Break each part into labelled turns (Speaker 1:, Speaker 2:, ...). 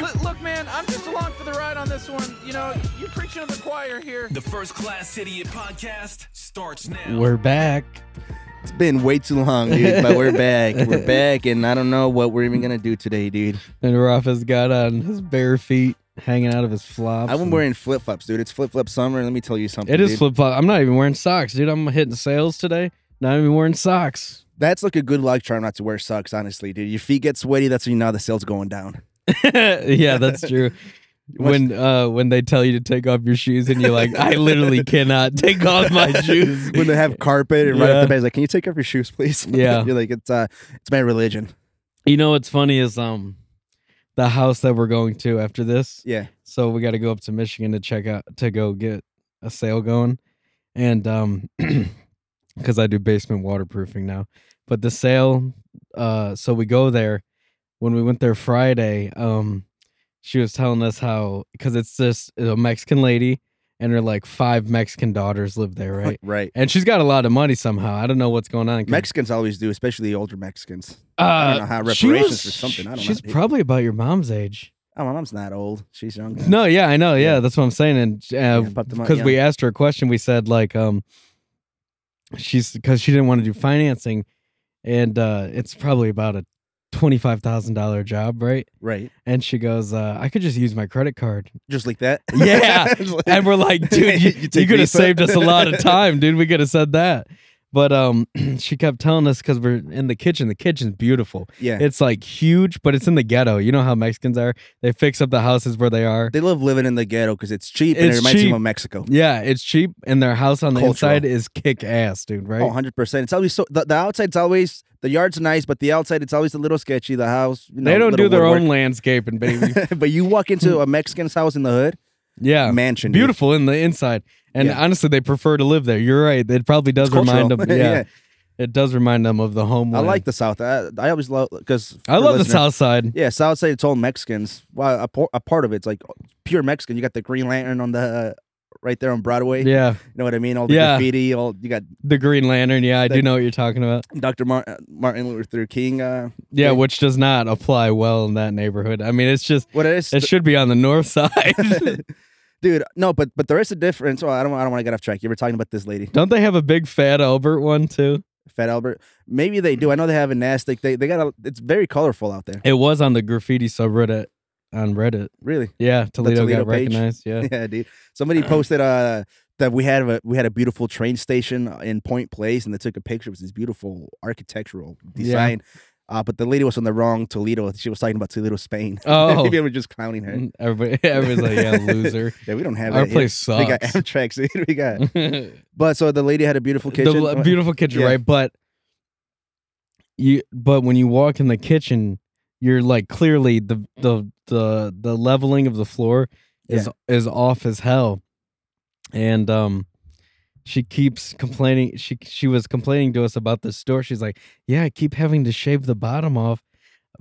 Speaker 1: Look, look, man, I'm just along for the ride on this one. You know, you're preaching to the choir here.
Speaker 2: The First Class Idiot Podcast starts now.
Speaker 3: We're back.
Speaker 4: It's been way too long, dude, but we're back. We're back, and I don't know what we're even gonna do today, dude.
Speaker 3: And Rafa's got on his bare feet hanging out of his flops.
Speaker 4: I've been
Speaker 3: and-
Speaker 4: wearing flip flops, dude. It's flip flop summer. and Let me tell you something.
Speaker 3: It is
Speaker 4: dude.
Speaker 3: flip flop. I'm not even wearing socks, dude. I'm hitting sales today. Not even wearing socks.
Speaker 4: That's like a good luck charm not to wear socks, honestly, dude. Your feet get sweaty. That's when you know the sales going down.
Speaker 3: yeah, that's true. When uh when they tell you to take off your shoes and you're like, I literally cannot take off my shoes.
Speaker 4: when they have carpet and right
Speaker 3: Yeah.
Speaker 4: off the bed, it's like, can you take off your shoes, please?
Speaker 3: Yeah.
Speaker 4: you're like, it's uh, it's my religion.
Speaker 3: You know what's funny is um the house that we're going to after this.
Speaker 4: Yeah,
Speaker 3: So we got to go up to Michigan to check out to go get a sale going, and um, because I do basement waterproofing now. But the sale, uh, so we go there. When we went there Friday, um, she was telling us how because it's just a Mexican lady and her like five Mexican daughters live there, right?
Speaker 4: right.
Speaker 3: and she's got a lot of money somehow. I don't know what's going on. 'cause-
Speaker 4: Mexicans always do, especially the older Mexicans.
Speaker 3: uh,
Speaker 4: don't know how
Speaker 3: she
Speaker 4: reparations
Speaker 3: was-
Speaker 4: for something, I don't know,
Speaker 3: she's
Speaker 4: dude.
Speaker 3: probably about your mom's age.
Speaker 4: Oh, my mom's not old. She's young.
Speaker 3: No, yeah, I know. Yeah,
Speaker 4: Yeah.
Speaker 3: that's what I'm saying. And
Speaker 4: Yeah, pop them out,
Speaker 3: because
Speaker 4: yeah.
Speaker 3: we asked her a question, we said like, um, she's because she didn't want to do financing, and uh, it's probably about a twenty five thousand dollar job, right?
Speaker 4: right?
Speaker 3: And she goes, uh, I could just use my credit card.
Speaker 4: Just like that.
Speaker 3: Yeah.
Speaker 4: It's like-
Speaker 3: And we're like, dude, you,
Speaker 4: You
Speaker 3: you,
Speaker 4: take
Speaker 3: could have
Speaker 4: Visa?
Speaker 3: saved us a lot of time, dude. We could have said that. But um, she kept telling us because we're in the kitchen. The kitchen's beautiful.
Speaker 4: yeah.
Speaker 3: It's like huge, but it's in the ghetto. You know how Mexicans are. They fix up the houses where they are.
Speaker 4: They love living in the ghetto because it's cheap and
Speaker 3: It's
Speaker 4: it reminds
Speaker 3: cheap.
Speaker 4: them of Mexico.
Speaker 3: Yeah, it's cheap, and their house on the
Speaker 4: Cultural.
Speaker 3: inside is kick ass, dude. Right?
Speaker 4: Oh, 100%. It's always so, the, the outside's always, the yard's nice, but the outside, it's always a little sketchy. The house, you
Speaker 3: they
Speaker 4: know,
Speaker 3: don't do
Speaker 4: little
Speaker 3: their own
Speaker 4: woodwork.
Speaker 3: landscaping, baby.
Speaker 4: but you walk into a Mexican's house in the hood,
Speaker 3: yeah,
Speaker 4: mansion. dude.
Speaker 3: beautiful in the inside, and
Speaker 4: Yeah.
Speaker 3: honestly, they prefer to live there. You're right. It probably does
Speaker 4: It's cultural.
Speaker 3: remind them. Yeah, it does remind them of the
Speaker 4: I
Speaker 3: homeland.
Speaker 4: like the South. I, I always love, because.
Speaker 3: I love the South Side.
Speaker 4: Yeah, South side, it's all Mexicans. Well, a, por- a part of it's like pure Mexican. You got the Green Lantern on the, uh, right there on Broadway.
Speaker 3: Yeah,
Speaker 4: You know what I mean? All the
Speaker 3: Yeah.
Speaker 4: graffiti, all, you got
Speaker 3: the Green Lantern. Yeah, I do
Speaker 4: That-
Speaker 3: know what you're talking about.
Speaker 4: Dr. Mar- uh, Martin Luther King. Uh,
Speaker 3: Yeah,
Speaker 4: Yeah.
Speaker 3: which does not apply well in that neighborhood. I mean, it's just
Speaker 4: what it is?
Speaker 3: it should be on the north side.
Speaker 4: dude no but but there is a difference well i don't, I don't want to get off track you were talking about this lady
Speaker 3: don't they have a big fat Albert one too?
Speaker 4: fat albert maybe they do i
Speaker 3: Mm-hmm.
Speaker 4: know they have a nastic they, they got a it's very colorful out there
Speaker 3: It was on the graffiti subreddit on Reddit.
Speaker 4: really
Speaker 3: Yeah, Toledo,
Speaker 4: Toledo
Speaker 3: got
Speaker 4: page?
Speaker 3: recognized. Yeah.
Speaker 4: yeah dude
Speaker 3: Uh-huh.
Speaker 4: somebody posted uh that we had a we had a beautiful train station in point place and they took a picture of this beautiful architectural
Speaker 3: Yeah.
Speaker 4: design uh but the lady was on the wrong toledo she was talking about toledo spain
Speaker 3: Oh.
Speaker 4: maybe we're just clowning her
Speaker 3: Mm, Everybody, everybody's like, yeah, loser.
Speaker 4: yeah we don't have
Speaker 3: Our
Speaker 4: that here.
Speaker 3: place
Speaker 4: we got
Speaker 3: sucks.
Speaker 4: amtrak's dude, we got
Speaker 3: the
Speaker 4: but so the lady had a beautiful kitchen
Speaker 3: l- beautiful kitchen,
Speaker 4: Yeah.
Speaker 3: right? But you, but when you walk in the kitchen, you're like clearly the the the the leveling of the floor is is off as hell, and um. She keeps complaining. She she was complaining to us about this door. She's like, "Yeah, I keep having to shave the bottom off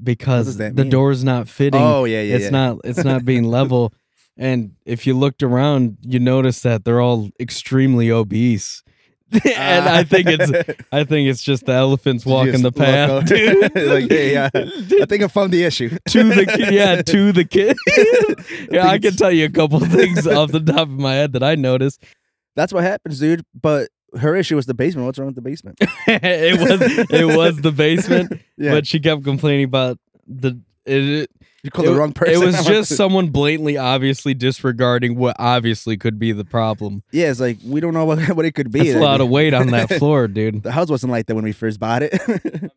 Speaker 3: because the
Speaker 4: that mean?
Speaker 3: door's not fitting."
Speaker 4: oh yeah yeah
Speaker 3: it's
Speaker 4: yeah.
Speaker 3: not it's not being level and if you looked around you notice that they're all extremely obese and
Speaker 4: Ah.
Speaker 3: i think it's i think it's just the elephants
Speaker 4: you
Speaker 3: walking
Speaker 4: just
Speaker 3: the
Speaker 4: look
Speaker 3: path
Speaker 4: up?
Speaker 3: dude.
Speaker 4: Like, hey, uh, I think I found the issue.
Speaker 3: to the ki- yeah to the kid yeah i
Speaker 4: think
Speaker 3: can
Speaker 4: it's-
Speaker 3: tell you a couple things off the top of my head that i noticed
Speaker 4: That's what happens, dude. But her issue was the basement. What's wrong with the basement?
Speaker 3: it was it was the basement
Speaker 4: Yeah,
Speaker 3: but she kept complaining about the it, it,
Speaker 4: you called the
Speaker 3: it-
Speaker 4: wrong person.
Speaker 3: it was just someone blatantly obviously disregarding what obviously could be the problem
Speaker 4: yeah. It's like we don't know what, what it could be.
Speaker 3: That's a lot of weight on that floor, dude.
Speaker 4: the house wasn't like that when we first bought it.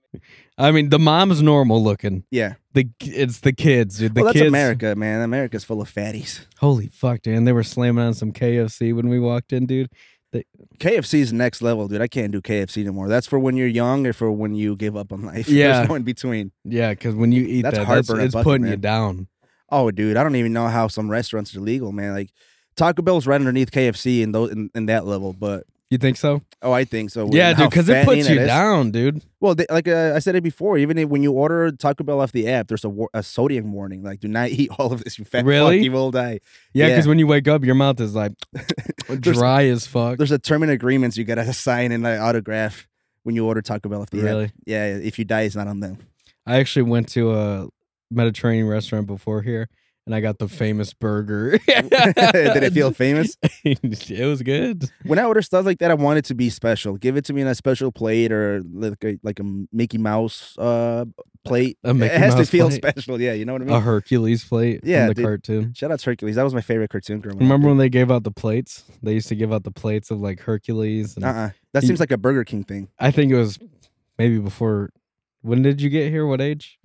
Speaker 3: I mean, the mom's normal looking.
Speaker 4: yeah,
Speaker 3: The it's the kids, dude. The
Speaker 4: well, that's
Speaker 3: kids.
Speaker 4: America, man. America's full of fatties.
Speaker 3: Holy fuck, dude! And they were slamming on some KFC when we walked in, dude.
Speaker 4: KFC's next level, dude. I can't do KFC anymore. That's for when you're young or for when you give up on life.
Speaker 3: Yeah.
Speaker 4: There's no in between.
Speaker 3: Yeah, because when you eat
Speaker 4: That's
Speaker 3: that,
Speaker 4: heartburn in a
Speaker 3: it's
Speaker 4: bucket,
Speaker 3: putting you
Speaker 4: man.
Speaker 3: down.
Speaker 4: Oh, dude, I don't even know how some restaurants are legal, man. Like Taco Bell's right underneath KFC in those in, in that level, but
Speaker 3: You think so?
Speaker 4: oh, I think so.
Speaker 3: yeah,
Speaker 4: And how
Speaker 3: dude. Because it
Speaker 4: fattening
Speaker 3: puts you
Speaker 4: is.
Speaker 3: down, dude.
Speaker 4: Well, they, like uh, I said it before, even if, when you order Taco Bell off the app, there's a, war- a sodium warning. Like, do not eat all of this, you fat
Speaker 3: Really?
Speaker 4: fuck, you will die.
Speaker 3: Yeah,
Speaker 4: Yeah.
Speaker 3: because when you wake up, your mouth is like
Speaker 4: There's-
Speaker 3: dry as fuck.
Speaker 4: There's a term and agreements you gotta sign and like, autograph when you order Taco Bell off the app.
Speaker 3: Really,
Speaker 4: Yeah, if you die, it's not on them.
Speaker 3: I actually went to a Mediterranean restaurant before here, and I got the famous burger.
Speaker 4: Did it feel famous?
Speaker 3: it was good.
Speaker 4: When I order stuff like that, I want it to be special. Give it to me in a special plate or like a, like a Mickey Mouse uh plate.
Speaker 3: A Mickey
Speaker 4: it has
Speaker 3: Mouse
Speaker 4: to feel
Speaker 3: plate.
Speaker 4: special. Yeah, you know what I mean.
Speaker 3: A Hercules plate
Speaker 4: Yeah,
Speaker 3: from the
Speaker 4: dude.
Speaker 3: cartoon.
Speaker 4: Shout out to Hercules. That was my favorite cartoon growing up.
Speaker 3: Remember when they gave out the plates? They used to give out the plates of like Hercules. And
Speaker 4: Uh uh That
Speaker 3: You-
Speaker 4: seems like a Burger King thing.
Speaker 3: I think it was maybe before. When did you get here? What age?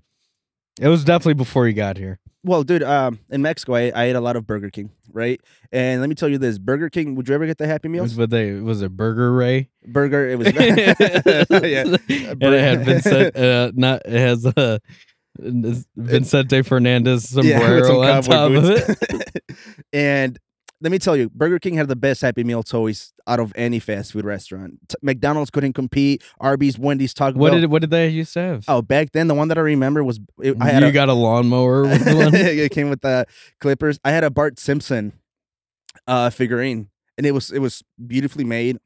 Speaker 3: It was definitely before you got here.
Speaker 4: Well, dude, um, in Mexico, I, I ate a lot of Burger King, right? And let me tell you this: Burger King. Would you ever get the Happy Meals?
Speaker 3: But they was it Burger Ray?
Speaker 4: Burger. It was. yeah.
Speaker 3: And it had Vincent. Uh, not it has uh, this Vicente Fernandez
Speaker 4: Yeah, with some
Speaker 3: sombrero on
Speaker 4: cowboy
Speaker 3: top of
Speaker 4: boots.
Speaker 3: it.
Speaker 4: and let me tell you, Burger King had the best Happy Meal toys out of any fast food restaurant. T- McDonald's couldn't compete. Arby's, Wendy's, Taco
Speaker 3: What
Speaker 4: Bell.
Speaker 3: did what did they used to have?
Speaker 4: oh, back then the one that I remember was it, I had
Speaker 3: you
Speaker 4: a,
Speaker 3: got a lawnmower with one.
Speaker 4: it came with the clippers. I had a Bart Simpson uh, figurine, and it was it was beautifully made.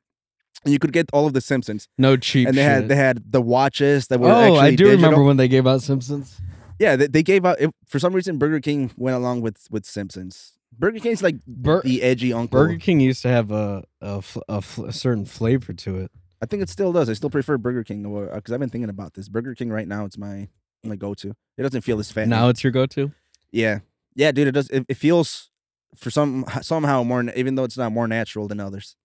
Speaker 4: And you could get all of the Simpsons,
Speaker 3: No cheap
Speaker 4: and they
Speaker 3: shit.
Speaker 4: had they had the watches that were
Speaker 3: oh,
Speaker 4: actually
Speaker 3: I do
Speaker 4: digital.
Speaker 3: remember when they gave out Simpsons.
Speaker 4: Yeah, they, they gave out it, for some reason. Burger King went along with with Simpsons. Burger King's like
Speaker 3: Bur-
Speaker 4: the edgy uncle.
Speaker 3: Burger King used to have a a, fl- a, fl- a certain flavor to it.
Speaker 4: I think it still does. I still prefer Burger King because I've been thinking about this. Burger King right now, it's my my go to. It doesn't feel as fat.
Speaker 3: Now it's your go-to.
Speaker 4: yeah, yeah, dude. It does. It, it feels for some somehow more, na- even though it's not more natural than others.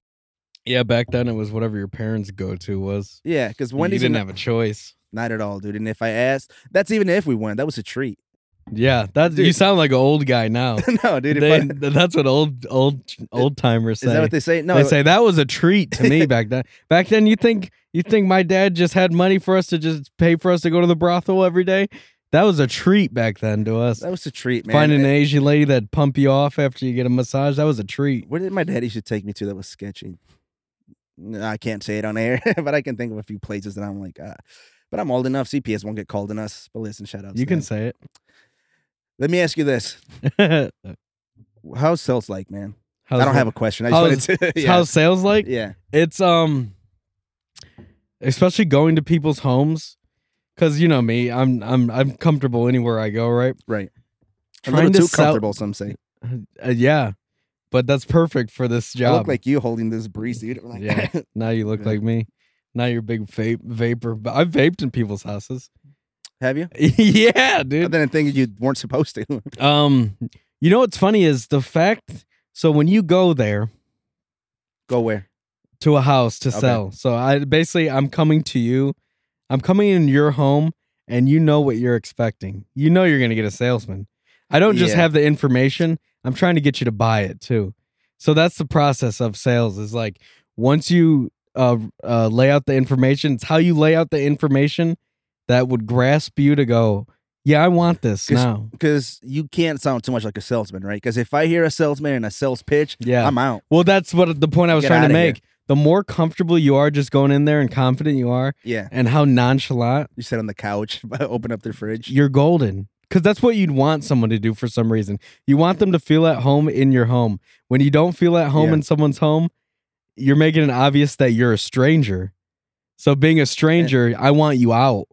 Speaker 3: Yeah, back then it was whatever your parents' go-to was.
Speaker 4: Yeah, because
Speaker 3: When you
Speaker 4: Wendy's
Speaker 3: didn't
Speaker 4: and-
Speaker 3: have a choice.
Speaker 4: not at all, dude. And if I asked, that's even if we went, that was a treat.
Speaker 3: Yeah, that you
Speaker 4: Dude.
Speaker 3: sound like an old guy now.
Speaker 4: no, dude. If
Speaker 3: They-
Speaker 4: I, is
Speaker 3: that's what old old old timers say.
Speaker 4: that what they say? No,
Speaker 3: they say that was a treat to me back then. Back then, you think you think my dad just had money for us to just pay for us to go to the brothel every day? That was a treat back then to us.
Speaker 4: that was a treat, man.
Speaker 3: Finding an
Speaker 4: Eh,
Speaker 3: Asian lady that pump you off after you get a massage, that was a treat.
Speaker 4: Where did my daddy should take me to that was sketchy? No, I can't say it on air, but I can think of a few places that I'm like, ah. But I'm old enough. CPS won't get called on us. But listen, shout out.
Speaker 3: You can say
Speaker 4: Let me ask you this:
Speaker 3: it.
Speaker 4: How's sales like, man?
Speaker 3: How's
Speaker 4: I don't
Speaker 3: it-
Speaker 4: have a question. I just wanted to. yeah.
Speaker 3: How's sales like?
Speaker 4: yeah.
Speaker 3: It's um especially going to people's homes cuz you know me, I'm I'm I'm comfortable anywhere I go, right?
Speaker 4: Right. A
Speaker 3: Trying
Speaker 4: little
Speaker 3: to
Speaker 4: too
Speaker 3: sell-
Speaker 4: comfortable, some say.
Speaker 3: Uh, yeah. But that's perfect for this
Speaker 4: I look
Speaker 3: job.
Speaker 4: like you holding this breeze, dude. I'm like,
Speaker 3: Yeah. now you look
Speaker 4: Yeah.
Speaker 3: like me. Now you're a big vape vapor. But I've vaped in people's houses.
Speaker 4: have you?
Speaker 3: yeah,
Speaker 4: I
Speaker 3: dude.
Speaker 4: didn't think you weren't supposed to.
Speaker 3: Um you know what's funny is the fact so when you go there
Speaker 4: Go where?
Speaker 3: to a house to
Speaker 4: Okay.
Speaker 3: sell. So I basically I'm coming to you. I'm coming in your home and you know what you're expecting. You know you're going to get a salesman. I don't just
Speaker 4: Yeah.
Speaker 3: have the information. I'm trying to get you to buy it too. So that's the process of sales is like once you uh, uh lay out the information, it's how you lay out the information that would grasp you to go, yeah, I want this
Speaker 4: 'Cause-
Speaker 3: now.
Speaker 4: because you can't sound too much like a salesman, right? Because if I hear a salesman and a sales pitch,
Speaker 3: Yeah.
Speaker 4: I'm out.
Speaker 3: well, that's what the point I was
Speaker 4: Get
Speaker 3: trying to
Speaker 4: outta here.
Speaker 3: make. The more comfortable you are just going in there and confident you are
Speaker 4: Yeah,
Speaker 3: and how nonchalant
Speaker 4: you sit on the couch, open up the fridge.
Speaker 3: you're golden because that's what you'd want someone to do for some reason. You want them to feel at home in your home. When you don't feel at home
Speaker 4: Yeah.
Speaker 3: in someone's home, you're making it obvious that you're a stranger. So being a stranger, I want you out.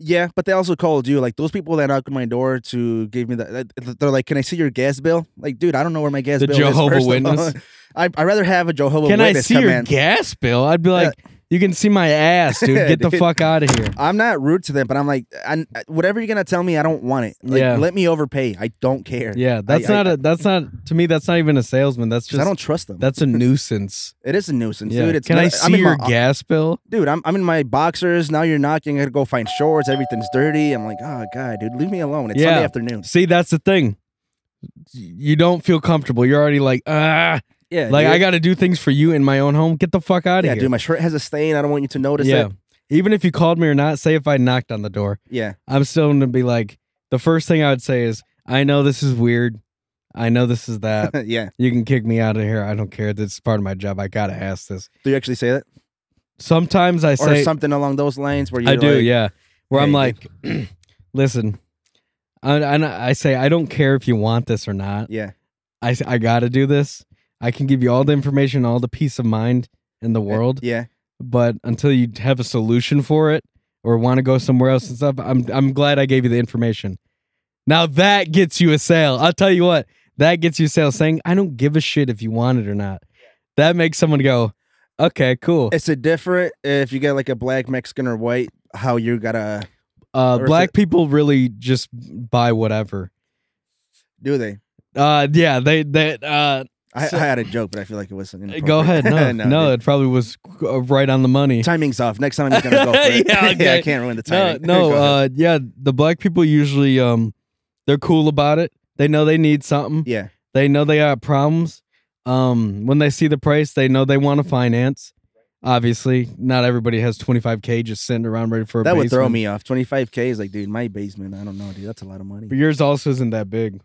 Speaker 4: Yeah, but they also called you. Like those people that knock on my door to give me the, they're like, "Can I see your gas bill?" Like, dude, I don't know where my gas
Speaker 3: The
Speaker 4: bill
Speaker 3: Jehovah
Speaker 4: is. first of all.
Speaker 3: Witness?
Speaker 4: I I rather have a Jehovah
Speaker 3: can I
Speaker 4: Witness
Speaker 3: see
Speaker 4: come
Speaker 3: your
Speaker 4: in.
Speaker 3: gas bill? I'd be like, you can see my ass, dude. Get the
Speaker 4: Dude.
Speaker 3: fuck out of here.
Speaker 4: I'm not rude to them, but I'm like, I, whatever you're gonna tell me, I don't want it. Like,
Speaker 3: Yeah.
Speaker 4: let me overpay. I don't care.
Speaker 3: Yeah, that's
Speaker 4: I-
Speaker 3: not a. That's not to me. That's not even a salesman. That's
Speaker 4: 'Cause
Speaker 3: just.
Speaker 4: I don't trust them.
Speaker 3: that's a nuisance.
Speaker 4: it is a nuisance,
Speaker 3: Yeah.
Speaker 4: dude. It's
Speaker 3: can I
Speaker 4: not, I'm
Speaker 3: see
Speaker 4: in
Speaker 3: your
Speaker 4: my, uh,
Speaker 3: gas bill?
Speaker 4: dude, I'm, I'm in my boxers. Now you're knocking. I gotta go find shorts. Everything's dirty. I'm like, oh god, dude, leave me alone. It's
Speaker 3: Yeah.
Speaker 4: Sunday afternoon.
Speaker 3: See, that's the thing. You don't feel comfortable. You're already like, ah,
Speaker 4: Yeah,
Speaker 3: Like
Speaker 4: dude.
Speaker 3: I got to do things for you in my own home. Get the fuck out of
Speaker 4: Yeah,
Speaker 3: here.
Speaker 4: dude, my shirt has a stain. I don't want you to notice
Speaker 3: yeah.
Speaker 4: it.
Speaker 3: Even if you called me or not, say if I knocked on the door,
Speaker 4: Yeah,
Speaker 3: I'm still gonna be like, the first thing I would say is, I know this is weird. I know this is that.
Speaker 4: yeah.
Speaker 3: you can kick me out of here. I don't care. This is part of my job. I gotta ask this.
Speaker 4: Do you actually say that,
Speaker 3: Sometimes I
Speaker 4: or
Speaker 3: say
Speaker 4: something along those lines? Where you
Speaker 3: I do,
Speaker 4: like,
Speaker 3: yeah. Where I'm
Speaker 4: "Hey,
Speaker 3: like, listen, I, I I say I don't care if you want this or not.
Speaker 4: yeah.
Speaker 3: I s- I gotta do this. I can give you all the information, all the peace of mind in the world.
Speaker 4: Yeah,
Speaker 3: but until you have a solution for it or want to go somewhere else and stuff, I'm I'm glad I gave you the information. Now that gets you a sale. I'll tell you what, that gets you a sale saying, I don't give a shit if you want it or not. That makes someone go, okay, cool.
Speaker 4: It's a different if you get like a black Mexican or white. How you gotta
Speaker 3: Uh,
Speaker 4: or if
Speaker 3: black
Speaker 4: it-
Speaker 3: people really just buy whatever.
Speaker 4: do they?
Speaker 3: Uh, yeah, they, they, uh,
Speaker 4: I,
Speaker 3: So- Uh,
Speaker 4: I had a joke, but I feel like it was inappropriate.
Speaker 3: go ahead. No,
Speaker 4: no,
Speaker 3: no, it probably was uh, right on the money.
Speaker 4: dude. timing's off. Next time I'm gonna go for it.
Speaker 3: Yeah,
Speaker 4: I
Speaker 3: okay.
Speaker 4: can't ruin the
Speaker 3: No,
Speaker 4: timing.
Speaker 3: no,
Speaker 4: Go ahead.
Speaker 3: uh, yeah, the black people usually, um, they're cool about it. They know they need something.
Speaker 4: yeah,
Speaker 3: They know they got problems. Um, when they see the price, they know they want to finance. Obviously, not everybody has 25k just sitting around ready for a
Speaker 4: that would throw
Speaker 3: basement.
Speaker 4: me off. 25k is like, dude, my basement. I don't know, dude. That's a lot of money.
Speaker 3: But yours also isn't that big.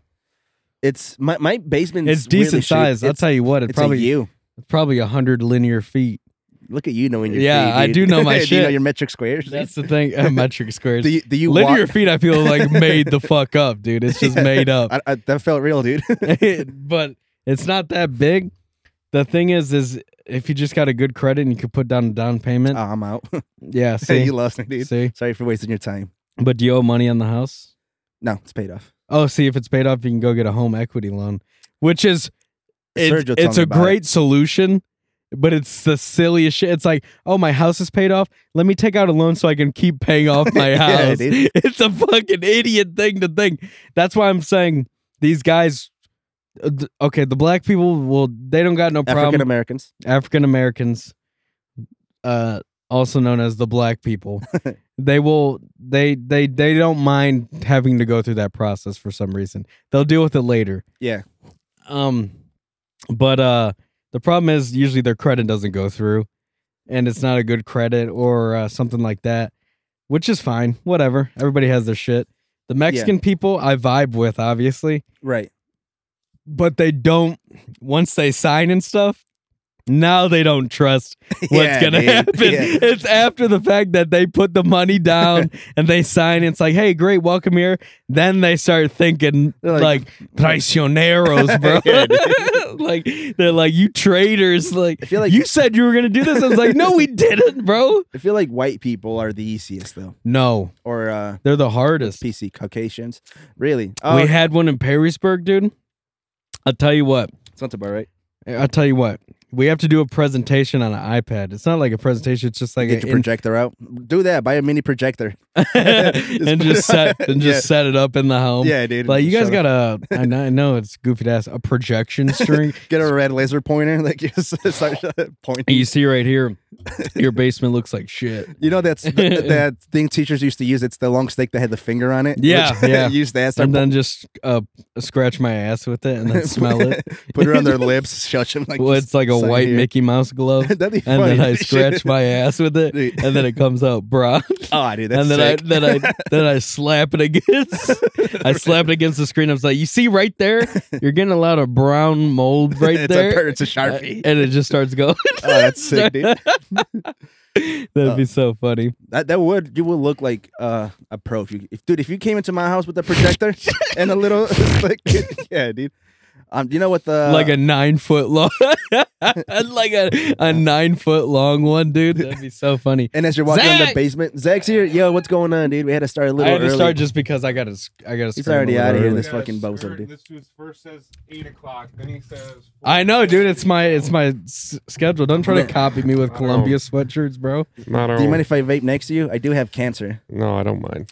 Speaker 4: It's my my basement.
Speaker 3: It's decent size. I'll tell you what. It
Speaker 4: It's
Speaker 3: probably
Speaker 4: a you.
Speaker 3: it's probably a hundred linear feet.
Speaker 4: Look at you knowing your.
Speaker 3: Yeah,
Speaker 4: feet,
Speaker 3: I
Speaker 4: dude.
Speaker 3: do know my
Speaker 4: do you know
Speaker 3: shit.
Speaker 4: your metric squares?
Speaker 3: That's the thing. uh, metric squares.
Speaker 4: do you, do you
Speaker 3: linear
Speaker 4: walk-
Speaker 3: feet. I feel like made the fuck up, dude. It's just
Speaker 4: Yeah.
Speaker 3: made up.
Speaker 4: I, I, that felt real, dude. Oh,
Speaker 3: but it's not that big. The thing is, is if you just got a good credit and you could put down a down payment,
Speaker 4: Oh, I'm out.
Speaker 3: yeah,
Speaker 4: you
Speaker 3: see,
Speaker 4: lost me, dude.
Speaker 3: see.
Speaker 4: Sorry for wasting your time.
Speaker 3: But do you owe money on the house?
Speaker 4: No, it's paid off.
Speaker 3: Oh, see, if it's paid off, you can go get a home equity loan, which is
Speaker 4: Serge
Speaker 3: it,
Speaker 4: will tell
Speaker 3: it's
Speaker 4: me
Speaker 3: a
Speaker 4: about it.
Speaker 3: great solution, but it's the silliest shit. It's like, oh, my house is paid off. Let me take out a loan so I can keep paying off my
Speaker 4: Yeah,
Speaker 3: house.
Speaker 4: dude.
Speaker 3: it's a fucking idiot thing to think. That's why I'm saying these guys. uh, th- Okay, the black people will they don't got no
Speaker 4: African
Speaker 3: problem.
Speaker 4: Americans.
Speaker 3: African Americans, uh, also known as the black people, they will they they they don't mind having to go through that process for some reason. They'll deal with it later.
Speaker 4: Yeah.
Speaker 3: Um, but uh, the problem is usually their credit doesn't go through, and it's not a good credit or uh, something like that, which is fine. Whatever. Everybody has their shit. The Mexican people I vibe with, obviously
Speaker 4: Right.
Speaker 3: but they don't once they sign and stuff now they don't trust what's
Speaker 4: Yeah,
Speaker 3: gonna
Speaker 4: dude.
Speaker 3: happen
Speaker 4: Yeah.
Speaker 3: it's after the fact that they put the money down and they sign it's like hey great welcome here then they start thinking
Speaker 4: They're
Speaker 3: like, traicioneros bro
Speaker 4: Yeah,
Speaker 3: like they're like you traitors like,
Speaker 4: I feel like-
Speaker 3: you said you were gonna do this i was like no we didn't bro
Speaker 4: I feel like white people are the easiest though,
Speaker 3: no
Speaker 4: or uh,
Speaker 3: they're the hardest
Speaker 4: PC Caucasians. Really? Oh,
Speaker 3: we had one in perrysburg dude i'll tell you what
Speaker 4: sounds about right.
Speaker 3: I'll tell you what. We have to do a presentation on an iPad. It's not like a presentation. It's just like
Speaker 4: Get
Speaker 3: a
Speaker 4: your projector out. Do that. Buy a mini projector.
Speaker 3: and just set and just set it up in the home.
Speaker 4: yeah, dude.
Speaker 3: Like Um, you guys
Speaker 4: Shut
Speaker 3: got a. I know, I know it's goofy to ask a projection string.
Speaker 4: up. get a red laser pointer. Like you just start pointing.
Speaker 3: you see right here, your basement looks like shit.
Speaker 4: You know that's th- that thing teachers used to use. It's the long stick that had the finger on it.
Speaker 3: Yeah,
Speaker 4: Which-
Speaker 3: yeah.
Speaker 4: use that. Start
Speaker 3: And then just uh scratch my ass with it and then smell it.
Speaker 4: Put her on their lips. Shush them like.
Speaker 3: well,
Speaker 4: just
Speaker 3: it's like a
Speaker 4: sign
Speaker 3: white
Speaker 4: here.
Speaker 3: Mickey Mouse glove.
Speaker 4: That'd be
Speaker 3: And
Speaker 4: funny.
Speaker 3: then I
Speaker 4: Shit.
Speaker 3: scratch my ass with it,
Speaker 4: Dude.
Speaker 3: and then it comes out, bra.
Speaker 4: Oh, dude,
Speaker 3: and
Speaker 4: that's
Speaker 3: then
Speaker 4: sick.
Speaker 3: I then I then I slap it against I slap it against the screen. I was like, you see right there, you're getting a lot of brown mold right
Speaker 4: it's
Speaker 3: there.
Speaker 4: A, per- it's a
Speaker 3: Uh,
Speaker 4: sharpie.
Speaker 3: and it just starts going.
Speaker 4: oh, that's sick, dude.
Speaker 3: That'd
Speaker 4: Uh,
Speaker 3: be so funny.
Speaker 4: That, that would you would look like uh, a pro if you if dude if you came into my house with a projector and a little like yeah, dude. Um, you know what the
Speaker 3: like a nine foot long like a, a nine foot long one, dude. That'd be so funny.
Speaker 4: and as you're walking in the
Speaker 3: Zach!
Speaker 4: basement, Zach's here. Yo, what's going on, dude? We had to start a
Speaker 3: I
Speaker 4: little
Speaker 3: had to
Speaker 4: early.
Speaker 3: start just because I got to. I got to.
Speaker 4: He's already outta here, this
Speaker 5: Yeah,
Speaker 4: fucking
Speaker 5: it's
Speaker 4: bozo,
Speaker 5: third-
Speaker 4: dude.
Speaker 5: This dude first says eight o'clock, then he says.
Speaker 3: I know, dude. It's my it's my s- schedule. Don't try to copy me with
Speaker 5: I don't-
Speaker 3: Columbia sweatshirts, bro.
Speaker 6: Not at
Speaker 4: Do you
Speaker 6: all.
Speaker 4: mind if I vape next to you? I do have cancer.
Speaker 6: no, I don't mind.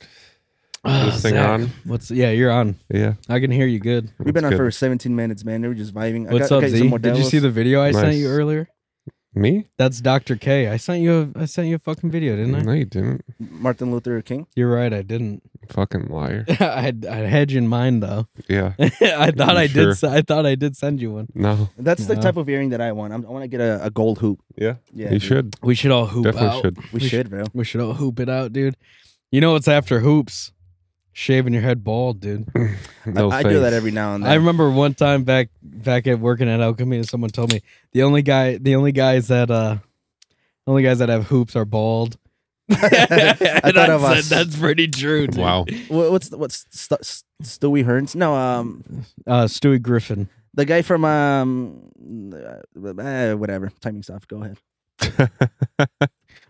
Speaker 3: Ah,
Speaker 6: this thing
Speaker 3: Zach,
Speaker 6: on?
Speaker 3: What's yeah? You're on.
Speaker 6: Yeah.
Speaker 3: I can hear you good.
Speaker 4: We've been
Speaker 6: that's
Speaker 4: on
Speaker 6: good.
Speaker 4: for 17 minutes, man. They were just vibing. I
Speaker 3: What's
Speaker 4: got,
Speaker 3: up,
Speaker 4: I got
Speaker 3: Z?
Speaker 4: you some
Speaker 3: Did you see
Speaker 4: Modelo's.
Speaker 3: the video I sent you
Speaker 6: Nice.
Speaker 3: earlier?
Speaker 6: me.
Speaker 3: That's Dr. K. I sent you a I sent you a fucking video, didn't I?
Speaker 4: Mm-hmm.
Speaker 6: No, you didn't.
Speaker 4: Martin Luther King?
Speaker 3: You're right, I didn't.
Speaker 6: Fucking liar.
Speaker 3: I had I had you in mind though.
Speaker 6: Yeah.
Speaker 3: I thought
Speaker 6: You
Speaker 3: I
Speaker 6: sure?
Speaker 3: did se- I thought I did send you one.
Speaker 6: No.
Speaker 4: That's the
Speaker 3: No.
Speaker 4: type of earring that I want. I'm, I want to get a, a gold hoop.
Speaker 6: Yeah.
Speaker 4: Yeah,
Speaker 6: you
Speaker 4: dude.
Speaker 6: should.
Speaker 3: We should all hoop
Speaker 6: Definitely
Speaker 3: out.
Speaker 6: should.
Speaker 4: We,
Speaker 3: We
Speaker 4: should, bro.
Speaker 3: We should all hoop it out, dude. You know what's after hoops? Shaving your head bald, dude.
Speaker 6: No
Speaker 4: I do that
Speaker 6: thanks.
Speaker 4: every now and then.
Speaker 3: I remember one time back back at working at Alchemy and someone told me the only guy the only guys that uh the only guys that have hoops are bald. I
Speaker 4: thought of us.
Speaker 3: that's pretty true. Dude.
Speaker 6: Wow.
Speaker 4: Wha- what's the- what's St- St- Stewie Hearns? No, um,
Speaker 3: Uh Stewie Griffin.
Speaker 4: the guy from um, uh, whatever. Timing stuff. Go ahead.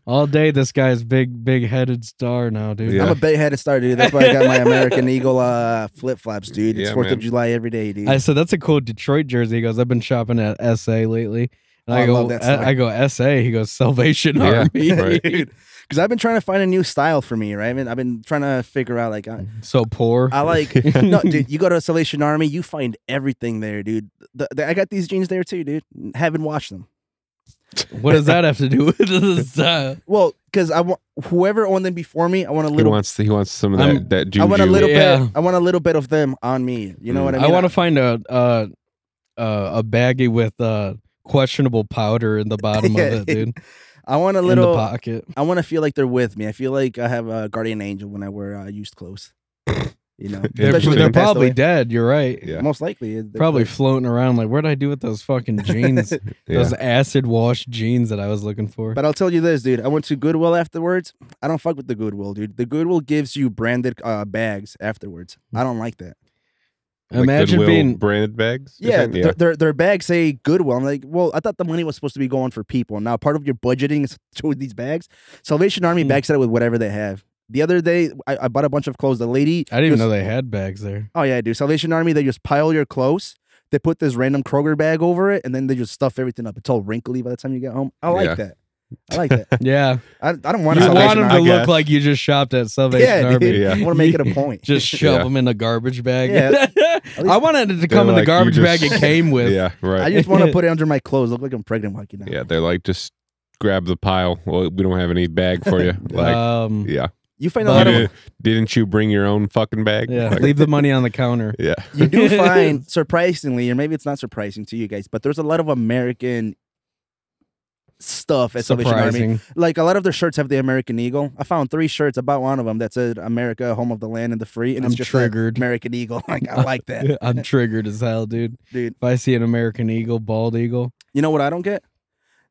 Speaker 3: All day, this guy's big, big-headed star now, dude.
Speaker 6: Yeah.
Speaker 4: I'm a big-headed star, dude. That's why I got my American Eagle uh, flip-flops, dude. It's
Speaker 6: Yeah,
Speaker 4: Fourth of
Speaker 6: man.
Speaker 4: July every day, dude.
Speaker 3: I said that's a cool Detroit jersey. He goes, I've been shopping at SA lately. And
Speaker 4: Oh,
Speaker 3: I,
Speaker 4: I
Speaker 3: go,
Speaker 4: love that
Speaker 3: I, I go, SA. He goes, Salvation
Speaker 6: Yeah,
Speaker 3: Army.
Speaker 6: right.
Speaker 4: Because I've been trying to find a new style for me, right? I mean, I've been trying to figure out like I,
Speaker 3: So poor.
Speaker 4: I like no, dude. You go to Salvation Army, you find everything there, dude. The, the- I got these jeans there too, dude. Haven't washed them.
Speaker 3: what does that have to do with this? Uh,
Speaker 4: Well, because I want whoever owned them before me, I want a
Speaker 6: He
Speaker 4: little.
Speaker 6: wants he wants some of that
Speaker 3: I'm-
Speaker 6: that juju.
Speaker 4: I want a little
Speaker 3: Yeah.
Speaker 4: bit. I want a little bit of them on me. You know
Speaker 6: Mm.
Speaker 4: what I
Speaker 3: I,
Speaker 4: mean?
Speaker 3: want to find a uh, uh, a baggie with uh, questionable powder in the bottom
Speaker 4: Yeah.
Speaker 3: of it, dude.
Speaker 4: I want a
Speaker 3: In the
Speaker 4: little.
Speaker 3: pocket.
Speaker 4: I want to feel like they're with me. I feel like I have a guardian angel when I wear uh, used clothes. You know,
Speaker 3: They're,
Speaker 4: Especially when
Speaker 3: they're
Speaker 4: they passed
Speaker 3: probably
Speaker 4: away.
Speaker 3: dead. You're right.
Speaker 6: Yeah.
Speaker 4: most likely they're
Speaker 3: Probably
Speaker 4: dead.
Speaker 3: floating around like, what'd I do with those fucking jeans?
Speaker 6: Yeah.
Speaker 3: Those acid wash jeans that I was looking for.
Speaker 4: But I'll tell you this, dude. I went to Goodwill afterwards. I don't fuck with the Goodwill, dude. The Goodwill gives you branded uh, bags afterwards. I don't like that.
Speaker 6: Like
Speaker 3: Imagine
Speaker 6: Goodwill
Speaker 3: being
Speaker 6: branded bags. you're
Speaker 4: Yeah,
Speaker 6: saying?
Speaker 4: their, their their bags say Goodwill. I'm like, well, I thought the money was supposed to be going for people. Now part of your budgeting is toward these bags. Salvation Army
Speaker 3: Hmm.
Speaker 4: backs it up with whatever they have. The other day, I, I bought a bunch of clothes. The lady,
Speaker 3: I didn't even
Speaker 4: just-
Speaker 3: know they had bags there.
Speaker 4: Oh yeah, I do. Salvation Army, they just pile your clothes. They put this random Kroger bag over it, and then they just stuff everything up. It's all wrinkly by the time you get home. I like
Speaker 6: Yeah.
Speaker 4: that. I like that.
Speaker 3: Yeah.
Speaker 4: I, I don't want
Speaker 3: you
Speaker 6: Salvation
Speaker 3: want them to
Speaker 6: Army, I
Speaker 3: look
Speaker 6: guess.
Speaker 3: like you just shopped at Salvation
Speaker 4: Yeah,
Speaker 3: Army.
Speaker 4: dude.
Speaker 6: Yeah.
Speaker 4: I want to make it a point.
Speaker 3: Just shove
Speaker 6: Yeah.
Speaker 3: them in a garbage bag.
Speaker 4: Yeah,
Speaker 3: I wanted it to
Speaker 6: They're
Speaker 3: come in
Speaker 6: like,
Speaker 3: the
Speaker 6: you
Speaker 3: garbage
Speaker 6: just-
Speaker 3: bag it came with.
Speaker 6: Yeah,
Speaker 4: I
Speaker 6: right.
Speaker 4: just want to put it under my clothes. Look like I'm pregnant walking out.
Speaker 6: yeah, they're like just grab the pile. Well, we don't have any bag for you. Like,
Speaker 3: um,
Speaker 6: yeah.
Speaker 4: You find a
Speaker 3: But-
Speaker 4: lot
Speaker 6: You
Speaker 4: of
Speaker 6: didn't, didn't you bring your own fucking bag?
Speaker 3: yeah.
Speaker 6: Like,
Speaker 3: Leave the money on the counter.
Speaker 6: yeah.
Speaker 4: you do find surprisingly, or maybe it's not surprising to you guys, but there's a lot of American stuff at Salvation Army.
Speaker 3: Surprising.
Speaker 4: Like a lot of their shirts have the American eagle. I found three shirts. I bought one of them that said "America, home of the land and the free," and
Speaker 3: I'm
Speaker 4: it's just a
Speaker 3: triggered.
Speaker 4: American eagle. Like I like that,
Speaker 3: I'm triggered as hell, dude.
Speaker 4: dude.
Speaker 3: If I see an American Eagle, bald eagle,
Speaker 4: You know what I don't get?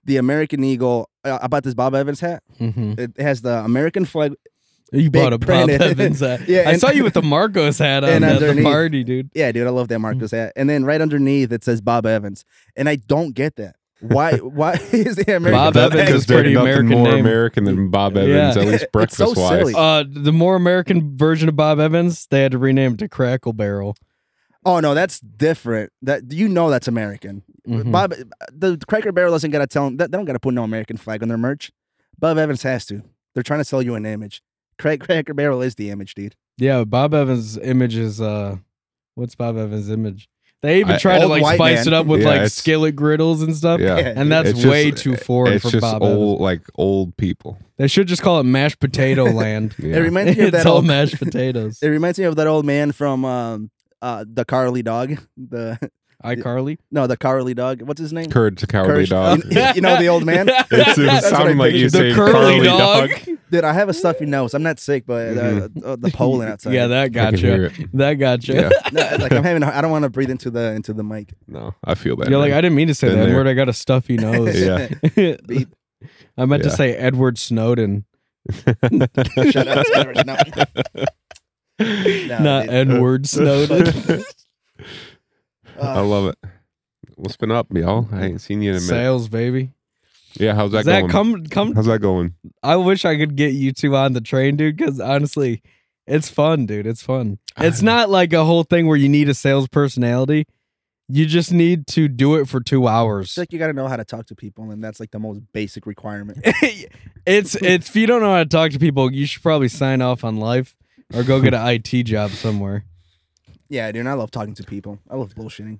Speaker 4: The American eagle. uh, I I bought this Bob Evans hat.
Speaker 3: hmm
Speaker 4: It it has the American flag
Speaker 3: you
Speaker 4: Big
Speaker 3: bought a Bob
Speaker 4: printed.
Speaker 3: Evans hat.
Speaker 4: Yeah,
Speaker 3: I
Speaker 4: and-
Speaker 3: saw you with the Marcos hat
Speaker 4: And
Speaker 3: on at the
Speaker 4: underneath.
Speaker 3: party, dude.
Speaker 4: Yeah, dude, I love that Marcos hat. And then right underneath it says Bob Evans, and I don't get that. Why? Why is the American
Speaker 3: Bob
Speaker 4: flag-
Speaker 3: Evans is
Speaker 6: Because they're
Speaker 3: pretty
Speaker 6: nothing
Speaker 3: American
Speaker 6: more
Speaker 3: name.
Speaker 6: American than Bob Evans,
Speaker 3: Yeah.
Speaker 6: at least
Speaker 4: It's so
Speaker 6: breakfast wise.
Speaker 4: silly.
Speaker 3: Uh, the more American version of Bob Evans, they had to rename it to Crackle Barrel.
Speaker 4: Oh no, that's different. That you know that's American.
Speaker 3: Mhm.
Speaker 4: Bob, the Cracker Barrel doesn't gotta tell them. They don't gotta put no American flag on their merch. Bob Evans has to. They're trying to sell you an image. Cra- Cracker Barrel is the image, dude.
Speaker 3: Yeah, Bob Evans' image is uh, what's Bob Evans' image? They even
Speaker 6: I-
Speaker 3: try to
Speaker 4: Old
Speaker 3: like
Speaker 4: white
Speaker 3: spice
Speaker 4: man.
Speaker 3: it up with
Speaker 6: Yeah,
Speaker 3: like
Speaker 6: it's-
Speaker 3: skillet griddles and stuff,
Speaker 6: Yeah.
Speaker 4: Yeah.
Speaker 3: and that's
Speaker 6: It's just-
Speaker 3: way too foreign
Speaker 6: It's
Speaker 3: for
Speaker 6: just
Speaker 3: Bob Evans.
Speaker 6: old, like old people.
Speaker 3: They should just call it mashed potato land.
Speaker 6: Yeah.
Speaker 4: It reminds me of
Speaker 3: it's
Speaker 4: that
Speaker 3: all
Speaker 4: old.
Speaker 3: mashed potatoes.
Speaker 4: It reminds me of that old man from um, uh, the Carly Dog. The
Speaker 3: iCarly.
Speaker 4: no, the Carly Dog. What's his name?
Speaker 6: Courage the cowardly
Speaker 4: Courage-
Speaker 6: dog.
Speaker 4: You- you know the old man?
Speaker 6: It's- it
Speaker 4: That's what I
Speaker 6: sounded like you
Speaker 4: pictured.
Speaker 6: said
Speaker 3: the curly
Speaker 6: Carly
Speaker 3: dog.
Speaker 6: dog.
Speaker 4: Dude, I have a stuffy nose. I'm not sick, but uh, uh, the pollen outside.
Speaker 3: Mm-hmm. Yeah, that
Speaker 6: I
Speaker 3: got
Speaker 6: can hear
Speaker 3: you.
Speaker 6: it.
Speaker 3: That got you.
Speaker 6: Yeah.
Speaker 4: No, like I'm having. I don't want to breathe into the into the mic.
Speaker 6: No, I feel that.
Speaker 3: You're like,
Speaker 6: man.
Speaker 3: I didn't mean to say
Speaker 6: Been
Speaker 3: that
Speaker 6: there.
Speaker 3: word. I got a stuffy nose.
Speaker 6: Yeah.
Speaker 3: I meant to
Speaker 6: Yeah.
Speaker 3: say Edward Snowden,
Speaker 4: Shut up. Sanders. No. No,
Speaker 3: not
Speaker 4: dude.
Speaker 3: Edward Snowden.
Speaker 6: I
Speaker 4: Uh,
Speaker 6: love it. What's been up, y'all? I ain't seen you in a minute.
Speaker 3: Sales, baby.
Speaker 6: Yeah, how's that
Speaker 3: Zach,
Speaker 6: going?
Speaker 3: come, come.
Speaker 6: how's that going?
Speaker 3: I wish I could get you two on the train, dude. Because honestly, it's fun, dude. It's fun. It's not like a whole thing where you need a sales personality. You just need to do it for two hours.
Speaker 4: it's like you got to know how to talk to people, and that's like the most basic requirement.
Speaker 3: it's it's if you don't know how to talk to people, you should probably sign off on life or go get an IT job somewhere.
Speaker 4: yeah, dude, I love talking to people. I love bullshitting.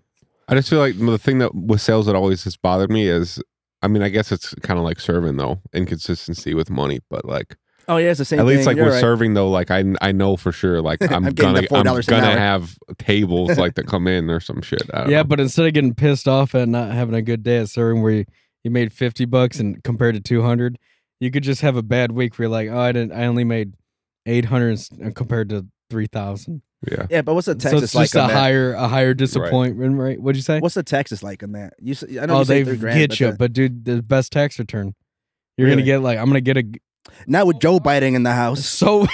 Speaker 6: I just feel like the thing that with sales that always has bothered me is, I mean, I guess it's kind of like serving though, inconsistency with money, but like
Speaker 4: Oh yeah, it's the same.
Speaker 6: at least
Speaker 4: thing.
Speaker 6: like
Speaker 4: You're
Speaker 6: with
Speaker 4: right.
Speaker 6: serving though, like I I know for sure, like I'm,
Speaker 4: I'm getting
Speaker 6: gonna
Speaker 4: the
Speaker 6: I'm
Speaker 4: $4 an
Speaker 6: gonna
Speaker 4: hour.
Speaker 6: have tables like that come in or some shit. I don't
Speaker 3: Yeah,
Speaker 6: know.
Speaker 3: but instead of getting pissed off at not having a good day at serving where you, you made fifty bucks and compared to two hundred, you could just have a bad week where you're like, oh, I didn't, I only made eight hundred uh, compared to three thousand.
Speaker 6: yeah,
Speaker 4: Yeah, but what's the
Speaker 3: So
Speaker 4: Texas
Speaker 3: it's
Speaker 4: like
Speaker 3: just
Speaker 4: on
Speaker 3: a
Speaker 4: that?
Speaker 3: higher, a higher disappointment rate. What'd you say?
Speaker 4: What's the Texas like on that? You, s- I know
Speaker 3: oh,
Speaker 4: you say
Speaker 3: they
Speaker 4: three
Speaker 3: get
Speaker 4: grand, but
Speaker 3: you,
Speaker 4: the-
Speaker 3: but dude, the best tax return. You're
Speaker 4: Really?
Speaker 3: gonna get like I'm gonna get a
Speaker 4: not with Joe Biden in the house.
Speaker 3: so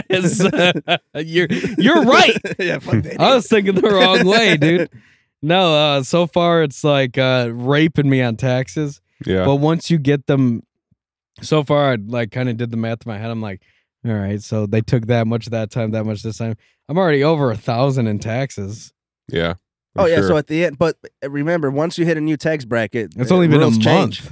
Speaker 3: you're you're right.
Speaker 4: yeah, fuck that.
Speaker 3: I was thinking the wrong way, dude. No, uh, so far it's like uh, raping me on taxes.
Speaker 6: yeah.
Speaker 3: But once you get them so far I like kind of did the math in my head. I'm like, all right, so they took that much that time, that much this time. I'm already over a thousand in taxes.
Speaker 6: Yeah.
Speaker 4: Oh
Speaker 6: I'm
Speaker 4: yeah, so
Speaker 6: sure.
Speaker 4: at the end, but eh, remember, once you hit a new tax bracket,
Speaker 3: It's
Speaker 4: uh,
Speaker 3: only been a month.
Speaker 4: rules change.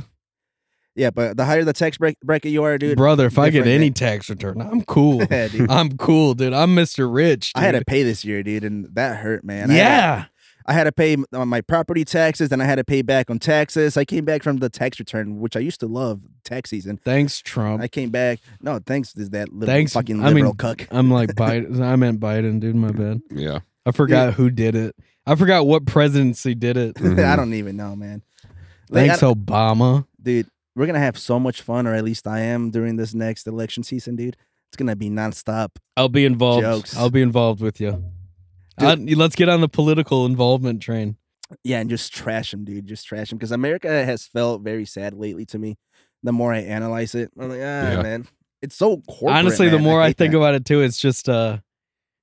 Speaker 4: Yeah, but the higher the tax bra- bracket you are, dude.
Speaker 3: Brother, if I get
Speaker 4: different
Speaker 3: any
Speaker 4: than-
Speaker 3: tax return, I'm cool.
Speaker 4: yeah, dude.
Speaker 3: I'm cool, dude. I'm Mr. Rich.
Speaker 4: I had to
Speaker 3: dude.
Speaker 4: pay this year, dude, and that hurt, man. I had to-
Speaker 3: yeah.
Speaker 4: I had to pay m- on my property taxes, then I had to pay back on taxes. I came back from the tax return, which I used to love tax season.
Speaker 3: Thanks, Trump.
Speaker 4: I came back. No, thanks to that little
Speaker 3: Thanks.
Speaker 4: fucking
Speaker 3: I mean-
Speaker 4: liberal cuck.
Speaker 3: I'm like Biden. I meant Biden, dude. My bad.
Speaker 6: Yeah.
Speaker 3: I forgot who did it. I forgot what presidency did it.
Speaker 4: I
Speaker 6: Mhm.
Speaker 4: don't even know, man. Like, I
Speaker 3: Mm-hmm. Thanks,
Speaker 4: don't-
Speaker 3: Obama.
Speaker 4: dude. We're gonna have so much fun, or at least I am during this next election season, dude. It's gonna be nonstop.
Speaker 3: I'll be involved.
Speaker 4: Jokes.
Speaker 3: I'll be involved with you. I, let's get on the political involvement train.
Speaker 4: Yeah, and just trash him, dude. Just trash him because America has felt very sad lately to me. The more I analyze it, I'm like, ah,
Speaker 6: Yeah.
Speaker 4: man, it's so corporate.
Speaker 3: Honestly, the
Speaker 4: man.
Speaker 3: more I,
Speaker 4: hate
Speaker 3: think
Speaker 4: that.
Speaker 3: about it too, it's just uh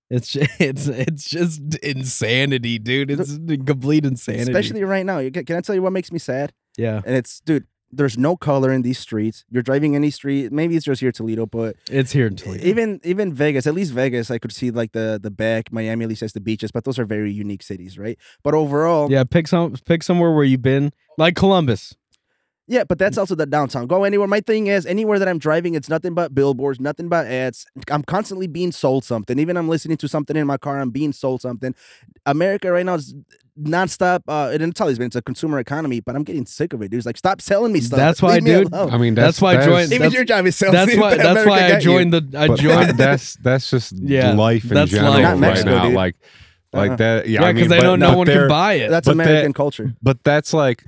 Speaker 3: it's just, it's it's just insanity, dude. It's complete insanity.
Speaker 4: especially right now. You- Can can I tell you what makes me sad?
Speaker 3: yeah.
Speaker 4: And it's, dude, there's no color in these streets. You're driving any street. Maybe it's just here in Toledo, but
Speaker 3: It's here in Toledo.
Speaker 4: even even Vegas, at least Vegas, I could see like the the back. Miami at least has the beaches, but those are very unique cities, right? But overall, yeah,
Speaker 3: yeah, pick some pick somewhere where you've been. Like Columbus.
Speaker 4: but that's also the downtown. Go anywhere. My thing is anywhere that I'm driving, it's nothing but billboards, nothing but ads. I'm constantly being sold something. Even I'm listening to something in my car, I'm being sold something. America right now is nonstop. Uh, and it's always been it's a consumer economy, but I'm getting sick of it, dude. It's like stop selling me stuff.
Speaker 3: That's why,
Speaker 4: Leave me
Speaker 3: dude,
Speaker 4: alone.
Speaker 6: I mean,
Speaker 3: That's
Speaker 6: that's,
Speaker 3: why I
Speaker 6: that's-
Speaker 3: joined-
Speaker 4: Even
Speaker 3: that's-
Speaker 4: your job is selling.
Speaker 3: That's why
Speaker 4: that
Speaker 3: that's
Speaker 4: America
Speaker 3: why I
Speaker 4: got you.
Speaker 3: joined the I
Speaker 6: but
Speaker 3: joined
Speaker 6: that's that's just
Speaker 3: Yeah,
Speaker 6: life in
Speaker 3: that's
Speaker 6: general
Speaker 3: life. Not
Speaker 6: right
Speaker 4: Mexico,
Speaker 6: now.
Speaker 4: dude.
Speaker 6: Like like
Speaker 4: Uh-uh.
Speaker 6: that. Yeah,
Speaker 3: Yeah,
Speaker 6: I
Speaker 3: because
Speaker 6: mean,
Speaker 3: I
Speaker 6: but-
Speaker 3: know no
Speaker 6: but
Speaker 3: one
Speaker 6: they're-
Speaker 3: can buy it.
Speaker 4: That's
Speaker 6: But
Speaker 4: American
Speaker 6: that-
Speaker 4: culture.
Speaker 6: But that's like,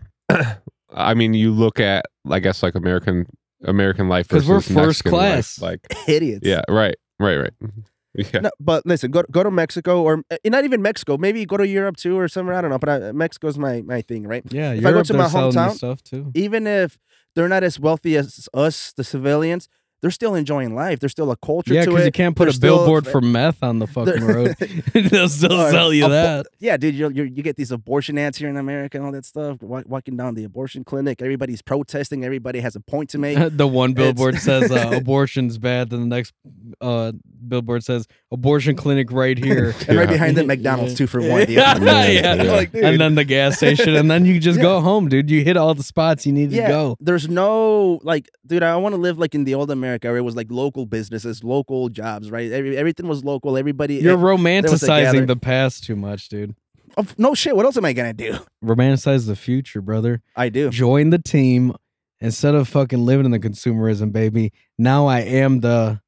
Speaker 6: I mean, you look at I guess like American American life
Speaker 3: 'Cause
Speaker 6: because
Speaker 3: we're first class.
Speaker 6: Like
Speaker 4: Idiots.
Speaker 6: yeah, right, right, right. Yeah,
Speaker 4: No, but listen, go go to Mexico or eh, not even Mexico. Maybe go to Europe too or somewhere. I don't know. But I, Mexico's my my thing, right?
Speaker 3: yeah,
Speaker 4: If
Speaker 3: you're
Speaker 4: I go
Speaker 3: up
Speaker 4: to
Speaker 3: there
Speaker 4: my
Speaker 3: selling this
Speaker 4: hometown-
Speaker 3: stuff too.
Speaker 4: Even if they're not as wealthy as us, the civilians, they're still enjoying life. There's still a culture
Speaker 3: Yeah,
Speaker 4: to
Speaker 3: because
Speaker 4: it.
Speaker 3: you can't put
Speaker 4: There's
Speaker 3: a
Speaker 4: still-
Speaker 3: billboard for meth on the fucking road. They'll still
Speaker 4: Or
Speaker 3: sell you
Speaker 4: abo-
Speaker 3: that.
Speaker 4: Yeah, dude, you you you get these abortion ads here in America and all that stuff. Wa- walking down the abortion clinic, everybody's protesting. Everybody has a point to make.
Speaker 3: the one
Speaker 4: It's-
Speaker 3: billboard says uh, abortion's bad, then the next uh, billboard says abortion clinic right here,
Speaker 4: And right
Speaker 6: Yeah.
Speaker 4: behind them, McDonald's two for one.
Speaker 3: Yeah,
Speaker 4: deal.
Speaker 3: yeah.
Speaker 4: Like, dude.
Speaker 3: and then the gas station, and then you just go home, dude. You hit all the spots you need to go.
Speaker 4: There's no like, dude. I want to live like in the old America where it was like local businesses, local jobs, right? Every, everything was local. Everybody.
Speaker 3: You're
Speaker 4: eh, was a gather-
Speaker 3: romanticizing the past too much, dude.
Speaker 4: oh, no shit. What else am I gonna do?
Speaker 3: Romanticize the future, brother.
Speaker 4: I do.
Speaker 3: Join the team instead of fucking living in the consumerism, baby. Now I am the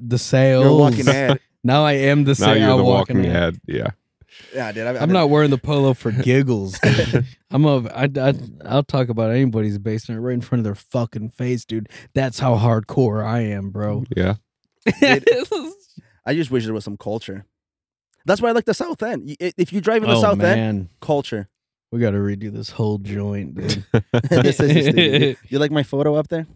Speaker 3: the sales.
Speaker 4: You're walking ad.
Speaker 3: Now I am the
Speaker 6: now
Speaker 3: sale.
Speaker 6: you're the
Speaker 3: walking,
Speaker 6: walking
Speaker 3: ad.
Speaker 6: head. Yeah,
Speaker 4: Yeah, dude. I,
Speaker 3: I'm not wearing the polo for giggles. Dude. I'm a. I, I, I'll talk about anybody's basement right in front of their fucking face, dude. That's how hardcore I am, bro.
Speaker 6: yeah.
Speaker 4: Dude. I just wish there was some culture. That's why I like the South End. Y- i- If you drive in the
Speaker 3: oh
Speaker 4: South End,
Speaker 3: man,
Speaker 4: culture.
Speaker 3: we got to redo this whole joint, dude.
Speaker 4: this is just- dude, you like my photo up there?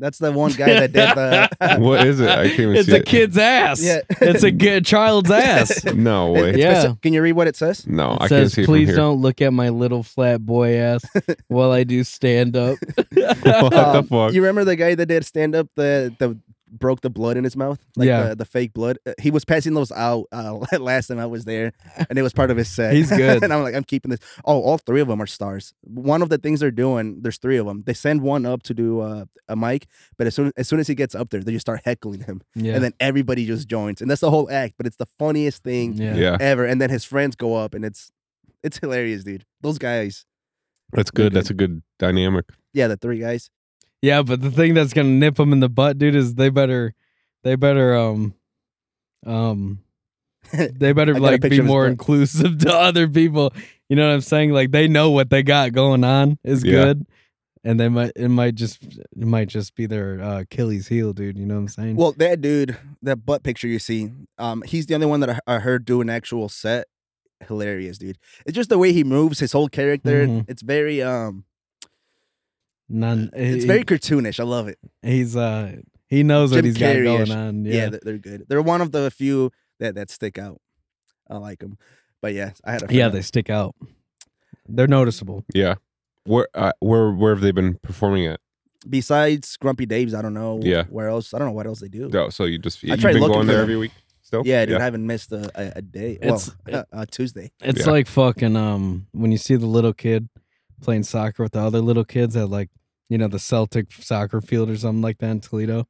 Speaker 4: That's the one guy that did the.
Speaker 6: What is it? I can't even
Speaker 3: it's
Speaker 6: see
Speaker 3: a
Speaker 6: it.
Speaker 3: kid's ass.
Speaker 4: Yeah.
Speaker 3: it's a good child's ass.
Speaker 6: No way.
Speaker 4: It's
Speaker 3: Yeah.
Speaker 4: speci- Can you read what it says?
Speaker 6: No,
Speaker 3: It
Speaker 6: I
Speaker 3: says,
Speaker 6: can't see it
Speaker 3: please
Speaker 6: from here.
Speaker 3: don't look at my little flat boy ass while I do stand up.
Speaker 6: What the
Speaker 4: Um,
Speaker 6: fuck?
Speaker 4: You remember the guy that did stand up the the broke the blood in his mouth, like
Speaker 3: Yeah.
Speaker 4: the, the fake blood. Uh, He was passing those out uh, last time I was there, and it was part of his set.
Speaker 3: He's good.
Speaker 4: and I'm like, I'm keeping this. Oh, all three of them are stars. One of the things they're doing, there's three of them. They send one up to do uh, a mic, but as soon as soon as he gets up there, they just start heckling him,
Speaker 3: Yeah.
Speaker 4: and then everybody just joins, and that's the whole act. But it's the funniest thing
Speaker 3: yeah.
Speaker 6: yeah,
Speaker 4: ever. And then his friends go up, and it's it's hilarious, dude. Those guys,
Speaker 6: that's
Speaker 4: They're
Speaker 6: good. That's a good dynamic.
Speaker 4: yeah, the three guys.
Speaker 3: Yeah, but the thing that's gonna nip them in the butt, dude, is they better, they better, um, um, they
Speaker 4: I
Speaker 3: better
Speaker 4: got a
Speaker 3: like
Speaker 4: picture
Speaker 3: be
Speaker 4: of his
Speaker 3: more
Speaker 4: butt.
Speaker 3: inclusive to other people. You know what I'm saying? Like they know what they got going on is
Speaker 6: Yeah.
Speaker 3: good, and they might it might just it might just be their uh, Achilles heel, dude. You know what I'm saying?
Speaker 4: Well, that dude, that butt picture you see, um, he's the only one that I, I heard do an actual set. Hilarious, dude. It's just the way he moves, his whole character.
Speaker 3: Mhm.
Speaker 4: It's very um
Speaker 3: None.
Speaker 4: it's
Speaker 3: he-
Speaker 4: very cartoonish. I love it.
Speaker 3: He's uh he knows what
Speaker 4: Jim
Speaker 3: he's got
Speaker 4: Carrey-ish.
Speaker 3: going on.
Speaker 4: Yeah,
Speaker 3: Yeah.
Speaker 4: they're, they're good. They're one of the few that that stick out. I like them. But yeah, I had a
Speaker 3: Yeah,
Speaker 4: friend-
Speaker 3: they stick out. They're noticeable.
Speaker 6: Yeah. Where uh, where where have they been performing at?
Speaker 4: besides Grumpy Dave's, I don't know
Speaker 6: Yeah.
Speaker 4: where else. I don't know what else they do.
Speaker 6: No, Oh, so you just you,
Speaker 4: I
Speaker 6: have
Speaker 4: tried
Speaker 6: been
Speaker 4: looking for
Speaker 6: going there
Speaker 4: them.
Speaker 6: every week still?
Speaker 4: Yeah, dude, I haven't missed a, a, a day. Well,
Speaker 3: It's-
Speaker 4: a, Tuesday.
Speaker 3: It's
Speaker 6: Yeah.
Speaker 3: like fucking um when you see the little kid playing soccer with the other little kids at like you know the Celtic soccer field or something like that in Toledo,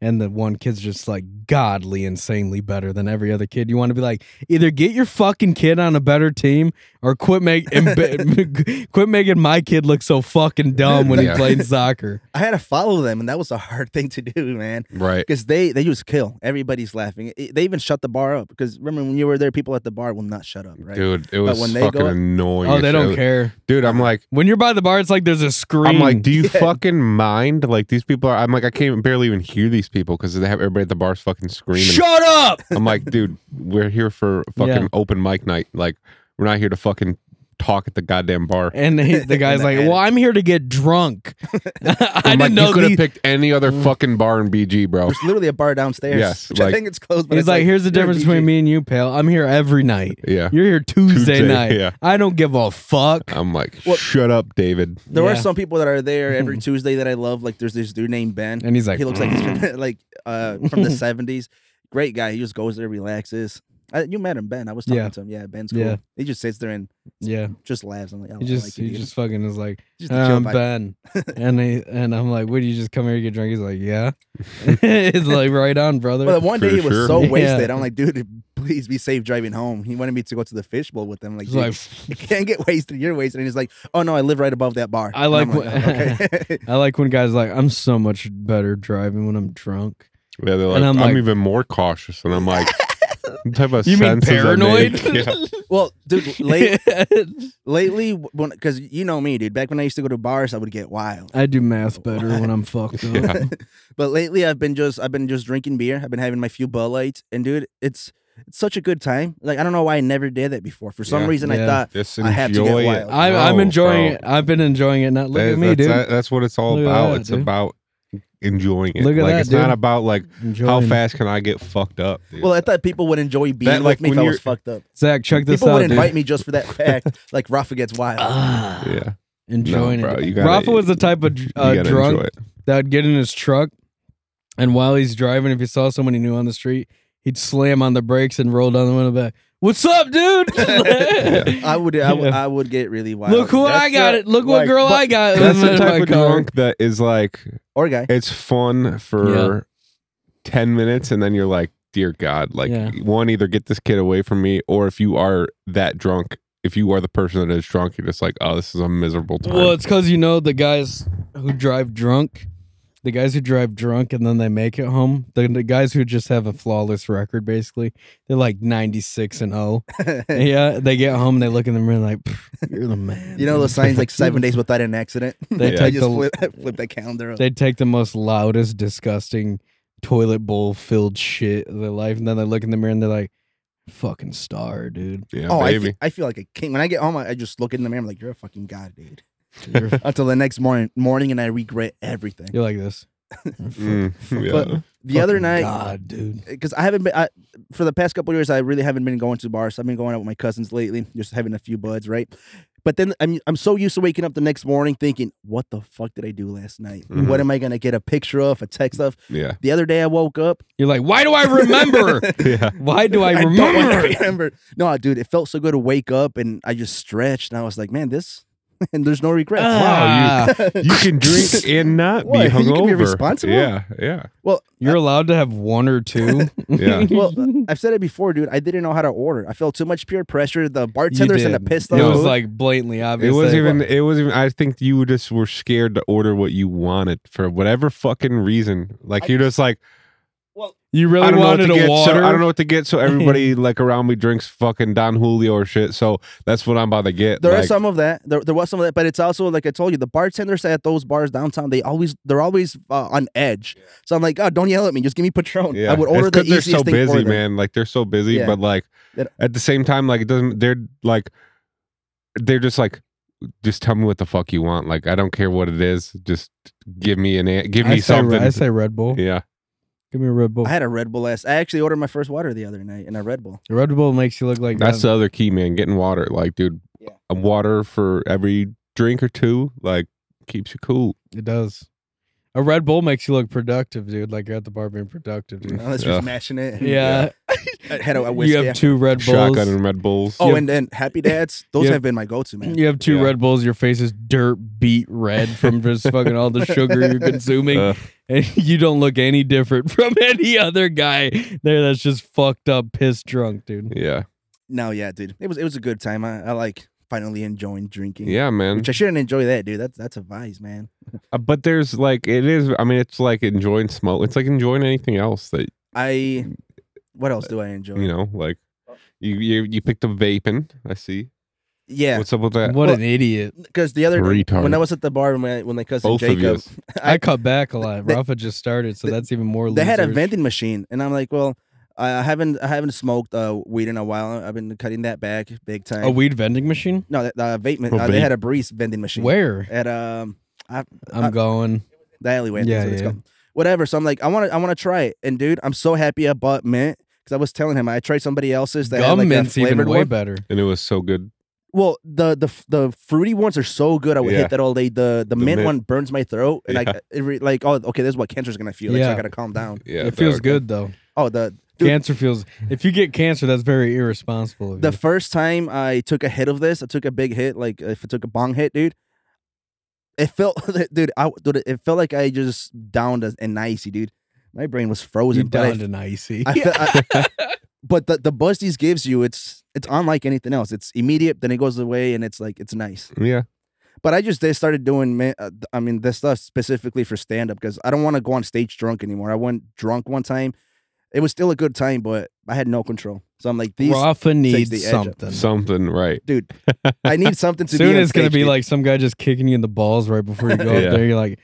Speaker 3: and the one kid's just like godly, insanely better than every other kid. You want to be like, either get your fucking kid on a better team or quit make emb- quit making my kid look so fucking dumb when he
Speaker 6: Yeah.
Speaker 3: played soccer.
Speaker 4: I had to follow them, and that was a hard thing to do, man.
Speaker 6: Right.
Speaker 4: Because they they just kill. Everybody's laughing. It- they even shut the bar up. Because remember when you were there, people at the bar will not shut up, right?
Speaker 6: Dude, it was
Speaker 4: when they
Speaker 6: fucking
Speaker 4: go-
Speaker 6: annoying.
Speaker 3: Oh,
Speaker 6: as
Speaker 3: they don't
Speaker 6: shit.
Speaker 3: care.
Speaker 6: Dude, I'm like,
Speaker 3: When you're by the bar, it's like there's a screen.
Speaker 6: I'm like, do you
Speaker 4: Yeah.
Speaker 6: fucking mind? Like these people are. I'm like, I can't even- barely even hear these people because they have everybody at the bars fucking screaming.
Speaker 3: shut up.
Speaker 6: I'm like, dude, we're here for fucking
Speaker 3: Yeah.
Speaker 6: open mic night. Like, we're not here to fucking talk at the goddamn bar.
Speaker 3: And he, the guy's
Speaker 4: the
Speaker 3: like, "Well, I'm here to get drunk. I
Speaker 6: I'm
Speaker 3: didn't
Speaker 6: like,
Speaker 3: know
Speaker 6: you could
Speaker 3: the- Mm.
Speaker 6: have picked any other fucking bar in BG, bro.
Speaker 4: There's literally a bar downstairs.
Speaker 6: Yes,
Speaker 4: which I
Speaker 6: like-
Speaker 4: think it's closed. But
Speaker 3: He's
Speaker 4: it's
Speaker 3: like, "Here's the
Speaker 4: you're a
Speaker 3: difference
Speaker 4: DJ.
Speaker 3: between me and you, pal. I'm here every night.
Speaker 6: Yeah,
Speaker 3: You're here Tuesday,
Speaker 6: Tuesday,
Speaker 3: night.
Speaker 6: yeah. Um,
Speaker 3: I don't give a fuck."
Speaker 6: I'm like,
Speaker 4: Well-
Speaker 6: shut up, David.
Speaker 4: There are
Speaker 3: Yeah.
Speaker 4: some people that are there every Tuesday that I love. Like there's this dude named Ben.
Speaker 3: And he's like,
Speaker 4: he looks like he's
Speaker 6: "Mm."
Speaker 4: been like uh, from the '70s. Great guy. He just goes there, relaxes. I, you met him, Ben. I was talking
Speaker 3: Yeah.
Speaker 4: to him. Yeah, Ben's cool.
Speaker 3: Yeah.
Speaker 4: He just sits there and
Speaker 3: "Yeah."
Speaker 4: just laughs. I'm like, I
Speaker 3: He
Speaker 4: don't
Speaker 3: just
Speaker 4: like you,
Speaker 3: he
Speaker 4: dude.
Speaker 3: just fucking is like,
Speaker 4: Just a chill
Speaker 3: "I'm
Speaker 4: vibe.
Speaker 3: Ben," and he, and I'm like, "What? do You just come here to get drunk?" He's like, "Yeah." He's like, "Right on, brother."
Speaker 4: But one day
Speaker 6: For
Speaker 4: he was
Speaker 6: sure.
Speaker 4: so
Speaker 3: Yeah.
Speaker 4: wasted. I'm like, dude, please be safe driving home. He wanted me to go to the fishbowl with him. Like,
Speaker 3: He's
Speaker 4: dude,
Speaker 3: like,
Speaker 4: you can't get wasted. You're wasted. And he's like, oh no, I live right above that bar.
Speaker 3: I
Speaker 4: And
Speaker 3: like
Speaker 4: I'm
Speaker 3: wh-
Speaker 4: okay.
Speaker 3: I like when guys are like, "I'm so much better driving when I'm drunk."
Speaker 6: Yeah, they're like,
Speaker 3: And
Speaker 6: I'm,
Speaker 3: I'm like-
Speaker 6: even more cautious, and I'm like, what type of
Speaker 3: You mean
Speaker 6: sense does that
Speaker 3: paranoid?
Speaker 6: make? Yeah.
Speaker 4: well, dude, late, lately, when because you know me, dude. Back when I used to go to bars, I would get wild.
Speaker 3: I do math better when I'm fucked up.
Speaker 6: Yeah.
Speaker 4: But lately, I've been just I've been just drinking beer. I've been having my few Bud Lights, and dude, it's it's such a good time. Like I don't know why I never did that before. For some
Speaker 6: Yeah.
Speaker 4: reason, I
Speaker 3: Yeah.
Speaker 4: thought
Speaker 6: Just
Speaker 4: I have to get
Speaker 6: enjoy it.
Speaker 4: wild.
Speaker 3: I'm, I'm
Speaker 6: No,
Speaker 3: enjoying
Speaker 6: bro.
Speaker 3: it. I've been enjoying it. Not look
Speaker 6: That-
Speaker 3: at me,
Speaker 6: that's,
Speaker 3: dude.
Speaker 6: that- that's what it's all
Speaker 3: Look at
Speaker 6: about.
Speaker 3: that,
Speaker 6: it's
Speaker 3: dude.
Speaker 6: about enjoying it.
Speaker 3: Look at
Speaker 6: like
Speaker 3: that,
Speaker 6: it's not
Speaker 3: dude.
Speaker 6: about like how
Speaker 3: Enjoying it.
Speaker 6: fast can I get fucked up. Dude.
Speaker 4: well, I thought people would enjoy being
Speaker 6: like,
Speaker 4: with me if
Speaker 6: when
Speaker 4: I
Speaker 6: you're-
Speaker 4: was fucked up.
Speaker 3: Zach, check this
Speaker 4: people
Speaker 3: out,
Speaker 4: would
Speaker 3: dude.
Speaker 4: invite me just for that fact. like Rafa gets wild.
Speaker 3: Ah,
Speaker 6: yeah,
Speaker 3: enjoying
Speaker 6: No, bro, you
Speaker 3: it.
Speaker 6: gotta-
Speaker 3: Rafa was the type of dr-
Speaker 6: you
Speaker 3: uh,
Speaker 6: gotta
Speaker 3: drunk
Speaker 6: enjoy it.
Speaker 3: that would get in his truck, and while he's driving, if he saw someone he knew on the street, he'd slam on the brakes and roll down the window back. What's up, dude?
Speaker 4: I would, I would,
Speaker 3: Yeah.
Speaker 4: I would get really wild.
Speaker 3: Look who I
Speaker 6: That's
Speaker 3: got!
Speaker 6: the-
Speaker 3: It. Look what
Speaker 6: like,
Speaker 3: girl
Speaker 6: but-
Speaker 3: I got!
Speaker 6: That's
Speaker 3: in
Speaker 6: the
Speaker 3: my
Speaker 6: type of
Speaker 3: car.
Speaker 6: drunk that is like
Speaker 4: or guy.
Speaker 6: it's fun for ten minutes, and then you're like, dear God, like
Speaker 3: Yeah.
Speaker 6: one either get this kid away from me, or if you are that drunk, if you are the person that is drunk, you're just like, oh, this is a miserable time.
Speaker 3: Well, it's because you know the guys who drive drunk, the guys who drive drunk and then they make it home, the, the guys who just have a flawless record basically, they're like 96 and oh. 0. yeah, they get home and they look in the mirror like, "Pff, you're the man.
Speaker 4: You know
Speaker 3: dude."
Speaker 4: those signs like seven days without an accident.
Speaker 3: They
Speaker 4: I
Speaker 3: take
Speaker 4: just
Speaker 3: the-
Speaker 4: flip, flip that calendar. Up.
Speaker 3: They take the most loudest, disgusting toilet bowl filled shit of their life and then they look in the mirror and they're like, fucking star, dude.
Speaker 6: yeah,
Speaker 4: oh, I,
Speaker 6: baby.
Speaker 4: feel, I feel like a king. When I get home, I, I just look in the mirror. I'm like, you're a fucking god, dude.
Speaker 3: You're,
Speaker 4: Until the next morning, morning, and I regret everything.
Speaker 3: you're like this.
Speaker 6: Mm, yeah.
Speaker 4: But The other
Speaker 3: Fucking
Speaker 4: night,
Speaker 3: God, dude.
Speaker 4: because I haven't been I, for the past couple of years, I really haven't been going to bars. I've been going out with my cousins lately, just having a few buds, right? But then I'm I'm so used to waking up the next morning thinking, what the fuck did I do last night?
Speaker 6: Mhm.
Speaker 4: What am I gonna get a picture of, a text of?
Speaker 6: yeah,
Speaker 4: The other day I woke up.
Speaker 3: You're like, why do I remember?
Speaker 6: yeah.
Speaker 3: Why do I
Speaker 4: I don't wanna
Speaker 3: remember?
Speaker 4: remember. No, dude, it felt so good to wake up and I just stretched and I was like, man, this and there's no regrets.
Speaker 6: Wow,
Speaker 3: Ah.
Speaker 6: You can drink and not
Speaker 4: What?
Speaker 6: be
Speaker 4: You can be
Speaker 6: hungover.
Speaker 4: responsible?
Speaker 6: Yeah, yeah.
Speaker 3: You're allowed to have one or two.
Speaker 6: Yeah.
Speaker 4: Well, I've said it before, dude. I didn't know how to order. I felt too much peer pressure. The bartenders and the
Speaker 3: did.
Speaker 4: pissed
Speaker 3: It
Speaker 4: off
Speaker 3: was
Speaker 4: food.
Speaker 3: like blatantly obvious.
Speaker 6: It was
Speaker 3: that-
Speaker 6: even. It was even. I think you just were scared to order what you wanted for whatever fucking reason. Like you're just like
Speaker 3: You
Speaker 6: I
Speaker 3: really
Speaker 6: don't know what
Speaker 3: wanted
Speaker 6: to
Speaker 3: a
Speaker 6: get.
Speaker 3: water.
Speaker 6: So I don't know what to get. So everybody like around me drinks fucking Don Julio or shit. So that's what I'm about to get.
Speaker 4: There
Speaker 6: like,
Speaker 4: are some of that. There, there was some of that, but it's also like I told you, the bartenders at those bars downtown, they always they're always uh, on edge. So I'm like, oh, don't yell at me. Just give me Patron.
Speaker 6: Yeah,
Speaker 4: I would order
Speaker 6: It's
Speaker 4: the
Speaker 6: 'cause
Speaker 4: easiest
Speaker 6: They're so
Speaker 4: thing
Speaker 6: busy,
Speaker 4: for them.
Speaker 6: man. Like they're so busy,
Speaker 4: Yeah.
Speaker 6: but like
Speaker 4: That-
Speaker 6: at the same time, like it doesn't. They're like they're just like just tell me what the fuck you want. Like I don't care what it is. Just give me an a- give
Speaker 3: I
Speaker 6: me
Speaker 3: say,
Speaker 6: something.
Speaker 3: I say Red Bull.
Speaker 6: yeah.
Speaker 3: Give me a Red Bull.
Speaker 4: I had a Red Bull last. I actually ordered my first water the other night and a Red Bull.
Speaker 3: Red Bull makes you look like
Speaker 6: That's
Speaker 3: that.
Speaker 6: the other key, man. Getting water, like, dude,
Speaker 4: um, Yeah.
Speaker 6: water for every drink or two, like, keeps you cool.
Speaker 3: it does. A Red Bull makes you look productive, dude. Like you're at the bar being productive, dude.
Speaker 4: Unless you're
Speaker 6: Yeah.
Speaker 4: smashing it. uh,
Speaker 3: Yeah.
Speaker 4: I Had a, a whiskey.
Speaker 3: You have two Red Bulls.
Speaker 6: Shotgun and Red Bulls.
Speaker 4: oh,
Speaker 3: you have-
Speaker 4: and then Happy Dads. Those
Speaker 3: Yeah.
Speaker 4: have been my go-to, man.
Speaker 3: You have two
Speaker 6: Yeah.
Speaker 3: Red Bulls. Your face is dirt beat red from just fucking all the sugar you're consuming,
Speaker 6: Uh.
Speaker 3: and you don't look any different from any other guy there. That's just fucked up, pissed drunk, dude.
Speaker 6: Yeah.
Speaker 4: No, yeah, dude. It was it was a good time. I, I like finally enjoying drinking.
Speaker 6: Yeah, man.
Speaker 4: Which I shouldn't enjoy that, dude. That's that's a vice, man.
Speaker 6: Uh, but there's like it is. I mean, it's like enjoying smoke. It's like enjoying anything else that
Speaker 4: I what else do I enjoy?
Speaker 6: you know, like you you, you picked up vaping. I see.
Speaker 4: yeah,
Speaker 6: What's up with that?
Speaker 3: What
Speaker 4: Well,
Speaker 3: an idiot!
Speaker 4: because the other
Speaker 6: Retard.
Speaker 4: when I was at the bar with my with my cousin
Speaker 6: Both
Speaker 4: Jacob,
Speaker 6: of you.
Speaker 3: I,
Speaker 4: I-
Speaker 3: cut back a lot.
Speaker 4: they-
Speaker 3: Rafa just started, so
Speaker 4: they-
Speaker 3: that's even more.
Speaker 4: they had a
Speaker 3: loserish.
Speaker 4: vending machine, and I'm like, well, I I haven't I haven't smoked uh, weed in a while. I've been cutting that back big time.
Speaker 3: a weed vending machine.
Speaker 4: No, that uh, vape. ma-
Speaker 6: Oh,
Speaker 4: uh, they
Speaker 6: vape.
Speaker 4: had a breeze vending machine
Speaker 3: Where
Speaker 4: at um
Speaker 3: I'm
Speaker 4: uh,
Speaker 3: going,
Speaker 4: the alleyway. I think is
Speaker 3: Yeah,
Speaker 4: what it's
Speaker 3: yeah.
Speaker 4: called. Whatever. So I'm like, I want to, I want to try it. And dude, I'm so happy I bought mint because I was telling him I tried somebody else's that had
Speaker 3: gum
Speaker 4: like a
Speaker 3: mint's even
Speaker 4: flavored
Speaker 3: way
Speaker 4: one.
Speaker 3: better.
Speaker 6: And it was so good.
Speaker 4: Well, the the f- the fruity ones are so good. I would
Speaker 6: Yeah.
Speaker 4: hit that all day. The the,
Speaker 6: The
Speaker 4: mint,
Speaker 6: mint.
Speaker 4: one burns my throat, and
Speaker 6: Yeah.
Speaker 4: like it re- like oh okay, this is what cancer's gonna feel. Like, so I
Speaker 3: Yeah.
Speaker 4: gotta calm down.
Speaker 6: Yeah,
Speaker 3: it feels
Speaker 6: dog.
Speaker 3: good though.
Speaker 4: Oh the Dude.
Speaker 3: Cancer feels. If you get cancer, that's very irresponsible. Of
Speaker 4: the
Speaker 3: you.
Speaker 4: first time I took a hit of this, I took a big hit. Like if I took a bong hit, dude. It felt, dude, I dude, it felt like I just downed a- an icy, dude. My brain was
Speaker 3: you
Speaker 4: frozen. but I
Speaker 3: downed an icy.
Speaker 4: I feel, I, but the the buzz these gives you, it's it's unlike anything else. It's immediate, then it goes away, and it's like it's nice.
Speaker 6: Yeah.
Speaker 4: But I just they started doing, ma- uh, th- I mean, this stuff specifically for stand up because I don't want to go on stage drunk anymore. I went drunk one time. It was still a good time, but I had no control. So I'm like, these,
Speaker 3: Rafa
Speaker 4: the
Speaker 3: needs
Speaker 4: edge up.
Speaker 3: something.
Speaker 6: Something right.
Speaker 4: dude, I need something to do.
Speaker 3: Soon it's gonna be like some guy just kicking you in the balls right before you go
Speaker 6: Yeah.
Speaker 3: up there. You're like,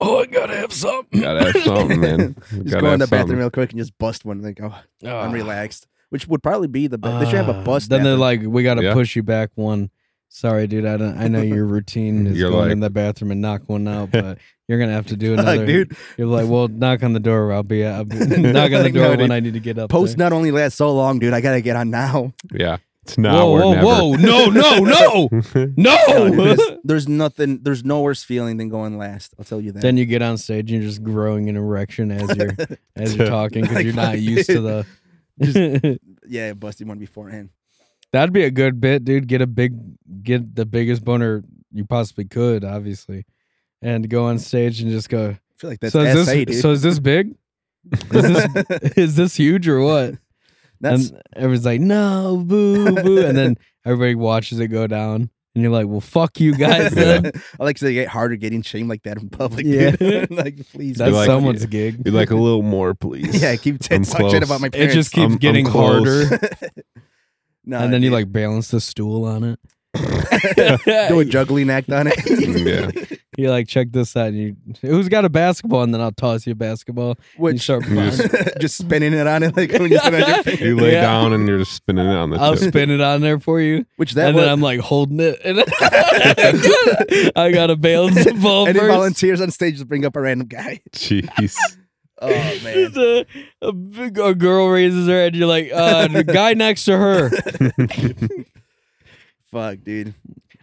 Speaker 3: oh, I gotta have something.
Speaker 6: Gotta have something, man.
Speaker 4: just
Speaker 6: Gotta
Speaker 4: go in
Speaker 6: have
Speaker 4: the bathroom
Speaker 6: something.
Speaker 4: real quick and just bust one. Like, oh, I'm
Speaker 3: Ah.
Speaker 4: relaxed, which would probably be the best. they should have a
Speaker 3: Ah.
Speaker 4: bust.
Speaker 3: Then they're like,
Speaker 4: bathroom.
Speaker 3: we gotta
Speaker 6: Yeah.
Speaker 3: push you back one. Sorry, dude. I don't. I know your routine is
Speaker 6: You're
Speaker 3: going
Speaker 6: like-
Speaker 3: in the bathroom and knock one out, but you're gonna have to do another.
Speaker 4: Fuck, dude.
Speaker 3: You're like, well, knock on the door. I'll be. I'll be knock on the
Speaker 4: Like, no,
Speaker 3: door when
Speaker 4: dude.
Speaker 3: I need to get up.
Speaker 4: Post
Speaker 3: there.
Speaker 4: not only lasts so long, dude. I gotta get on now.
Speaker 6: Yeah. It's now
Speaker 3: Whoa,
Speaker 6: or
Speaker 3: whoa,
Speaker 6: never.
Speaker 3: whoa! No, no, no,
Speaker 4: No, dude,
Speaker 3: no!
Speaker 4: there's, there's nothing. There's no worse feeling than going last. I'll tell you that.
Speaker 3: Then you get on stage and you're just growing an erection as you're as you're talking because you're not used to the.
Speaker 4: yeah, busted one beforehand.
Speaker 3: That'd be a good bit, dude. Get a big, get the biggest boner you possibly could, obviously, and go on stage and just go.
Speaker 4: I feel like that's
Speaker 3: so is
Speaker 4: SA,
Speaker 3: this
Speaker 4: dude.
Speaker 3: so is this big? Is this is this huge or what?
Speaker 4: that's
Speaker 3: and everyone's like, no, boo, boo, and then everybody watches it go down, and you're like, well, fuck you guys. Then.
Speaker 4: I like to get harder getting shamed like that in public.
Speaker 3: Yeah.
Speaker 4: Dude. like please.
Speaker 3: That's
Speaker 4: don't.
Speaker 6: like-
Speaker 3: someone's gig.
Speaker 6: Be like a little more, please.
Speaker 4: yeah, keep saying
Speaker 6: I'm
Speaker 4: talk shit
Speaker 6: close.
Speaker 4: about my
Speaker 3: it
Speaker 4: parents.
Speaker 3: just keeps
Speaker 6: I'm- I'm
Speaker 3: getting
Speaker 6: close.
Speaker 3: harder,
Speaker 4: no,
Speaker 3: and then you
Speaker 4: dude.
Speaker 3: like balance the stool on it.
Speaker 4: do a juggling act on it.
Speaker 6: Mm, Yeah.
Speaker 3: You like check this out. And you who's got a basketball, and then I'll toss you a basketball. you
Speaker 4: Which
Speaker 3: start
Speaker 6: just-
Speaker 4: just spinning it on it like when you put it on your finger.
Speaker 6: You lay
Speaker 3: Yeah.
Speaker 6: down and you're just spinning it on the
Speaker 3: I'll
Speaker 6: tip.
Speaker 3: spin it on there for you,
Speaker 4: Which that
Speaker 3: and
Speaker 4: was,
Speaker 3: then I'm like holding it, and I gotta balance the ball
Speaker 4: any
Speaker 3: first.
Speaker 4: volunteers on stage just bring up a random guy.
Speaker 6: Jeez.
Speaker 4: Oh man.
Speaker 3: a, a big- a girl raises her head. You're like, uh, the guy next to her.
Speaker 4: Fuck, dude.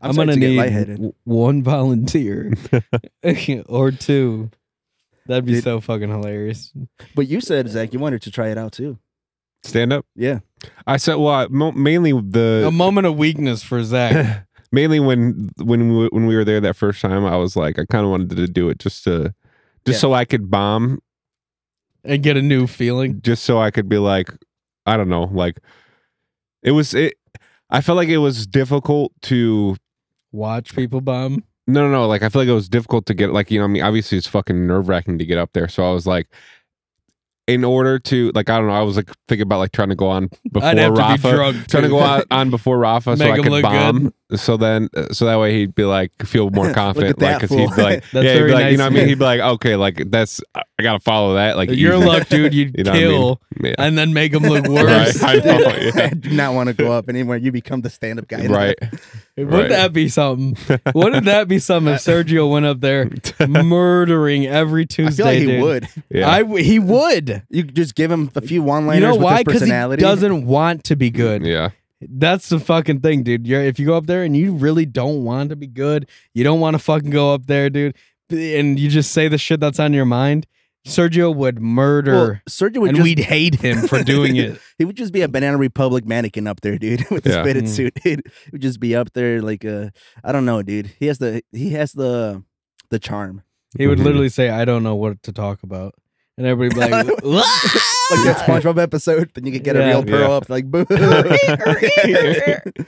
Speaker 3: I'm,
Speaker 4: I'm,
Speaker 3: gonna
Speaker 4: starting to
Speaker 3: need
Speaker 4: get lightheaded.
Speaker 3: w- one volunteer or two. That'd be
Speaker 4: Dude.
Speaker 3: so fucking hilarious.
Speaker 4: But you said, Zach, you wanted to try it out too.
Speaker 6: Stand up.
Speaker 4: Yeah.
Speaker 6: I said, well, I- mo- mainly the
Speaker 4: Uh,
Speaker 3: A moment of weakness for Zach.
Speaker 6: mainly when when we, when we were there that first time, I was like, I kind of wanted to do it just to just
Speaker 4: Yeah.
Speaker 6: so I could bomb,
Speaker 3: and get a new feeling.
Speaker 6: just so I could be like, I don't know, like it was it. I felt like it was difficult to
Speaker 3: Watch people bomb.
Speaker 6: no no no like I feel like it was difficult to get like you know I mean obviously it's fucking nerve wracking to get up there, so I was like. In order to like, I don't know. I was like thinking about like trying to go on before
Speaker 3: I'd have
Speaker 6: Rafa.
Speaker 3: to be drunk.
Speaker 6: trying to go
Speaker 3: too.
Speaker 6: out on before Rafa so
Speaker 3: Make
Speaker 6: I
Speaker 3: him
Speaker 6: could
Speaker 3: look
Speaker 6: bomb. So then, uh, so that way he'd be like, feel more confident.
Speaker 4: that
Speaker 6: like, cause he'd be
Speaker 4: fool.
Speaker 6: like,
Speaker 3: That's
Speaker 6: yeah, he'd be
Speaker 3: very
Speaker 6: like,
Speaker 3: nice
Speaker 6: you know what I
Speaker 3: of
Speaker 6: mean?
Speaker 3: you.
Speaker 6: He'd be like, okay, like that's, I gotta follow that. Like,
Speaker 3: Your
Speaker 6: easy.
Speaker 3: luck, dude. You'd
Speaker 6: You know what I mean?
Speaker 3: kill
Speaker 6: Yeah.
Speaker 3: and then make them look worse.
Speaker 6: Right, I know,
Speaker 4: I
Speaker 6: yeah.
Speaker 4: do not want to go up anywhere. You become the stand up guy.
Speaker 6: Right.
Speaker 3: Wouldn't
Speaker 6: Right.
Speaker 3: that be something? Wouldn't that be something if Sergio went up there murdering every
Speaker 4: I
Speaker 3: Tuesday?
Speaker 4: feel like he
Speaker 3: dude?
Speaker 4: would.
Speaker 6: Yeah.
Speaker 3: I w- he would.
Speaker 4: You just give him a few one liners
Speaker 3: You know
Speaker 4: with
Speaker 3: why?
Speaker 4: his
Speaker 3: Because he
Speaker 4: personality.
Speaker 3: doesn't want to be good.
Speaker 6: yeah.
Speaker 3: That's the fucking thing, dude. You're, if you go up there and you really don't want to be good, you don't want to fucking go up there, dude. and you just say the shit that's on your mind, Sergio would
Speaker 4: Well,
Speaker 3: murder,
Speaker 4: Sergio would
Speaker 3: and
Speaker 4: just,
Speaker 3: we'd hate him for doing it.
Speaker 4: he would just be a Banana Republic mannequin up there, dude, with his
Speaker 6: Yeah.
Speaker 4: fitted
Speaker 3: Mm.
Speaker 4: suit. Dude. He would just be up there like uh I don't know, dude. He has the he has the the charm.
Speaker 3: He would
Speaker 6: Mhm.
Speaker 3: literally say, "I don't know what to talk about," and everybody would be like,
Speaker 4: Like that SpongeBob episode, then you could get a
Speaker 3: Yeah.
Speaker 4: real pearl
Speaker 6: Yeah.
Speaker 4: up like boo.
Speaker 3: and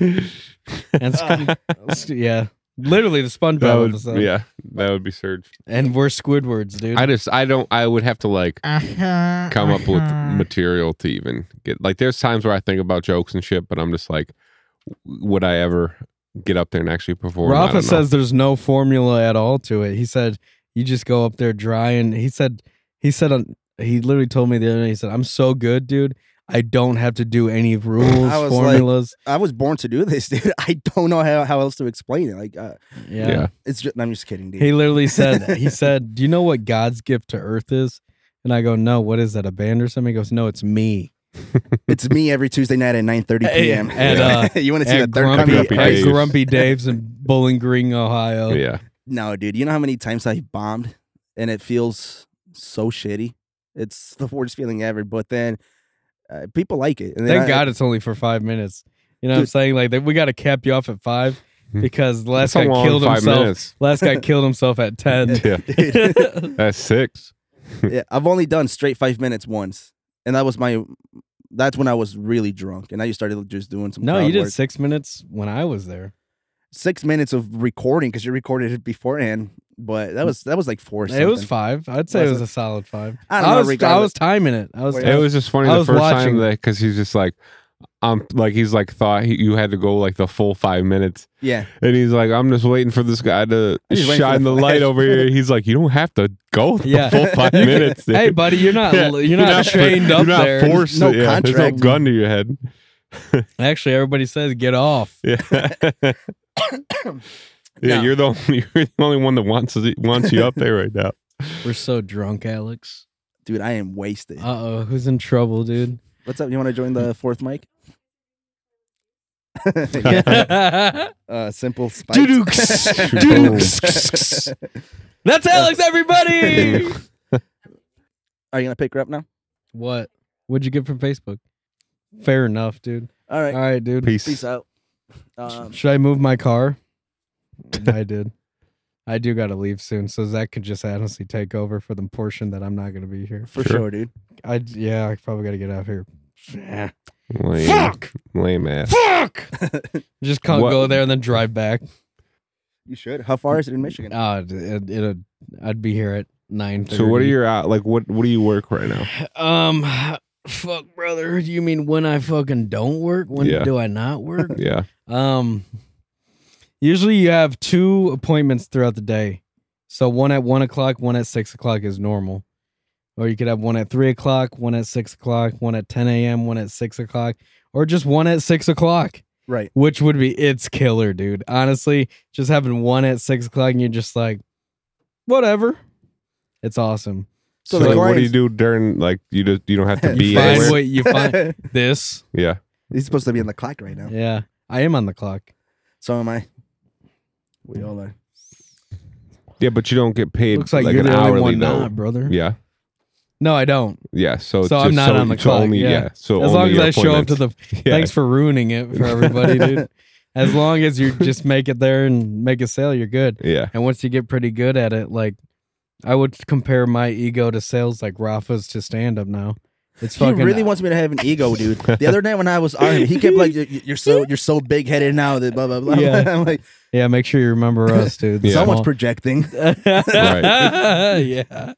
Speaker 3: Squ- Squ- "Yeah." Literally the
Speaker 6: That
Speaker 3: SpongeBob
Speaker 6: would,
Speaker 3: episode,
Speaker 6: yeah, that would be surge.
Speaker 3: and we're Squidwards, dude.
Speaker 6: I just, I don't, I would have to like come up with material to even get. Like, there's times where I think about jokes and shit, but I'm just like, would I ever get up there and actually perform? I
Speaker 3: Rafa
Speaker 6: don't know.
Speaker 3: says there's no formula at all to it. He said you just go up there dry, and he said he said on, he literally told me the other day. He said, "I'm so good, dude. I don't have to do any rules,
Speaker 4: was like-
Speaker 3: formulas."
Speaker 4: I was born to do this, dude. I don't know how, how else to explain it. Like uh,
Speaker 3: yeah.
Speaker 6: Yeah.
Speaker 4: it's just I'm just kidding, dude.
Speaker 3: He literally said, "He said, do you know what God's gift to Earth is?" And I go, "No. What is that? A band or something?" He goes, "No, it's me."
Speaker 4: It's me every Tuesday night at 9:30
Speaker 3: Hey,
Speaker 4: p.m.
Speaker 3: and, uh,
Speaker 4: you want to see the
Speaker 3: At
Speaker 4: third
Speaker 3: Grumpy,
Speaker 4: coming of
Speaker 6: Grumpy
Speaker 3: at
Speaker 4: Christ?
Speaker 6: Dave's.
Speaker 3: Grumpy Dave's in Bowling Green, Ohio.
Speaker 6: yeah,
Speaker 4: No, dude. You know how many times I've bombed, and it feels so shitty. It's the worst feeling ever. But then uh, people like it. And then
Speaker 3: Thank
Speaker 4: I-
Speaker 3: God it's only for five minutes. You know what I'm
Speaker 4: Dude.
Speaker 3: saying? Like that, we got to cap you off at five because the last
Speaker 6: Hmm. that's a
Speaker 3: guy
Speaker 6: long
Speaker 3: killed
Speaker 6: five
Speaker 3: himself.
Speaker 6: minutes.
Speaker 3: Last guy killed himself at ten.
Speaker 6: Yeah,
Speaker 4: Dude,
Speaker 6: that's six.
Speaker 4: yeah, I've only done straight five minutes once, and that was my. That's when I was really drunk, and I just started just doing some.
Speaker 3: no,
Speaker 4: crowd
Speaker 3: you did
Speaker 4: work.
Speaker 3: six minutes when I was there.
Speaker 4: six minutes of recording because you recorded it beforehand. But that was that was like four. or
Speaker 3: Mm. It was
Speaker 4: something.
Speaker 3: five. I'd say it
Speaker 4: Was
Speaker 3: was
Speaker 4: it?
Speaker 3: a solid five.
Speaker 4: I don't know,
Speaker 3: was I
Speaker 4: regardless.
Speaker 3: was timing it. I was.
Speaker 4: Wait,
Speaker 6: It was just funny
Speaker 3: I
Speaker 6: the
Speaker 3: was
Speaker 6: first
Speaker 3: watching-
Speaker 6: time that because he's just like, I'm like he's like thought he, you had to go like the full five minutes,
Speaker 4: Yeah,
Speaker 6: and he's like, I'm just waiting for this guy to
Speaker 4: I'm just waiting for
Speaker 6: shine
Speaker 4: the
Speaker 6: the, light
Speaker 4: flash.
Speaker 6: over here. He's like, you don't have to go the
Speaker 3: Yeah.
Speaker 6: full five minutes. dude."
Speaker 3: hey, buddy, you're not
Speaker 6: Yeah,
Speaker 3: you're, not, trained
Speaker 6: you're
Speaker 3: up
Speaker 6: not
Speaker 3: there.
Speaker 6: Forced
Speaker 4: No
Speaker 6: to- yeah, There's
Speaker 4: contract.
Speaker 6: no gun to your head.
Speaker 3: Actually, everybody says get off.
Speaker 6: Yeah. yeah,
Speaker 4: No.
Speaker 6: you're the only, you're the only one that wants it- wants you up there right now.
Speaker 3: We're so drunk, Alex.
Speaker 4: dude, I am wasted.
Speaker 3: Uh oh, who's in trouble, dude?
Speaker 4: What's up? You want to join the fourth mic?
Speaker 3: That's
Speaker 4: uh, simple spike.
Speaker 3: Doo-doo-ks. Doo-doo-ks. Alex, everybody.
Speaker 4: Are you gonna pick her up now?
Speaker 3: what? What'd you get from Facebook? Fair enough, dude.
Speaker 4: All right.
Speaker 3: All right, dude.
Speaker 6: Peace.
Speaker 4: Peace out. Um,
Speaker 3: Should I move my car? I did. I do got to leave soon, so Zach could just honestly take over for the portion that I'm not going to be here.
Speaker 4: for
Speaker 6: Sure.
Speaker 4: sure, dude.
Speaker 3: I yeah, I probably got to get out of here. Yeah.
Speaker 6: Lame,
Speaker 3: Fuck!
Speaker 6: lame ass.
Speaker 3: Fuck! just can't
Speaker 6: What-
Speaker 3: go there and then drive back.
Speaker 4: You should. How far is it in Michigan?
Speaker 3: Uh, it, it, it, I'd be here at nine.
Speaker 6: So what are your out like? What what do you work right now?
Speaker 3: um? Fuck, brother. You mean when I fucking don't work? When
Speaker 6: Yeah.
Speaker 3: do I not work?
Speaker 6: Yeah,
Speaker 3: Um, usually you have two appointments throughout the day. So one at one o'clock, one at six o'clock is normal. Or you could have one at three o'clock, one at six o'clock, one at 10 a.m., one at six o'clock, or just one at six o'clock,
Speaker 4: Right.
Speaker 3: which would be it's killer, dude. Honestly, just having one at six o'clock and you're just like, whatever. It's awesome.
Speaker 6: So,
Speaker 4: So the
Speaker 6: like, what do you
Speaker 4: clients-
Speaker 6: do during like you just you don't have to
Speaker 4: You
Speaker 6: be
Speaker 3: You find
Speaker 6: anywhere?
Speaker 3: what you find. this.
Speaker 6: yeah.
Speaker 4: He's supposed to be in the clock right now.
Speaker 3: Yeah. I am on the clock.
Speaker 4: So am I. We all are.
Speaker 6: Yeah, but you don't get paid
Speaker 3: Looks like,
Speaker 6: like
Speaker 3: you're
Speaker 6: an
Speaker 3: the only
Speaker 6: hourly
Speaker 3: one
Speaker 6: though.
Speaker 3: not, brother.
Speaker 6: Yeah.
Speaker 3: No, I don't.
Speaker 6: Yeah. So,
Speaker 3: So
Speaker 6: it's
Speaker 3: I'm
Speaker 6: just-
Speaker 3: not on the
Speaker 6: so
Speaker 3: clock,
Speaker 6: Only,
Speaker 3: yeah.
Speaker 6: yeah. So
Speaker 3: as long as
Speaker 6: only
Speaker 3: I show up to the
Speaker 6: appointments. Yeah.
Speaker 3: Thanks for ruining it for everybody, dude. As long as you just make it there and make a sale, you're good.
Speaker 6: Yeah.
Speaker 3: And once you get pretty good at it, like I would compare my ego to sales like Rafa's to stand up now. It's
Speaker 4: He
Speaker 3: fucking
Speaker 4: really wants me to have an ego, dude. The other night when I was arguing, he kept like, "You're- "You're so you're so big headed now." That blah blah blah.
Speaker 3: Yeah.
Speaker 4: I'm like,
Speaker 3: Yeah, make sure you remember us, dude.
Speaker 6: Yeah.
Speaker 4: someone's
Speaker 3: Small-
Speaker 4: projecting.
Speaker 3: yeah.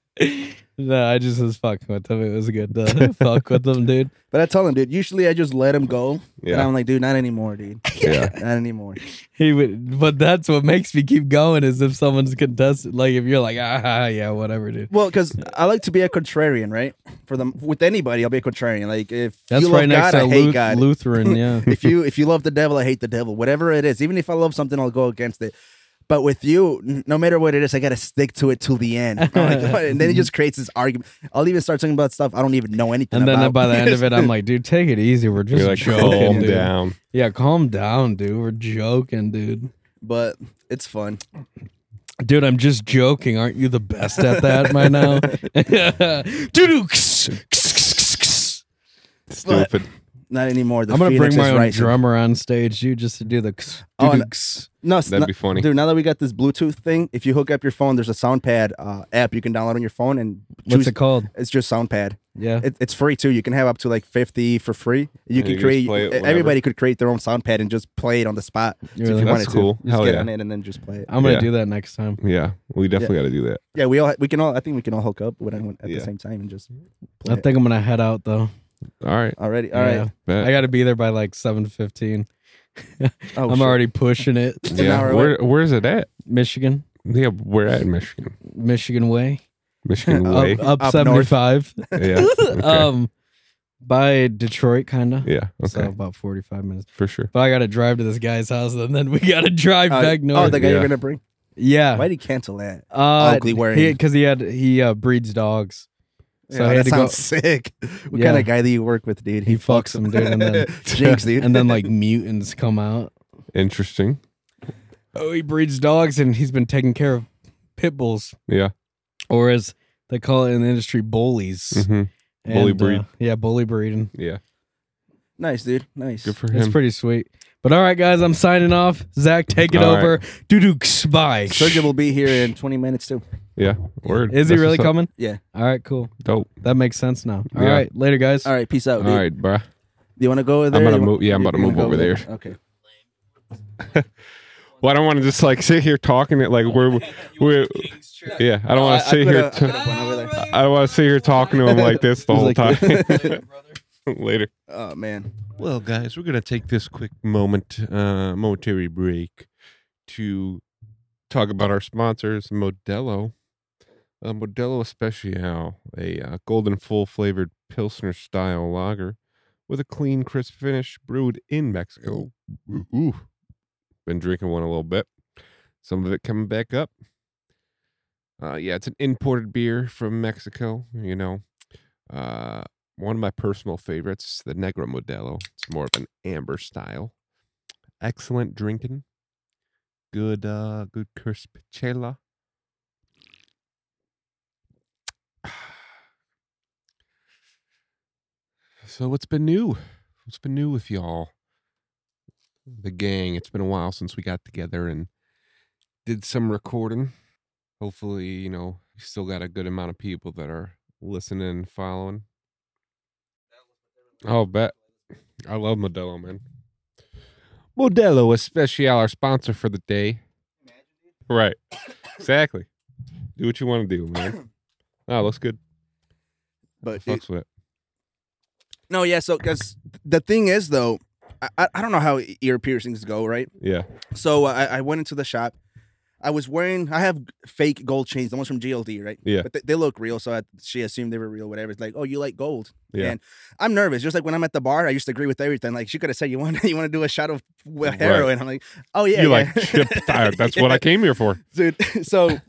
Speaker 3: No, I just was fucking with them. It was good to fuck with them, dude.
Speaker 4: But I tell him, dude. Usually I just let him go, and
Speaker 6: Yeah.
Speaker 4: I'm like, dude, not anymore, dude,
Speaker 6: Yeah.
Speaker 4: not anymore.
Speaker 3: He would, but that's what makes me keep going is if someone's contested. Like if you're like, ah, yeah, whatever, dude.
Speaker 4: Well, because I like to be a contrarian, right? For them, with anybody, I'll be a contrarian. Like if
Speaker 3: That's
Speaker 4: you love
Speaker 3: right next
Speaker 4: God, I
Speaker 3: to
Speaker 4: hate
Speaker 3: Luth-
Speaker 4: God.
Speaker 3: Lutheran. Yeah.
Speaker 4: if you if you love the devil, I hate the devil. Whatever it is, even if I love something, I'll go against it. But with you, n- no matter what it is, I gotta stick to it till the end. I'm like, "What?" and then it just creates this argument. I'll even start talking about stuff I don't even know anything.
Speaker 3: And then
Speaker 4: about.
Speaker 3: by the end of it, I'm like, dude, take it easy. We're just
Speaker 6: You're like
Speaker 3: joking.
Speaker 6: calm
Speaker 3: dude.
Speaker 6: down.
Speaker 3: Yeah, calm down, dude. We're joking, dude.
Speaker 4: but it's fun.
Speaker 3: dude, I'm just joking. Aren't you the best at that by now? Doo-doo.
Speaker 6: Stupid.
Speaker 4: Not anymore. The
Speaker 3: I'm gonna
Speaker 4: Phoenix
Speaker 3: bring my
Speaker 4: is
Speaker 3: own
Speaker 4: rising.
Speaker 3: drummer on stage, dude, just to do the.
Speaker 4: Oh, and-
Speaker 3: doo-doo.
Speaker 4: No, it's
Speaker 6: That'd
Speaker 4: not-
Speaker 6: be funny.
Speaker 4: dude. Now that we got this Bluetooth thing, if you hook up your phone, there's a SoundPad uh, app you can download on your phone, and
Speaker 3: What's
Speaker 4: choose-
Speaker 3: it called?
Speaker 4: It's just SoundPad.
Speaker 3: Yeah.
Speaker 4: It, it's free too. You can have up to like 50 for free. You
Speaker 6: you
Speaker 4: can
Speaker 6: can just
Speaker 4: create. e,
Speaker 6: play it whenever.
Speaker 4: Everybody could create their own SoundPad and just play it on the spot so if
Speaker 3: Really?
Speaker 4: you
Speaker 6: That's
Speaker 4: wanted
Speaker 6: cool.
Speaker 4: to. Just
Speaker 6: Hell
Speaker 4: get
Speaker 6: yeah.
Speaker 4: on it and then just play it.
Speaker 3: I'm gonna
Speaker 6: Yeah.
Speaker 3: do that next time.
Speaker 6: Yeah, we definitely got to do that.
Speaker 4: Yeah, we all we can all. I think we can all hook up with anyone at
Speaker 6: Yeah.
Speaker 4: the same time and just.
Speaker 3: I
Speaker 4: Play it.
Speaker 3: think I'm gonna head out though.
Speaker 6: All right.
Speaker 4: Already, all right.
Speaker 3: Yeah.
Speaker 6: bet.
Speaker 3: I gotta be there by like 7:15.
Speaker 4: Oh,
Speaker 3: I'm
Speaker 4: shit.
Speaker 3: already pushing it.
Speaker 4: It's an hour
Speaker 6: yeah.
Speaker 4: away.
Speaker 6: Where Where is it at?
Speaker 3: Michigan,
Speaker 6: Yeah, we're at Michigan.
Speaker 3: Michigan way,
Speaker 6: Michigan
Speaker 4: Up-
Speaker 6: Way.
Speaker 3: up,
Speaker 4: Up north.
Speaker 3: 75.
Speaker 6: yeah. Okay.
Speaker 3: Oh. Um, by Detroit, kinda.
Speaker 6: yeah. Okay.
Speaker 3: So about 45 minutes.
Speaker 6: For sure.
Speaker 3: But I gotta drive to this guy's house, and then we gotta drive
Speaker 4: Uh,
Speaker 3: back north.
Speaker 4: oh, the guy
Speaker 6: Yeah.
Speaker 4: you're gonna bring.
Speaker 3: yeah.
Speaker 4: Why'd he cancel that?
Speaker 3: Uh,
Speaker 4: Ugly wearing.
Speaker 3: Because he, had he uh, breeds dogs. So
Speaker 4: yeah,
Speaker 3: I had
Speaker 4: that
Speaker 3: to go-
Speaker 4: sounds sick. What
Speaker 3: Yeah.
Speaker 4: kind of guy do you work with, dude?
Speaker 3: He fucks them, dude, and then-
Speaker 4: Jinx, dude.
Speaker 3: And then like mutants come out.
Speaker 6: Interesting.
Speaker 3: Oh, he breeds dogs, and he's been taking care of pit bulls,
Speaker 6: Yeah.
Speaker 3: or as they call it in the industry, bullies.
Speaker 6: hmm Bully
Speaker 3: And,
Speaker 6: breed.
Speaker 3: uh, yeah, bully breeding.
Speaker 6: Yeah.
Speaker 4: nice, dude. Nice.
Speaker 6: Good for
Speaker 3: It's
Speaker 6: him.
Speaker 3: pretty sweet. But all right, guys, I'm signing off. Zach, take it
Speaker 6: All right.
Speaker 3: over. Doo doo bye.
Speaker 4: Sergio will be here in 20 minutes too.
Speaker 6: yeah. Word.
Speaker 3: Is he
Speaker 6: That's
Speaker 3: really
Speaker 6: what's up.
Speaker 3: coming?
Speaker 4: Yeah.
Speaker 3: All right, cool.
Speaker 6: Dope.
Speaker 3: That makes sense now. All right,
Speaker 6: Yeah.
Speaker 3: later, guys.
Speaker 4: All right, peace out,
Speaker 6: All
Speaker 4: dude.
Speaker 6: right, bruh.
Speaker 4: Do you want to go over there?
Speaker 6: about to
Speaker 4: You wa-
Speaker 6: move- yeah, I'm about to
Speaker 4: you wanna
Speaker 6: move
Speaker 4: go
Speaker 6: over there.
Speaker 4: Okay.
Speaker 6: Well, I don't want to just like sit here talking it like we're we're yeah. Oh, I don't want
Speaker 4: I-
Speaker 6: to
Speaker 4: I
Speaker 6: sit here.
Speaker 4: could've- I
Speaker 6: T-
Speaker 4: could've went over there.
Speaker 6: I don't want to sit here talking to him like this the
Speaker 4: He's
Speaker 6: whole
Speaker 4: like-
Speaker 6: time. Later.
Speaker 4: Oh man.
Speaker 6: Well, guys, we're gonna take this quick moment, uh, momentary break, to talk about our sponsors, Modelo. Uh, Modelo Especial, a uh, golden full flavored Pilsner style lager with a clean, crisp finish, brewed in Mexico. Ooh, been drinking one a little bit. Some of it coming back up. Uh, yeah, it's an imported beer from Mexico. You know, uh, one of my personal favorites, the Negro Modelo. It's more of an amber style. Excellent drinking. Good, uh, good crisp chela. So what's been new? What's been new with y'all? The gang. It's been a while since we got together and did some recording. Hopefully, you know, we still got a good amount of people that are listening and following. Oh, bet. I love Modelo, man. Modelo Especial, our sponsor for the day. Right. Exactly. Do what you want to do, man. Oh, looks good.
Speaker 4: But dude,
Speaker 6: Fucks with it.
Speaker 4: no, yeah. So, because the thing is, though, I- I, I don't know how ear piercings go, right?
Speaker 6: Yeah.
Speaker 4: So I, I went into the shop. I was wearing. I have fake gold chains, the ones from GLD, right?
Speaker 6: Yeah.
Speaker 4: But they, they look real, so I, she assumed they were real. Whatever. It's like, oh, you like gold?
Speaker 6: Yeah.
Speaker 4: And I'm nervous, just like when I'm at the bar. I used to agree with everything. Like she could have said, you want you want to do a shot of w-
Speaker 6: Right.
Speaker 4: heroin? I'm like, oh yeah.
Speaker 6: you
Speaker 4: yeah.
Speaker 6: like chip tired. That's what I came here for.
Speaker 4: dude. So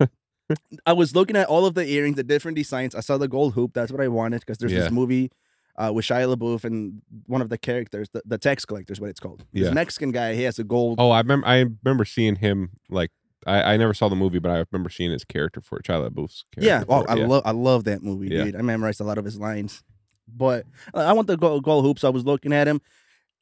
Speaker 4: I was looking at all of the earrings, the different designs. I saw the gold hoop. That's what I wanted because there's
Speaker 6: Yeah.
Speaker 4: this movie uh, with Shia LaBeouf and one of the characters, the, the tax collector is what it's called.
Speaker 6: Yeah.
Speaker 4: This Mexican guy, he has a gold.
Speaker 6: Oh, I remember I remember seeing him like I, I never saw the movie, but I remember seeing his character for it, Shia LaBeouf's character.
Speaker 4: yeah. Oh,
Speaker 6: for
Speaker 4: I
Speaker 6: it,
Speaker 4: love I love that movie,
Speaker 6: Yeah.
Speaker 4: dude. I memorized a lot of his lines. But uh, I want the gold, gold hoops. I was looking at him,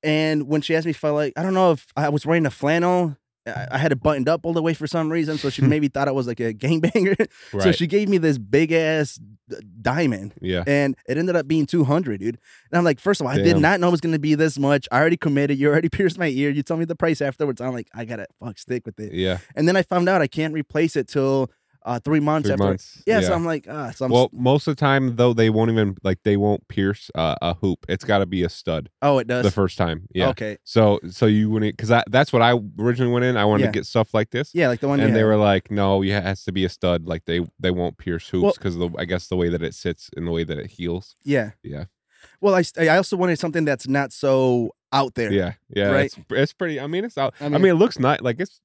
Speaker 4: and when she asked me if I like, I don't know if I was wearing a flannel. I I had it buttoned up all the way for some reason, so she maybe thought I was like a gangbanger.
Speaker 6: Right.
Speaker 4: So she gave me this big ass d- diamond.
Speaker 6: yeah.
Speaker 4: and it ended up being 200 dude and i'm like first of all i did
Speaker 6: Damn.
Speaker 4: not know it was going to be this much i already committed you already pierced my ear you tell me the price afterwards i'm like i gotta fuck stick with it
Speaker 6: Yeah.
Speaker 4: and then i found out i can't replace it till uh three months
Speaker 6: Three
Speaker 4: after
Speaker 6: months.
Speaker 4: Yeah, so i'm like ah so I'm,
Speaker 6: well, most of the time though, they won't even like they won't pierce uh, a hoop. It's got to be a stud
Speaker 4: oh it does
Speaker 6: the first time. Yeah.
Speaker 4: okay
Speaker 6: So so you wouldn't because that's what I originally went in. I wanted
Speaker 4: Yeah.
Speaker 6: to get stuff like this.
Speaker 4: yeah like the one
Speaker 6: And
Speaker 4: you
Speaker 6: they
Speaker 4: had.
Speaker 6: were like, "No, yeah, it has to be a stud. Like they they won't pierce
Speaker 4: Well-
Speaker 6: hoops because the I guess the way that it sits and the way that it heals.
Speaker 4: yeah
Speaker 6: Yeah.
Speaker 4: well I, st- I also wanted something that's not so out there
Speaker 6: Yeah, yeah,
Speaker 4: Right.
Speaker 6: it's, it's pretty. I mean, it's out.
Speaker 4: I
Speaker 6: I mean,
Speaker 4: mean-
Speaker 6: it looks nice. Like it's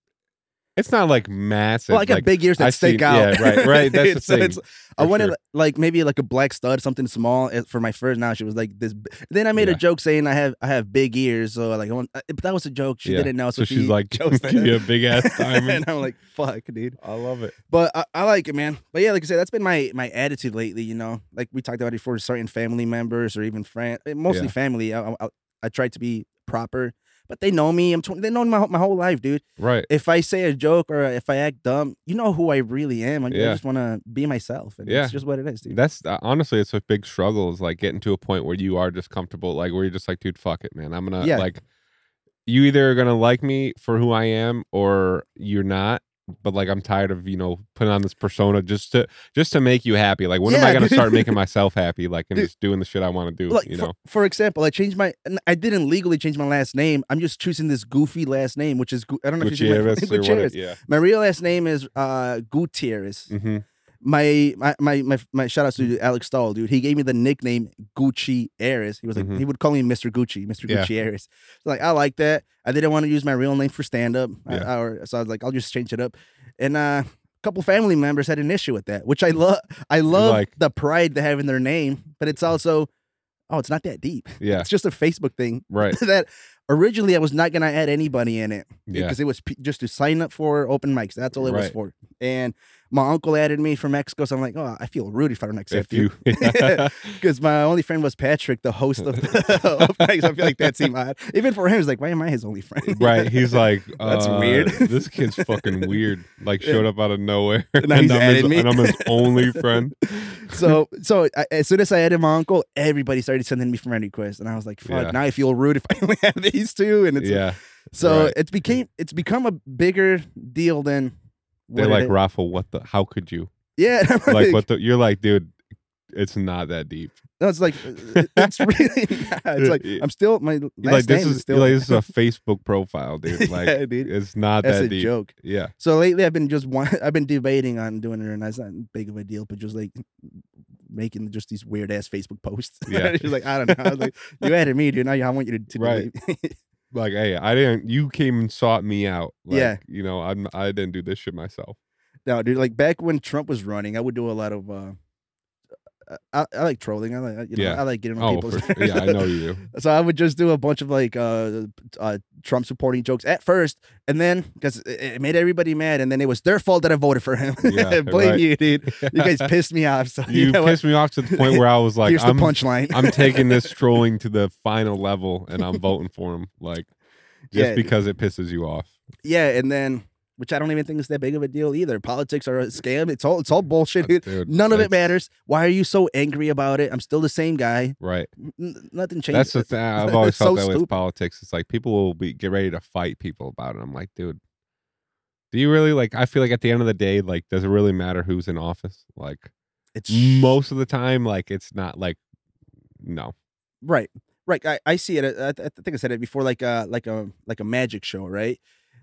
Speaker 6: It's not like massive.
Speaker 4: Well, I got big ears that
Speaker 6: I've
Speaker 4: stick
Speaker 6: seen-
Speaker 4: out.
Speaker 6: yeah, right, right, that's the
Speaker 4: It's- uh, it's-
Speaker 6: thing,
Speaker 4: I
Speaker 6: for
Speaker 4: wanted
Speaker 6: sure.
Speaker 4: like maybe like a black stud, something small eh, for my first. Now she was like this. b- Then I made
Speaker 6: Yeah.
Speaker 4: a joke saying I have I have big ears, so like I want. eh, But that was a joke. She
Speaker 6: Yeah.
Speaker 4: didn't know. So,
Speaker 6: So she's
Speaker 4: she
Speaker 6: like,
Speaker 4: chose that.
Speaker 6: "Give you a big ass
Speaker 4: and
Speaker 6: diamond."
Speaker 4: I'm like, fuck, dude.
Speaker 6: I love it.
Speaker 4: But I, I like it, man. But yeah, like I said, that's been my my attitude lately. You know, like we talked about it before, certain family members or even friends, mostly
Speaker 6: Yeah.
Speaker 4: family. I, I, I- I try to be proper, but they know me. I'm tw- they know me my whole- my whole life, dude.
Speaker 6: Right.
Speaker 4: If I say a joke or if I act dumb, you know who I really am. I, I
Speaker 6: Yeah.
Speaker 4: just want to be myself, and
Speaker 6: Yeah.
Speaker 4: that's just what it is, dude.
Speaker 6: That's uh, honestly, it's a big struggle. Is like getting to a point where you are just comfortable, like where you're just like, dude, fuck it, man. I'm gonna
Speaker 4: Yeah.
Speaker 6: like, you either are gonna like me for who I am or you're not. But like, I'm tired of you know putting on this persona just to just to make you happy. Like, when am I
Speaker 4: Yeah,
Speaker 6: gonna
Speaker 4: dude.
Speaker 6: start making myself happy? Like, and
Speaker 4: Dude.
Speaker 6: just doing the shit I want to do.
Speaker 4: Like
Speaker 6: you
Speaker 4: for,
Speaker 6: know,
Speaker 4: for example, I changed my. n- I didn't legally change my last name. I'm just choosing this goofy last name, which is gu- I don't know if you
Speaker 6: Gutierrez
Speaker 4: see
Speaker 6: or
Speaker 4: my
Speaker 6: what it-
Speaker 4: Gutierrez.
Speaker 6: Yeah.
Speaker 4: My real last name is uh, Gutierrez.
Speaker 6: Mm-hmm.
Speaker 4: my my my my, my shout outs
Speaker 6: Mm.
Speaker 4: to Alex Stahl, dude. He gave me the nickname Gucci Ares. He was like
Speaker 6: Mhm.
Speaker 4: he would call me Mr. Gucci, Mr.
Speaker 6: Yeah.
Speaker 4: Gucci Ares. So like I like that. I didn't want to use my real name for stand up,
Speaker 6: Yeah.
Speaker 4: or so I was like I'll just change it up. And uh, a couple family members had an issue with that, which I love. I love
Speaker 6: like-
Speaker 4: the pride they have in their name, but it's also oh, it's not that deep.
Speaker 6: Yeah.
Speaker 4: It's just a Facebook thing
Speaker 6: Right.
Speaker 4: that originally I was not gonna add anybody in it
Speaker 6: Yeah.
Speaker 4: because it was p- just to sign up for open mics. That's all it was
Speaker 6: Right.
Speaker 4: for. And my uncle added me from Mexico, so I'm like, oh, I feel rude if I don't accept
Speaker 6: If
Speaker 4: you.
Speaker 6: you. Yeah.
Speaker 4: Because my only friend was Patrick, the host of the of mics. I feel like that seemed odd. Even for him, it's like, why am I his only friend?
Speaker 6: Right, he's like,
Speaker 4: That's
Speaker 6: uh,
Speaker 4: weird.
Speaker 6: This kid's fucking weird. Like
Speaker 4: Yeah.
Speaker 6: showed up out of nowhere,
Speaker 4: now he's
Speaker 6: I'm his,
Speaker 4: added me.
Speaker 6: and I'm his only friend.
Speaker 4: so so I, as soon as I added my uncle, everybody started sending me friend requests, and I was like, fuck.
Speaker 6: Yeah.
Speaker 4: Now I feel rude if I only have these two, and it's
Speaker 6: yeah,
Speaker 4: so
Speaker 6: right.
Speaker 4: it's became it's become a bigger deal than.
Speaker 6: they
Speaker 4: what it
Speaker 6: like
Speaker 4: is.
Speaker 6: Raffle. What the? How could you?
Speaker 4: yeah. and I'm
Speaker 6: Like what the? You're like, dude. It's not that deep.
Speaker 4: No, it's like uh, it's really. not. It's like
Speaker 6: Yeah.
Speaker 4: I'm still my last
Speaker 6: You're like this
Speaker 4: name
Speaker 6: is,
Speaker 4: is,
Speaker 6: you're
Speaker 4: still
Speaker 6: like this is a Facebook profile, dude. Like
Speaker 4: yeah, dude.
Speaker 6: it's not
Speaker 4: That's
Speaker 6: that
Speaker 4: a
Speaker 6: deep.
Speaker 4: joke.
Speaker 6: Yeah,
Speaker 4: So lately, I've been just one. I've been debating on doing it, and that's not big of a deal. But just like making just these weird ass Facebook posts.
Speaker 6: Yeah.
Speaker 4: She's like, I don't know. I was like, you added me, dude. Now you- I want you to. to
Speaker 6: Right.
Speaker 4: delete me."
Speaker 6: like hey, I didn't. You came and sought me out. Like,
Speaker 4: Yeah.
Speaker 6: you know, I'm. I didn't do this shit myself.
Speaker 4: no, dude. Like back when Trump was running, I would do a lot of. uh I, I like trolling. I like you know,
Speaker 6: Yeah.
Speaker 4: I like getting on
Speaker 6: Oh,
Speaker 4: people's
Speaker 6: for sure. yeah, I know you. do.
Speaker 4: So I would just do a bunch of like uh, uh Trump supporting jokes at first, and then because it, it made everybody mad, and then it was their fault that I voted for him.
Speaker 6: Yeah,
Speaker 4: Blame
Speaker 6: right.
Speaker 4: you, dude. You guys pissed me off. So
Speaker 6: You,
Speaker 4: you, know what?
Speaker 6: pissed me off to the point where I was like,
Speaker 4: Here's
Speaker 6: I'm
Speaker 4: the punchline.
Speaker 6: I'm taking this trolling to the final level and I'm voting for him. Like just
Speaker 4: Yeah.
Speaker 6: because it pisses you off.
Speaker 4: yeah, and then which I don't even think is that big of a deal either. Politics are a scam. It's all it's all bullshit, dude.
Speaker 6: Dude,
Speaker 4: None of it
Speaker 6: that's-
Speaker 4: matters. Why are you so angry about it? I'm still the same guy.
Speaker 6: Right.
Speaker 4: N- n- nothing changed.
Speaker 6: That's the thing. I've always
Speaker 4: it's
Speaker 6: felt
Speaker 4: so
Speaker 6: that with
Speaker 4: stupid.
Speaker 6: politics. It's like people will be get ready to fight people about it. I'm like, dude, do you really like I feel like at the end of the day, like, does it really matter who's in office? Like
Speaker 4: it's
Speaker 6: most of the time, like it's not like no.
Speaker 4: Right, right. I, I see it. uh, I, th- I think I said it before, like a like a like a magic show, right?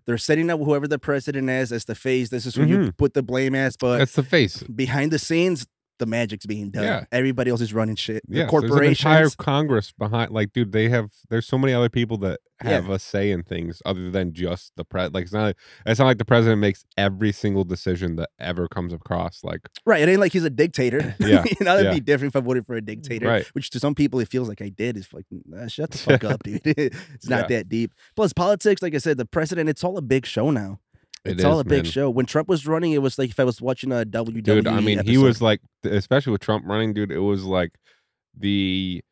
Speaker 4: They're setting up whoever the president is as the face. This is who you
Speaker 6: Mhm.
Speaker 4: put the blame as, but
Speaker 6: That's the face.
Speaker 4: behind the scenes, the magic's being done.
Speaker 6: Yeah.
Speaker 4: Everybody else is running shit. The
Speaker 6: Yeah,
Speaker 4: corporations.
Speaker 6: There's an entire Congress behind. Like, dude, they have. There's so many other people that
Speaker 4: Yeah.
Speaker 6: have a say in things other than just the pres. Like, it's not. It's not like the president makes every single decision that ever comes across. Like,
Speaker 4: Right. It ain't like he's a dictator.
Speaker 6: Yeah,
Speaker 4: you know, that'd
Speaker 6: yeah.
Speaker 4: be different if I voted for a dictator.
Speaker 6: Right.
Speaker 4: Which to some people it feels like I did. Is fucking uh, shut the fuck up, dude. it's not that deep. Plus politics, like I said, the president, it's all a big show now.
Speaker 6: It
Speaker 4: It's all
Speaker 6: is,
Speaker 4: a big
Speaker 6: man.
Speaker 4: show. When Trump was running, it was like if I was watching uh, a WWE.
Speaker 6: dude, I mean,
Speaker 4: E
Speaker 6: he
Speaker 4: episode.
Speaker 6: was like, especially with Trump running, dude, it was like the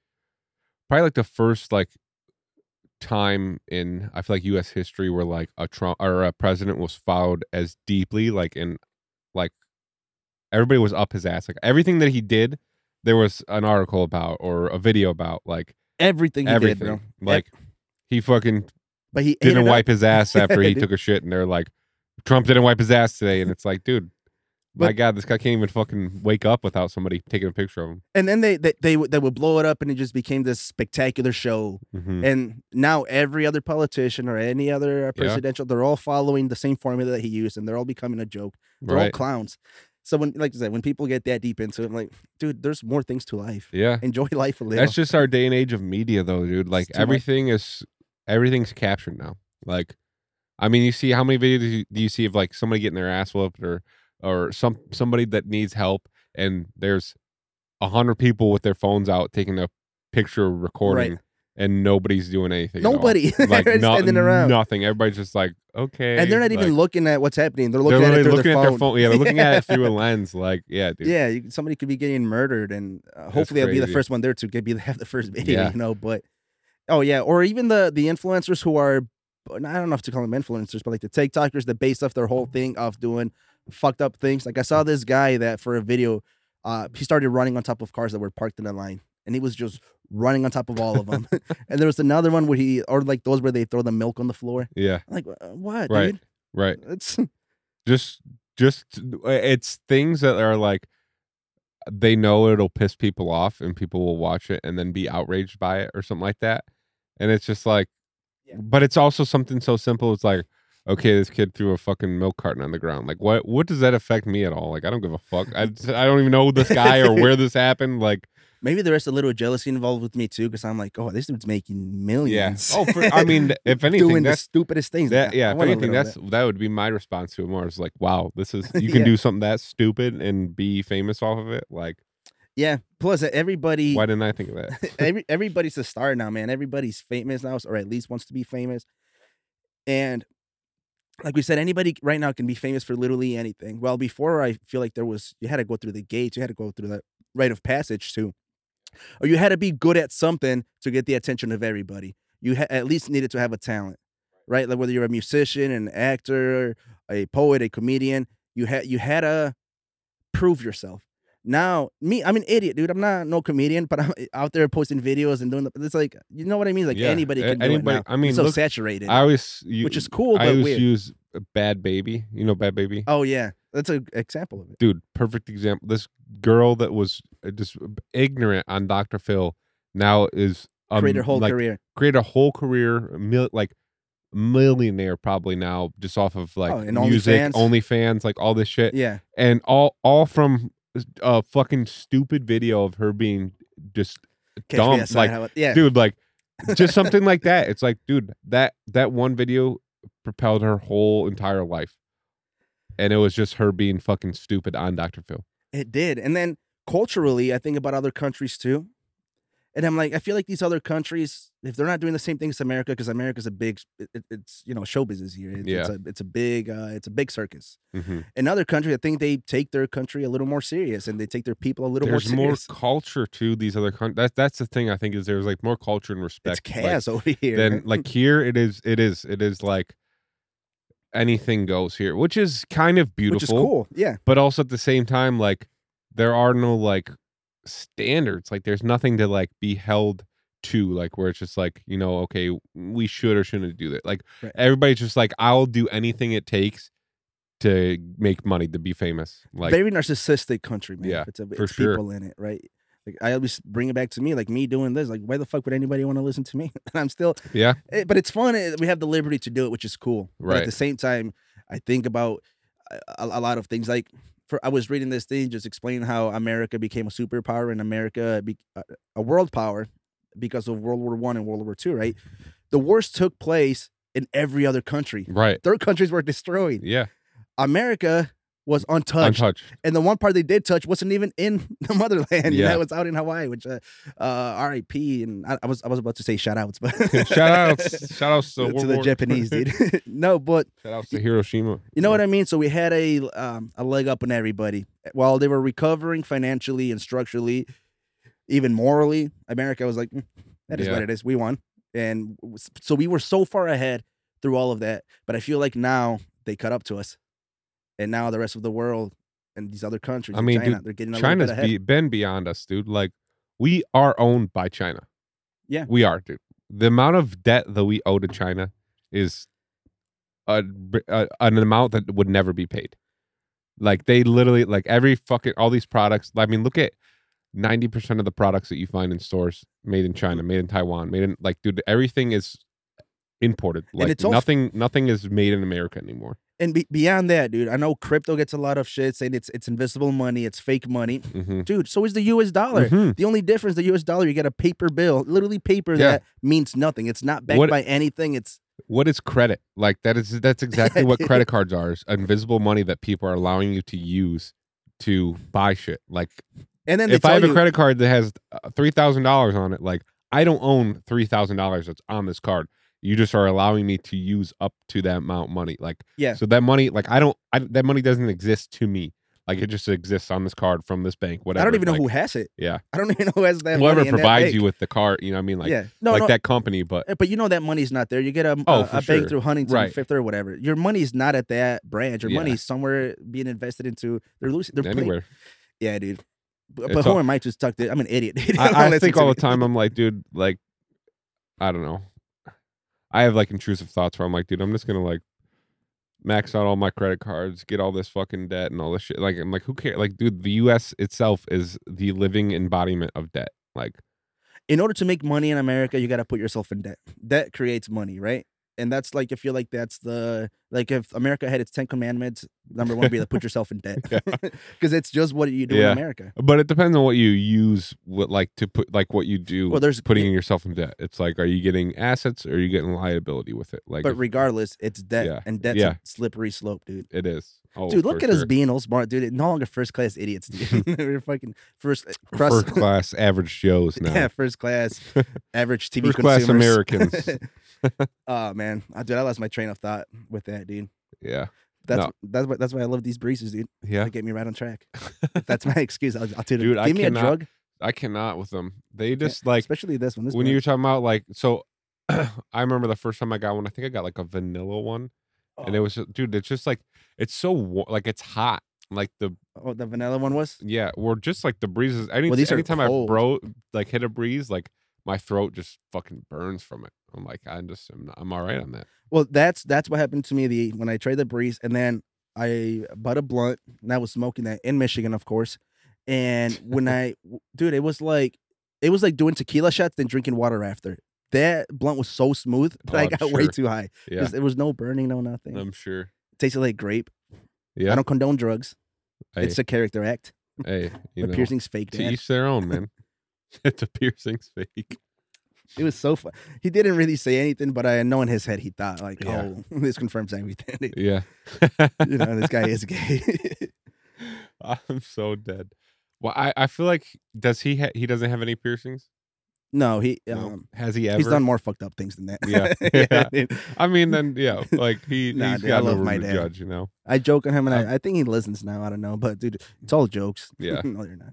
Speaker 6: probably like the first like time in I feel like U.S. history where like a Trump or a president was followed as deeply, like in like everybody was up his ass, like everything that he did, there was an article about or a video about, like
Speaker 4: everything he
Speaker 6: everything,
Speaker 4: did, bro.
Speaker 6: like he fucking
Speaker 4: But he ate
Speaker 6: didn't
Speaker 4: it up.
Speaker 6: wipe his ass after he
Speaker 4: Dude.
Speaker 6: took a shit, and they're like, Trump didn't wipe his ass today, and it's like, dude. My
Speaker 4: But-
Speaker 6: God, this guy can't even fucking wake up without somebody taking a picture of him.
Speaker 4: and then they, they they would- they would blow it up, and it just became this spectacular show.
Speaker 6: Mhm.
Speaker 4: And now every other politician or any other uh,
Speaker 6: Yeah.
Speaker 4: presidential, they're all following the same formula that he used, and they're all becoming a joke. They're all
Speaker 6: Right?
Speaker 4: clowns. So when, like I said, when people get that deep into it, I'm like, dude, there's more things to life.
Speaker 6: Yeah,
Speaker 4: Enjoy life a little.
Speaker 6: that's just our day and age of media, though, dude. Like
Speaker 4: too much.
Speaker 6: everything is, everything's captured now. Like I mean, you see how many videos do you- do you see of like somebody getting their ass whooped or or some somebody that needs help, and there's a hundred people with their phones out taking a picture, recording, and nobody's doing anything. at all.
Speaker 4: Nobody.
Speaker 6: like
Speaker 4: They're
Speaker 6: no-
Speaker 4: standing around.
Speaker 6: nothing. Everybody's just like okay,
Speaker 4: and they're not even
Speaker 6: like,
Speaker 4: looking at what's happening. They're looking at
Speaker 6: literally
Speaker 4: it through
Speaker 6: looking
Speaker 4: their,
Speaker 6: at
Speaker 4: phone.
Speaker 6: their phone. Yeah, they're looking at it through a lens. Like yeah, dude.
Speaker 4: Yeah, you, somebody could be getting murdered, and uh, hopefully I'll be the
Speaker 6: crazy.
Speaker 4: first one there to get be have the first video,
Speaker 6: Yeah.
Speaker 4: you know. But oh yeah, or even the the influencers who are, uh, I don't know if to call them influencers, but like the TikTokers that base off their
Speaker 6: Mm-hmm.
Speaker 4: whole thing of doing fucked up things. Like I saw this guy that for a video, uh, he started running on top of cars that were parked in a line, and he was just running on top of all of them. and there was another one where he, or like those where they throw the milk on the floor.
Speaker 6: yeah,
Speaker 4: I'm like "Uh, what,
Speaker 6: Right.
Speaker 4: dude?
Speaker 6: right.
Speaker 4: It's
Speaker 6: Just just eh, it's things that are like they know it'll piss people off and people will watch it and then be outraged by it or something like that. And it's just like,
Speaker 4: Yeah.
Speaker 6: but it's also something so simple. It's like. Okay, this kid threw a fucking milk carton on the ground. Like, what? What does that affect me at all? Like, I don't give a fuck. I, I don't even know this guy or where this happened. Like,
Speaker 4: Maybe there is a little jealousy involved with me too, because I'm like, oh, this dude's making
Speaker 6: yeah.
Speaker 4: millions.
Speaker 6: Oh, for, I mean, if anything,
Speaker 4: doing the
Speaker 6: that's
Speaker 4: stupidest things.
Speaker 6: That,
Speaker 4: Like, I
Speaker 6: yeah, if
Speaker 4: wanna
Speaker 6: anything,
Speaker 4: learn
Speaker 6: that's
Speaker 4: that.
Speaker 6: that. would be my response to it more. It's like, wow, this is you can
Speaker 4: Yeah.
Speaker 6: do something that stupid and be famous off of it. Like,
Speaker 4: yeah. Plus, uh, everybody,
Speaker 6: why didn't I think of that?
Speaker 4: every, everybody's a star now, man. Everybody's famous now, or at least wants to be famous. And like we said, anybody right now can be famous for literally anything. Well, before I feel like there was, you had to go through the gates, you had to go through that rite of passage too, or you had to be good at something to get the attention of everybody. You ha- at least needed to have a talent, right? Like whether you're a musician, an actor, a poet, a comedian, you had you had to prove yourself. Now, me, I'm an idiot, dude. I'm not no comedian, but I'm eh, out there posting videos and doing. The, it's like you know what I mean. Like
Speaker 6: Yeah,
Speaker 4: anybody
Speaker 6: a-
Speaker 4: can do
Speaker 6: anybody-
Speaker 4: it now.
Speaker 6: I mean,
Speaker 4: it's so
Speaker 6: look,
Speaker 4: saturated,
Speaker 6: I always, you,
Speaker 4: which is cool,
Speaker 6: I
Speaker 4: but
Speaker 6: always
Speaker 4: weird.
Speaker 6: use a bad baby. You know, bad baby.
Speaker 4: Oh yeah, that's an example of it.
Speaker 6: Dude, perfect example. This girl that was uh, just ignorant on Dr. Phil now is um,
Speaker 4: Create her whole
Speaker 6: like,
Speaker 4: career.
Speaker 6: create a whole career, mil- like millionaire probably now, just off of like
Speaker 4: Oh, and OnlyFans.
Speaker 6: music, OnlyFans, like all this shit.
Speaker 4: Yeah,
Speaker 6: and all all from a fucking stupid video of her being just
Speaker 4: catch
Speaker 6: Dumb,
Speaker 4: me outside.
Speaker 6: like,
Speaker 4: how about- yeah,
Speaker 6: dude like just something like that it's like dude that that one video propelled her whole entire life and it was just her being fucking stupid on dr phil
Speaker 4: it did. And then culturally, I think about other countries too, and I'm like, I feel like these other countries, if they're not doing the same thing as America, because America's a big, it, it- it's you know, show business here. It- it's
Speaker 6: Yeah.
Speaker 4: a, it's a big, uh, it's a big circus.
Speaker 6: Mhm.
Speaker 4: In other countries, I think they take their country a little more serious, and they take their people a little
Speaker 6: there's
Speaker 4: more
Speaker 6: more
Speaker 4: serious.
Speaker 6: culture to these other countries that's that's the thing i think is there's like more culture and
Speaker 4: it's
Speaker 6: respect like,
Speaker 4: chaos over here.
Speaker 6: then like here it is it is it is like anything goes here which is kind of beautiful
Speaker 4: which is cool. Yeah,
Speaker 6: but also at the same time like there are no like standards like there's nothing to like be held to like where it's just like you know okay we should or shouldn't do that like
Speaker 4: Right.
Speaker 6: everybody's just like i'll do anything it takes to make money to be famous like
Speaker 4: very narcissistic country, man.
Speaker 6: Yeah,
Speaker 4: it's, a,
Speaker 6: for
Speaker 4: it's
Speaker 6: sure.
Speaker 4: people in it, right? Like I always bring it back to me, like me doing this. Like, why the fuck would anybody want to listen to me? and I'm still
Speaker 6: yeah
Speaker 4: Eh, but it's fun. eh, We have the liberty to do it, which is cool. But at the
Speaker 6: Right.
Speaker 4: same time, I think about eh, a, a- a lot of things. Like, for I was reading this thing just explaining how America became a superpower and America be, a, a world power because of World War One and World War Two. Right, the wars took place in every other country.
Speaker 6: right
Speaker 4: Their countries were destroyed.
Speaker 6: yeah
Speaker 4: America was untouched
Speaker 6: untouched
Speaker 4: and the one part they did touch wasn't even in the motherland. You know,
Speaker 6: Yeah.
Speaker 4: it was out in Hawaii, which uh, uh RIP and I, I was I was about to say shout outs, but
Speaker 6: shout outs shout outs to,
Speaker 4: to,
Speaker 6: World
Speaker 4: the
Speaker 6: War-
Speaker 4: Japanese dude. no, but
Speaker 6: shout outs to hiroshima
Speaker 4: you know what I mean. So we had a um, a leg up on everybody while they were recovering financially and structurally, even morally. America was like, "Mm, that is
Speaker 6: Yeah.
Speaker 4: what it is. We won, and w- s- so we were so far ahead through all of that. But I feel like now they cut up to us, and now the rest of the world and these other countries,
Speaker 6: I
Speaker 4: like
Speaker 6: mean,
Speaker 4: China,
Speaker 6: dude,
Speaker 4: they're getting a
Speaker 6: China's
Speaker 4: little bit ahead.
Speaker 6: be, been beyond us, dude. Like we are owned by China.
Speaker 4: Yeah.
Speaker 6: we are, dude. The amount of debt that we owe to China is a, br- a an amount that would never be paid. Like they literally, like every fucking all these products. I mean, look at ninety percent of the products that you find in stores made in China, made in Taiwan, made in like, dude, everything is imported. Like
Speaker 4: it's all f-
Speaker 6: nothing, nothing is made in America anymore.
Speaker 4: and be- beyond that, dude, I know crypto gets a lot of shit saying it's it's invisible money, it's fake money,
Speaker 6: Mhm.
Speaker 4: dude. So is the U.S. dollar.
Speaker 6: Mhm.
Speaker 4: The only difference, the U.S. dollar, you get a paper bill, literally paper
Speaker 6: Yeah.
Speaker 4: that means nothing. It's not backed
Speaker 6: What-
Speaker 4: by anything. It's
Speaker 6: What is credit? Like that is that's exactly what credit cards are. Is invisible money that people are allowing you to use to buy shit. Like
Speaker 4: And then they
Speaker 6: if I
Speaker 4: tell
Speaker 6: have a
Speaker 4: you-
Speaker 6: credit card that has uh, three thousand dollars on it, like I don't own three thousand dollars that's on this card. You just are allowing me to use up to that amount of money. Like
Speaker 4: Yeah.
Speaker 6: so that money, like I don't, I, that money doesn't exist to me. Like it just exists on this card from this bank. Whatever.
Speaker 4: Mm. I don't even know
Speaker 6: like,
Speaker 4: who has it.
Speaker 6: Yeah.
Speaker 4: I don't even know who has that.
Speaker 6: Whoever
Speaker 4: money in that
Speaker 6: provides
Speaker 4: bank.
Speaker 6: you with the card, you know, what I mean, like
Speaker 4: yeah, no,
Speaker 6: like
Speaker 4: no,
Speaker 6: that company, but
Speaker 4: Uh, But you know that money's not there. You get a
Speaker 6: Oh,
Speaker 4: a,
Speaker 6: for
Speaker 4: a bank
Speaker 6: sure.
Speaker 4: through Huntington
Speaker 6: Right.
Speaker 4: Fifth or whatever. Your money's not at that branch. Your
Speaker 6: Yeah.
Speaker 4: money's somewhere being invested into. They're losing. They're playing-
Speaker 6: anywhere.
Speaker 4: Yeah, dude. But,
Speaker 6: It's
Speaker 4: but who
Speaker 6: all-
Speaker 4: am I to talk to? I'm an idiot. dude. don't
Speaker 6: I, I
Speaker 4: listen
Speaker 6: think
Speaker 4: to
Speaker 6: all the
Speaker 4: me.
Speaker 6: time I'm like, dude, like, I don't know. I have like intrusive thoughts where I'm like, dude, I'm just gonna like max out all my credit cards, get all this fucking debt and all this shit. Like, I'm like, who cares? Like, dude, the U.S. itself is the living embodiment of debt. Like,
Speaker 4: In order to make money in America, you got to put yourself in debt. Debt creates money, right? And that's like I feel like that's the like if America had its Ten Commandments, number one would be to put yourself in debt
Speaker 6: Yeah.
Speaker 4: because it's just what you do in
Speaker 6: Yeah.
Speaker 4: America.
Speaker 6: but it depends on what you use, what like to put, like what you do.
Speaker 4: Well, there's
Speaker 6: putting yourself in debt. It's like, are you getting assets or are you getting liability with it? Like,
Speaker 4: but
Speaker 6: if-
Speaker 4: regardless, it's debt,
Speaker 6: Yeah.
Speaker 4: and debt's
Speaker 6: Yeah.
Speaker 4: a slippery slope, dude.
Speaker 6: it is. Oh,
Speaker 4: Dude, look
Speaker 6: for
Speaker 4: at us
Speaker 6: sure.
Speaker 4: being all smart, dude. No longer first class idiots. Dude. We're fucking first cross,
Speaker 6: first class average Joes now.
Speaker 4: yeah, first class average TV
Speaker 6: first
Speaker 4: consumers.
Speaker 6: class Americans.
Speaker 4: oh man, I dude, I lost my train of thought with that, dude.
Speaker 6: yeah.
Speaker 4: That's
Speaker 6: No.
Speaker 4: that's why that's why I love these breezes, dude.
Speaker 6: Yeah.
Speaker 4: They get me right on track. If that's my excuse. I'll, I'll tell you,
Speaker 6: Dude,
Speaker 4: give
Speaker 6: I
Speaker 4: me
Speaker 6: cannot-
Speaker 4: a drug, eh,
Speaker 6: I cannot with them. They just like
Speaker 4: especially this one. This one.
Speaker 6: when you were talking about like so. I remember the first time I got one. I think I got like a vanilla one, and
Speaker 4: Oh.
Speaker 6: it was just- dude. It's just like it's so wa- like it's hot. Like the
Speaker 4: oh, the vanilla one was.
Speaker 6: yeah, or just like the breezes. Any
Speaker 4: Well, these are
Speaker 6: anytime I
Speaker 4: cold.
Speaker 6: bro like hit a breeze, like my throat just fucking burns from it. I'm like I just I'm, not, I'm all right on that.
Speaker 4: Well, that's that's what happened to me the when I tried the breeze and then I bought a blunt and I was smoking that in Michigan, of course. And when I w- dude, it was like it was like doing tequila shots then drinking water after. That blunt was so smooth that
Speaker 6: Oh,
Speaker 4: I
Speaker 6: I'm
Speaker 4: got way
Speaker 6: sure.
Speaker 4: too high.
Speaker 6: Yeah,
Speaker 4: because There was no burning, no nothing.
Speaker 6: I'm sure.
Speaker 4: tasted like grape.
Speaker 6: Yeah,
Speaker 4: I don't condone drugs.
Speaker 6: hey,
Speaker 4: It's a character act.
Speaker 6: hey, you
Speaker 4: The
Speaker 6: know,
Speaker 4: piercing's fake.
Speaker 6: to
Speaker 4: Dad.
Speaker 6: each their own, man. the piercing's fake.
Speaker 4: It was so fun. He didn't really say anything, but I know in his head he thought like,
Speaker 6: Yeah.
Speaker 4: "Oh, this confirms everything."
Speaker 6: Yeah.
Speaker 4: you know, this guy is gay.
Speaker 6: I'm so dead. Well, I, I feel like does he ha- he doesn't have any piercings?
Speaker 4: no, he
Speaker 6: No.
Speaker 4: um,
Speaker 6: Has he ever?
Speaker 4: He's done more fucked up things than that.
Speaker 6: Yeah. Yeah.
Speaker 4: dude.
Speaker 6: I mean, then yeah, like he
Speaker 4: Nah,
Speaker 6: he's
Speaker 4: dude, I
Speaker 6: got no
Speaker 4: love
Speaker 6: room
Speaker 4: my
Speaker 6: to
Speaker 4: dad.
Speaker 6: judge, you know.
Speaker 4: I joke on him, and I, I think he listens now. I don't know, but dude, it's all jokes.
Speaker 6: Yeah.
Speaker 4: no, they're not.
Speaker 6: Yeah.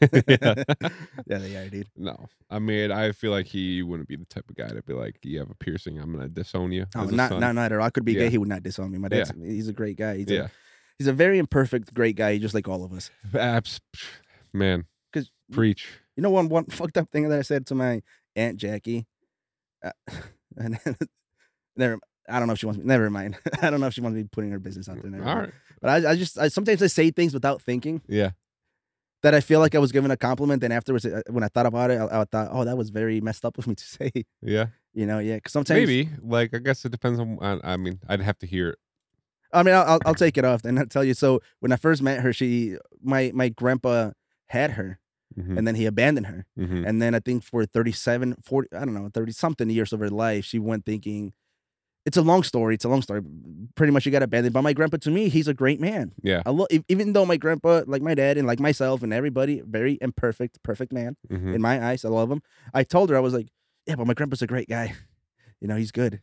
Speaker 4: Yeah, they are, dude.
Speaker 6: No, I mean, I feel like he wouldn't be the type of guy to be like, "You have a piercing, I'm gonna disown you."
Speaker 4: No,
Speaker 6: as a
Speaker 4: Oh, not,
Speaker 6: son."
Speaker 4: not, not at all. I could be
Speaker 6: Yeah.
Speaker 4: gay. He would not disown me. My dad's, he's a great guy. He's,
Speaker 6: yeah,
Speaker 4: a, he's a very imperfect, great guy, just like all of us.
Speaker 6: Abs- man,
Speaker 4: 'Cause-
Speaker 6: preach.
Speaker 4: You know, one, one fucked up thing that I said to my Aunt Jackie? Uh, and never, I don't know if she wants me, never mind. I don't know if she wants me putting her business out there.
Speaker 6: Mm, All
Speaker 4: Never mind.
Speaker 6: right,
Speaker 4: But I, I just, I, sometimes I say things without thinking.
Speaker 6: yeah,
Speaker 4: that I feel like I was given a compliment. Then afterwards, uh, when I thought about it, I, I thought, oh, that was very messed up of me to say.
Speaker 6: yeah,
Speaker 4: You know, yeah. 'cause sometimes,
Speaker 6: maybe. Like, I guess it depends on. I, I mean, I'd have to hear it.
Speaker 4: I mean, I'll, I'll, I'll take it off and I'll tell you. So when I first met her, she, my, my grandpa had her
Speaker 6: Mhm,
Speaker 4: and then he abandoned her.
Speaker 6: mhm.
Speaker 4: And then I think for 37, 40, I don't know, 30 something years of her life, she went thinking, it's a long story. It's a long story. Pretty much, she got abandoned. But my grandpa, to me, he's a great man.
Speaker 6: Yeah.
Speaker 4: I love, even though my grandpa, like my dad, and like myself, and everybody, very imperfect, perfect man.
Speaker 6: mhm.
Speaker 4: in my eyes. I love him. I told her I was like, yeah, but my grandpa's a great guy. You know, he's good,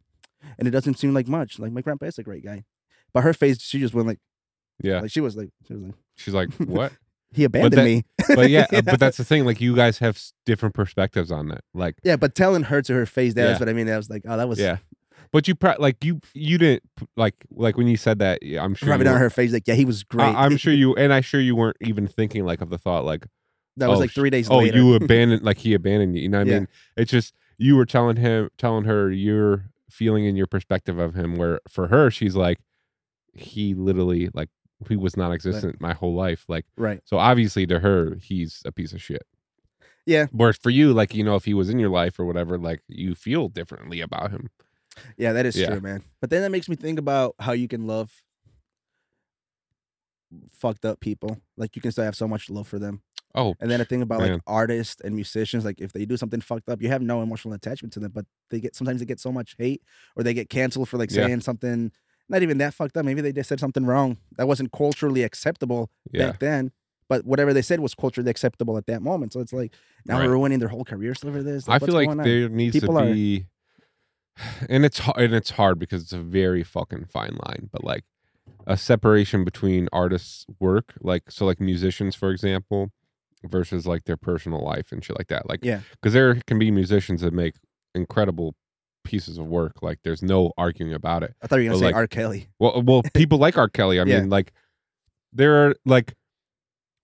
Speaker 4: and it doesn't seem like much. Like my grandpa is a great guy, but her face, she just went like,
Speaker 6: Yeah.
Speaker 4: like she was like, she was like,
Speaker 6: She's like, "What?"
Speaker 4: he abandoned
Speaker 6: that-
Speaker 4: me.
Speaker 6: but yeah,
Speaker 4: You
Speaker 6: uh, but
Speaker 4: know?
Speaker 6: that's the thing. Like you guys have s- different perspectives on that. Like
Speaker 4: yeah. But telling her to her face, that,
Speaker 6: Yeah.
Speaker 4: that's what I mean. I was like, oh, that was
Speaker 6: yeah, but you pro- like you you didn't p- like like when you said that. yeah, I'm sure
Speaker 4: rubbing
Speaker 6: you
Speaker 4: down
Speaker 6: weren't-
Speaker 4: her face. Like, yeah, he was great.
Speaker 6: I, am sure you and I sure you weren't even thinking like of the thought like
Speaker 4: that was
Speaker 6: oh,
Speaker 4: like
Speaker 6: sh-
Speaker 4: three days
Speaker 6: oh
Speaker 4: later.
Speaker 6: you abandoned like he abandoned you. You know what I
Speaker 4: Yeah.
Speaker 6: mean? It's just you were telling him telling her your feeling and your perspective of him. Where for her she's like he literally like he was non-existent my whole life. Like
Speaker 4: right?
Speaker 6: so obviously to her he's a piece of shit.
Speaker 4: Yeah.
Speaker 6: Whereas for you, like you know, if he was in your life or whatever, like you feel differently about him.
Speaker 4: Yeah, that is
Speaker 6: Yeah.
Speaker 4: true, man. But then that makes me think about how you can love fucked up people. Like you can still have so much love for them.
Speaker 6: Oh,
Speaker 4: And then I think about like
Speaker 6: Man.
Speaker 4: artists and musicians, like if they do something fucked up, you have no emotional attachment to them, but they get sometimes they get so much hate or they get canceled for like
Speaker 6: Yeah.
Speaker 4: saying something not even that fucked up. Maybe they just said something wrong that wasn't culturally acceptable
Speaker 6: yeah.
Speaker 4: back then. But whatever they said was culturally acceptable at that moment. So it's like now
Speaker 6: Right.
Speaker 4: we're ruining their whole careers over this.
Speaker 6: I
Speaker 4: Like, what's
Speaker 6: feel like
Speaker 4: going on?
Speaker 6: there needs
Speaker 4: People
Speaker 6: to
Speaker 4: are-
Speaker 6: be, and it's hard, and it's hard because it's a very fucking fine line. But like a separation between artists' work, like so, like musicians, for example, versus like their personal life and shit like that. Like,
Speaker 4: Yeah.
Speaker 6: because there can be musicians that make incredible pieces of work. Like, there's no arguing about it.
Speaker 4: I thought you were gonna
Speaker 6: but,
Speaker 4: say
Speaker 6: like,
Speaker 4: R. Kelly.
Speaker 6: Well, well, people like R. Kelly. I
Speaker 4: Yeah.
Speaker 6: mean, like there are like,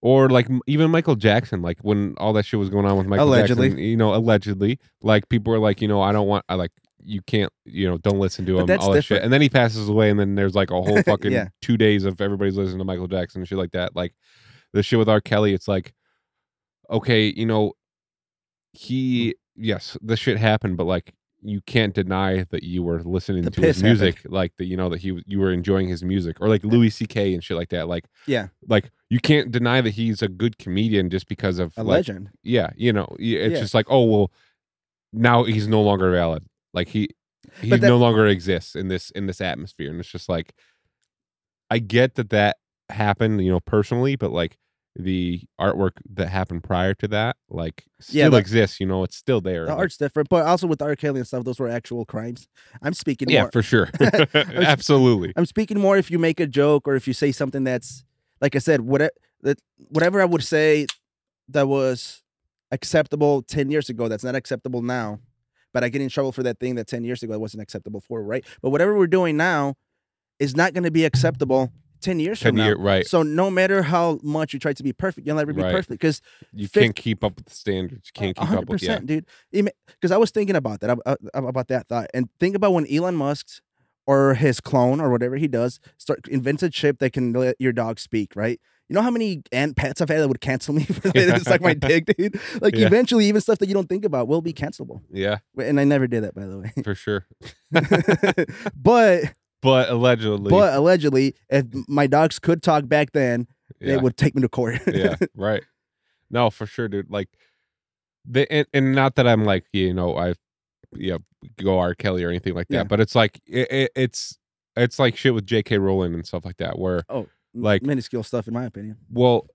Speaker 6: or like m- even Michael Jackson. Like when all that shit was going on with Michael
Speaker 4: Allegedly.
Speaker 6: Jackson, you know, allegedly, like people were like, you know, I don't want, I like, you can't, you know, don't listen to
Speaker 4: But
Speaker 6: him.
Speaker 4: that's
Speaker 6: all that shit.
Speaker 4: different.
Speaker 6: And then he passes away, and then there's like a whole fucking
Speaker 4: Yeah.
Speaker 6: two days of everybody's listening to Michael Jackson and shit like that. Like the shit with R. Kelly, it's like, okay, you know, he yes the shit happened but like you can't deny that you were listening
Speaker 4: The
Speaker 6: to his
Speaker 4: piss happened.
Speaker 6: music like that you know that he was- you were enjoying his music or like louis ck and shit like that like
Speaker 4: Yeah.
Speaker 6: like you can't deny that he's a good comedian just because of
Speaker 4: A
Speaker 6: like
Speaker 4: legend.
Speaker 6: yeah you know y- it's
Speaker 4: Yeah.
Speaker 6: just like oh well now he's no longer valid like he he
Speaker 4: But that-
Speaker 6: no longer exists in this in this atmosphere and it's just like i get that that happened you know personally but like the artwork that happened prior to that like
Speaker 4: Yeah,
Speaker 6: still
Speaker 4: the-
Speaker 6: exists you know it's still there
Speaker 4: The
Speaker 6: like-
Speaker 4: art's different, but also with R. Kelly and stuff, those were actual crimes. I'm speaking
Speaker 6: yeah
Speaker 4: more
Speaker 6: for sure absolutely
Speaker 4: I'm speaking more if you make a joke or if you say something that's like I said, whatever that whatever I would say that was acceptable ten years ago, that's not acceptable now. But I get in trouble for that thing that ten years ago I wasn't acceptable for, right? But whatever we're doing now is not gonna be acceptable ten years
Speaker 6: 10
Speaker 4: from now.
Speaker 6: year right
Speaker 4: So no matter how much you try to be perfect, you'll never be
Speaker 6: Right.
Speaker 4: perfect because
Speaker 6: you
Speaker 4: fif-
Speaker 6: can't keep up with the standards you can't
Speaker 4: a
Speaker 6: keep
Speaker 4: hundred
Speaker 6: up with yeah
Speaker 4: percent, dude. Because I was thinking about that, ab- ab- about that thought, and think about when Elon Musk or his clone or whatever he does start invents a chip that can let your dog speak, right? You know how many ant pets I've had that would cancel me for letting them suck my dick, dude? Like
Speaker 6: Yeah.
Speaker 4: eventually, even stuff that you don't think about will be cancelable.
Speaker 6: yeah
Speaker 4: And I never did that, by the
Speaker 6: for sure
Speaker 4: way. but
Speaker 6: but allegedly
Speaker 4: but allegedly, if my dogs could talk back then,
Speaker 6: Mm. yeah.
Speaker 4: they would take me to court.
Speaker 6: yeah, right. No, for sure, dude. Like, the and, and not that I'm like you know I, yeah, go R Kelly or anything like that.
Speaker 4: Yeah.
Speaker 6: But it's like it, it, it's it's like shit with J.K. Rowling and stuff like that. Where Like-
Speaker 4: minuscule stuff, in my opinion.
Speaker 6: well,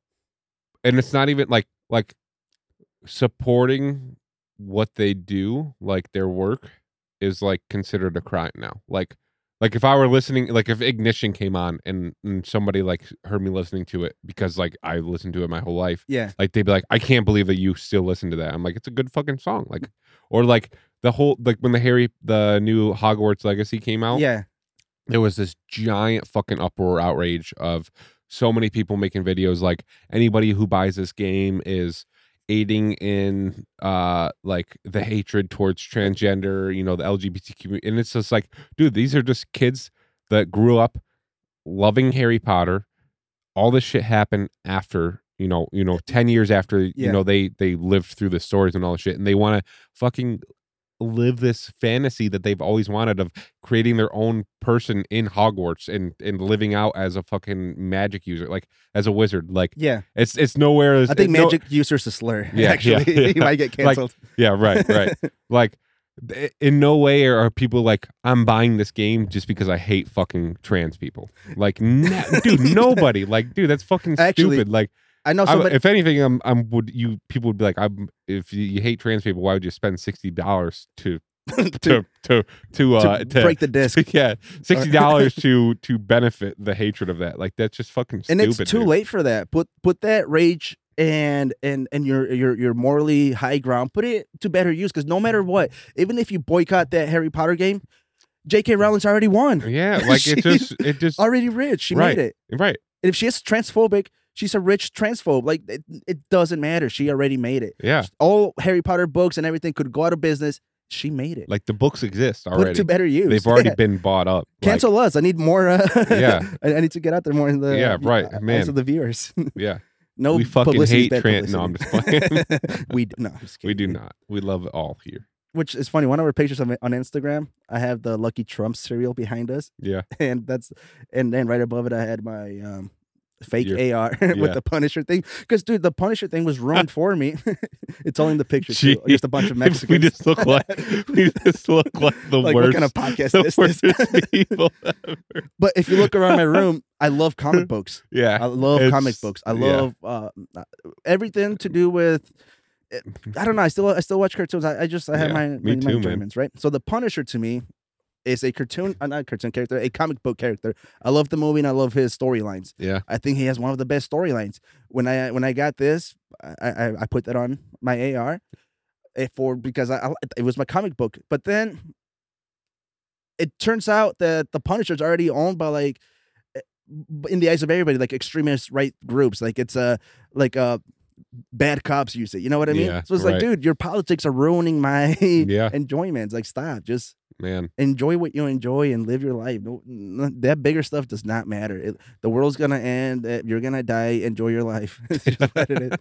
Speaker 6: and it's not even like like supporting what they do, like their work, is like considered a crime now. Like. Like if I were listening, like if Ignition came on and, and somebody like heard me listening to it because like I listened to it my whole life,
Speaker 4: Yeah,
Speaker 6: like they'd be like, I can't believe that you still listen to that. I'm like, it's a good fucking song. Like, or like the whole like when the Harry the new Hogwarts Legacy came out,
Speaker 4: yeah,
Speaker 6: there was this giant fucking uproar outrage of so many people making videos like anybody who buys this game is aiding in uh like the hatred towards transgender, you know, the LGBT community. And it's just like, dude, these are just kids that grew up loving Harry Potter. All this shit happened after, you know, you know, 10 years after,
Speaker 4: Yeah.
Speaker 6: you know, they they lived through the stories and all this shit and they want to fucking live this fantasy that they've always wanted of creating their own person in Hogwarts and and living out as a fucking magic user, like as a wizard. Like
Speaker 4: yeah.
Speaker 6: it's it's nowhere. As,
Speaker 4: I think
Speaker 6: no-
Speaker 4: magic user's a slur.
Speaker 6: Yeah, yeah,
Speaker 4: actually,
Speaker 6: yeah.
Speaker 4: you might get
Speaker 6: Like,
Speaker 4: canceled.
Speaker 6: yeah, right, right. like th- in no way are, are people like I'm buying this game just because I hate fucking trans people. Like, no, dude, nobody. Like, dude, that's fucking
Speaker 4: Actually,
Speaker 6: stupid. Like,
Speaker 4: I know
Speaker 6: I w-
Speaker 4: somebody.
Speaker 6: if anything, I'm I'm would you people would be like I'm if you, you hate trans people, why would you spend sixty dollars to to to to
Speaker 4: to
Speaker 6: uh to
Speaker 4: break the disc.
Speaker 6: yeah, sixty dollars to to benefit the hatred of that. Like that's just fucking
Speaker 4: and
Speaker 6: stupid.
Speaker 4: it's too
Speaker 6: dude.
Speaker 4: late for that. Put put that rage and and and your your your morally high ground. Put it to better use because no matter what, even if you boycott that Harry Potter game, J.K. Rowling's already won.
Speaker 6: Yeah, like
Speaker 4: She-
Speaker 6: it just it just
Speaker 4: Already rich. She
Speaker 6: Right.
Speaker 4: made it.
Speaker 6: right.
Speaker 4: And if she is transphobic, she's a rich transphobe. Like it, it doesn't matter. She already made it.
Speaker 6: Yeah,
Speaker 4: All Harry Potter books and everything could go out of business. She made it.
Speaker 6: like the books exist
Speaker 4: put it
Speaker 6: already.
Speaker 4: to better use.
Speaker 6: They've already
Speaker 4: Yeah.
Speaker 6: been bought up. Like,
Speaker 4: Cancel us. I need more. Uh,
Speaker 6: Yeah.
Speaker 4: I, I need to get out there more in the
Speaker 6: Yeah, right,
Speaker 4: uh, eyes
Speaker 6: man.
Speaker 4: of the viewers.
Speaker 6: yeah,
Speaker 4: No,
Speaker 6: We fucking
Speaker 4: publicity is
Speaker 6: hate
Speaker 4: bad
Speaker 6: Trent. No, I'm
Speaker 4: publicity.
Speaker 6: just
Speaker 4: we d- no, I'm just
Speaker 6: we do
Speaker 4: kidding.
Speaker 6: not. We love it all here.
Speaker 4: Which is funny. One of our pictures on, on Instagram, I have the Lucky Trump cereal behind us,
Speaker 6: Yeah,
Speaker 4: and that's and then right above it, I had my um fake
Speaker 6: You're-
Speaker 4: AR
Speaker 6: yeah.
Speaker 4: with the Punisher thing. Because dude, the Punisher thing was ruined for me. it's all in the picture too.
Speaker 6: Gee,
Speaker 4: Just a bunch of Mexicans.
Speaker 6: We just look like we just look like the
Speaker 4: like
Speaker 6: worst.
Speaker 4: what kind of podcast
Speaker 6: the
Speaker 4: is
Speaker 6: worst
Speaker 4: this?
Speaker 6: people ever.
Speaker 4: but if you look around my room, I love comic books. I
Speaker 6: Yeah.
Speaker 4: love comic
Speaker 6: It's-
Speaker 4: books. I
Speaker 6: yeah.
Speaker 4: love uh, everything to do with. I don't know. I still I still watch cartoons. I, I just I have
Speaker 6: Yeah,
Speaker 4: my
Speaker 6: me
Speaker 4: my, my
Speaker 6: too, man.
Speaker 4: enjoyments, right? So the Punisher to me is a cartoon, uh, not a cartoon character, a comic book character. I love the movie and I love his storylines.
Speaker 6: Yeah.
Speaker 4: I think he has one of the best storylines. When I when I got this, I I, I put that on my AR eh, for because I, I it was my comic book. But then it turns out that the Punisher's already owned by like eh, b- in the eyes of everybody like extremist right groups. Like it's a like a bad cops use it. You know what I mean?
Speaker 6: Yeah,
Speaker 4: so it's
Speaker 6: right.
Speaker 4: like, dude, your politics are ruining my
Speaker 6: Yeah,
Speaker 4: enjoyments. Like stop, just
Speaker 6: man.
Speaker 4: enjoy what you enjoy and live your life. No, no- that bigger stuff does not matter. It, the world's gonna end. uh, You're gonna die. Enjoy your life. it's, just what it is.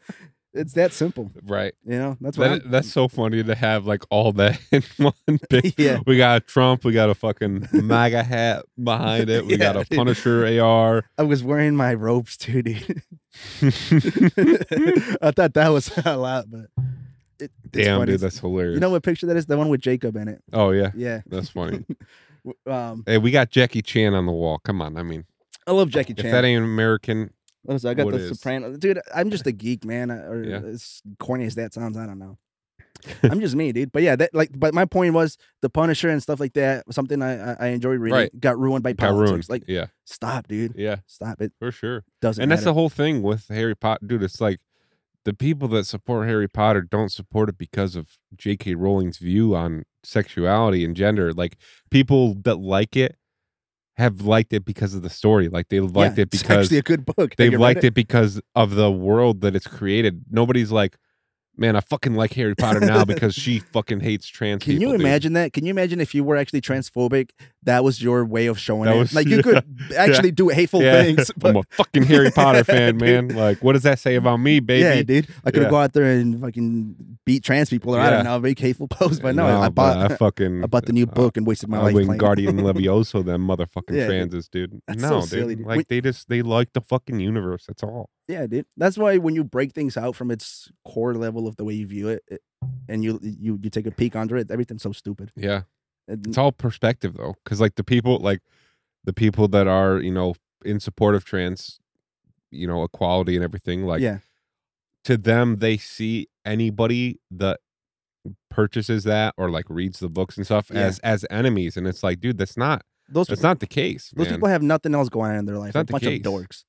Speaker 4: It's that simple.
Speaker 6: Right.
Speaker 4: You know. That's what.
Speaker 6: That,
Speaker 4: I'm-
Speaker 6: that's so funny to have like all that in one big.
Speaker 4: Yeah.
Speaker 6: We got a Trump. We got a fucking MAGA hat behind it. We
Speaker 4: Yeah,
Speaker 6: got a
Speaker 4: dude.
Speaker 6: Punisher AR.
Speaker 4: I was wearing my robes too, dude. I thought that was a lot, but it, it's
Speaker 6: Damn,
Speaker 4: funny.
Speaker 6: dude, that's hilarious.
Speaker 4: you know what picture that is? The one with Jacob in it.
Speaker 6: oh yeah,
Speaker 4: Yeah.
Speaker 6: that's funny.
Speaker 4: W- Um,
Speaker 6: hey, we got Jackie Chan on the wall. Come on, I mean,
Speaker 4: I love Jackie
Speaker 6: if that
Speaker 4: Chan.
Speaker 6: ain't American,
Speaker 4: What is- I got
Speaker 6: what
Speaker 4: the
Speaker 6: is?
Speaker 4: Soprano, dude. I'm just a geek, man. I- Or
Speaker 6: Yeah.
Speaker 4: as corny as that sounds, I don't know. I'm just me, dude. But yeah, that like, but my point was the Punisher and stuff like that. Something I I, I enjoy reading
Speaker 6: Right.
Speaker 4: got ruined by
Speaker 6: got
Speaker 4: politics.
Speaker 6: ruined.
Speaker 4: Like,
Speaker 6: yeah,
Speaker 4: stop, dude.
Speaker 6: yeah,
Speaker 4: Stop. It
Speaker 6: for sure.
Speaker 4: doesn't.
Speaker 6: and that's the
Speaker 4: matter.
Speaker 6: whole thing with Harry Potter, dude. It's like the people that support Harry Potter don't support it because of J.K. Rowling's view on sexuality and gender. Like people that like it have liked it because of the story. Like they
Speaker 4: Yeah,
Speaker 6: liked it
Speaker 4: it's
Speaker 6: because
Speaker 4: actually a good book. Have
Speaker 6: they've
Speaker 4: you read
Speaker 6: liked it? because of the world that it's created. Nobody's like, man, I fucking like Harry Potter now because she fucking hates trans
Speaker 4: Can
Speaker 6: people.
Speaker 4: you
Speaker 6: dude."
Speaker 4: imagine that? Can you imagine if you were actually transphobic? That was your way of showing
Speaker 6: That
Speaker 4: it.
Speaker 6: was-
Speaker 4: like you could actually do hateful
Speaker 6: Yeah.
Speaker 4: things.
Speaker 6: I'm
Speaker 4: But
Speaker 6: a fucking Harry Potter fan,
Speaker 4: Dude.
Speaker 6: man. Like, what does that say about me, baby?
Speaker 4: yeah, dude, I could
Speaker 6: Yeah.
Speaker 4: have go out there and fucking beat trans people, or I
Speaker 6: Yeah.
Speaker 4: don't know, make hateful posts. But no, I, I
Speaker 6: but
Speaker 4: bought.
Speaker 6: I fucking
Speaker 4: I bought the new
Speaker 6: I-
Speaker 4: book and wasted my
Speaker 6: I
Speaker 4: life
Speaker 6: went
Speaker 4: playing.
Speaker 6: Guardian Levioso, them motherfucking
Speaker 4: Yeah, dude.
Speaker 6: transes, dude.
Speaker 4: That's so
Speaker 6: no,
Speaker 4: silly,
Speaker 6: dude.
Speaker 4: dude.
Speaker 6: Like
Speaker 4: We-
Speaker 6: they just they like the fucking universe. That's all.
Speaker 4: yeah, dude. That's why when you break things out from its core level of the way you view it, it- and you you you take a peek under it, everything's so stupid.
Speaker 6: Yeah,
Speaker 4: And
Speaker 6: it's all perspective though, because like the people, like the people that are you know in support of trans, you know equality and everything. Like
Speaker 4: yeah,
Speaker 6: to them, they see anybody that purchases that or like reads the books and stuff
Speaker 4: Yeah.
Speaker 6: as as enemies, and it's like, dude, that's not
Speaker 4: those
Speaker 6: that's not the case.
Speaker 4: those
Speaker 6: man.
Speaker 4: people have nothing else going on in their life.
Speaker 6: not
Speaker 4: A
Speaker 6: the
Speaker 4: bunch
Speaker 6: case.
Speaker 4: of dorks.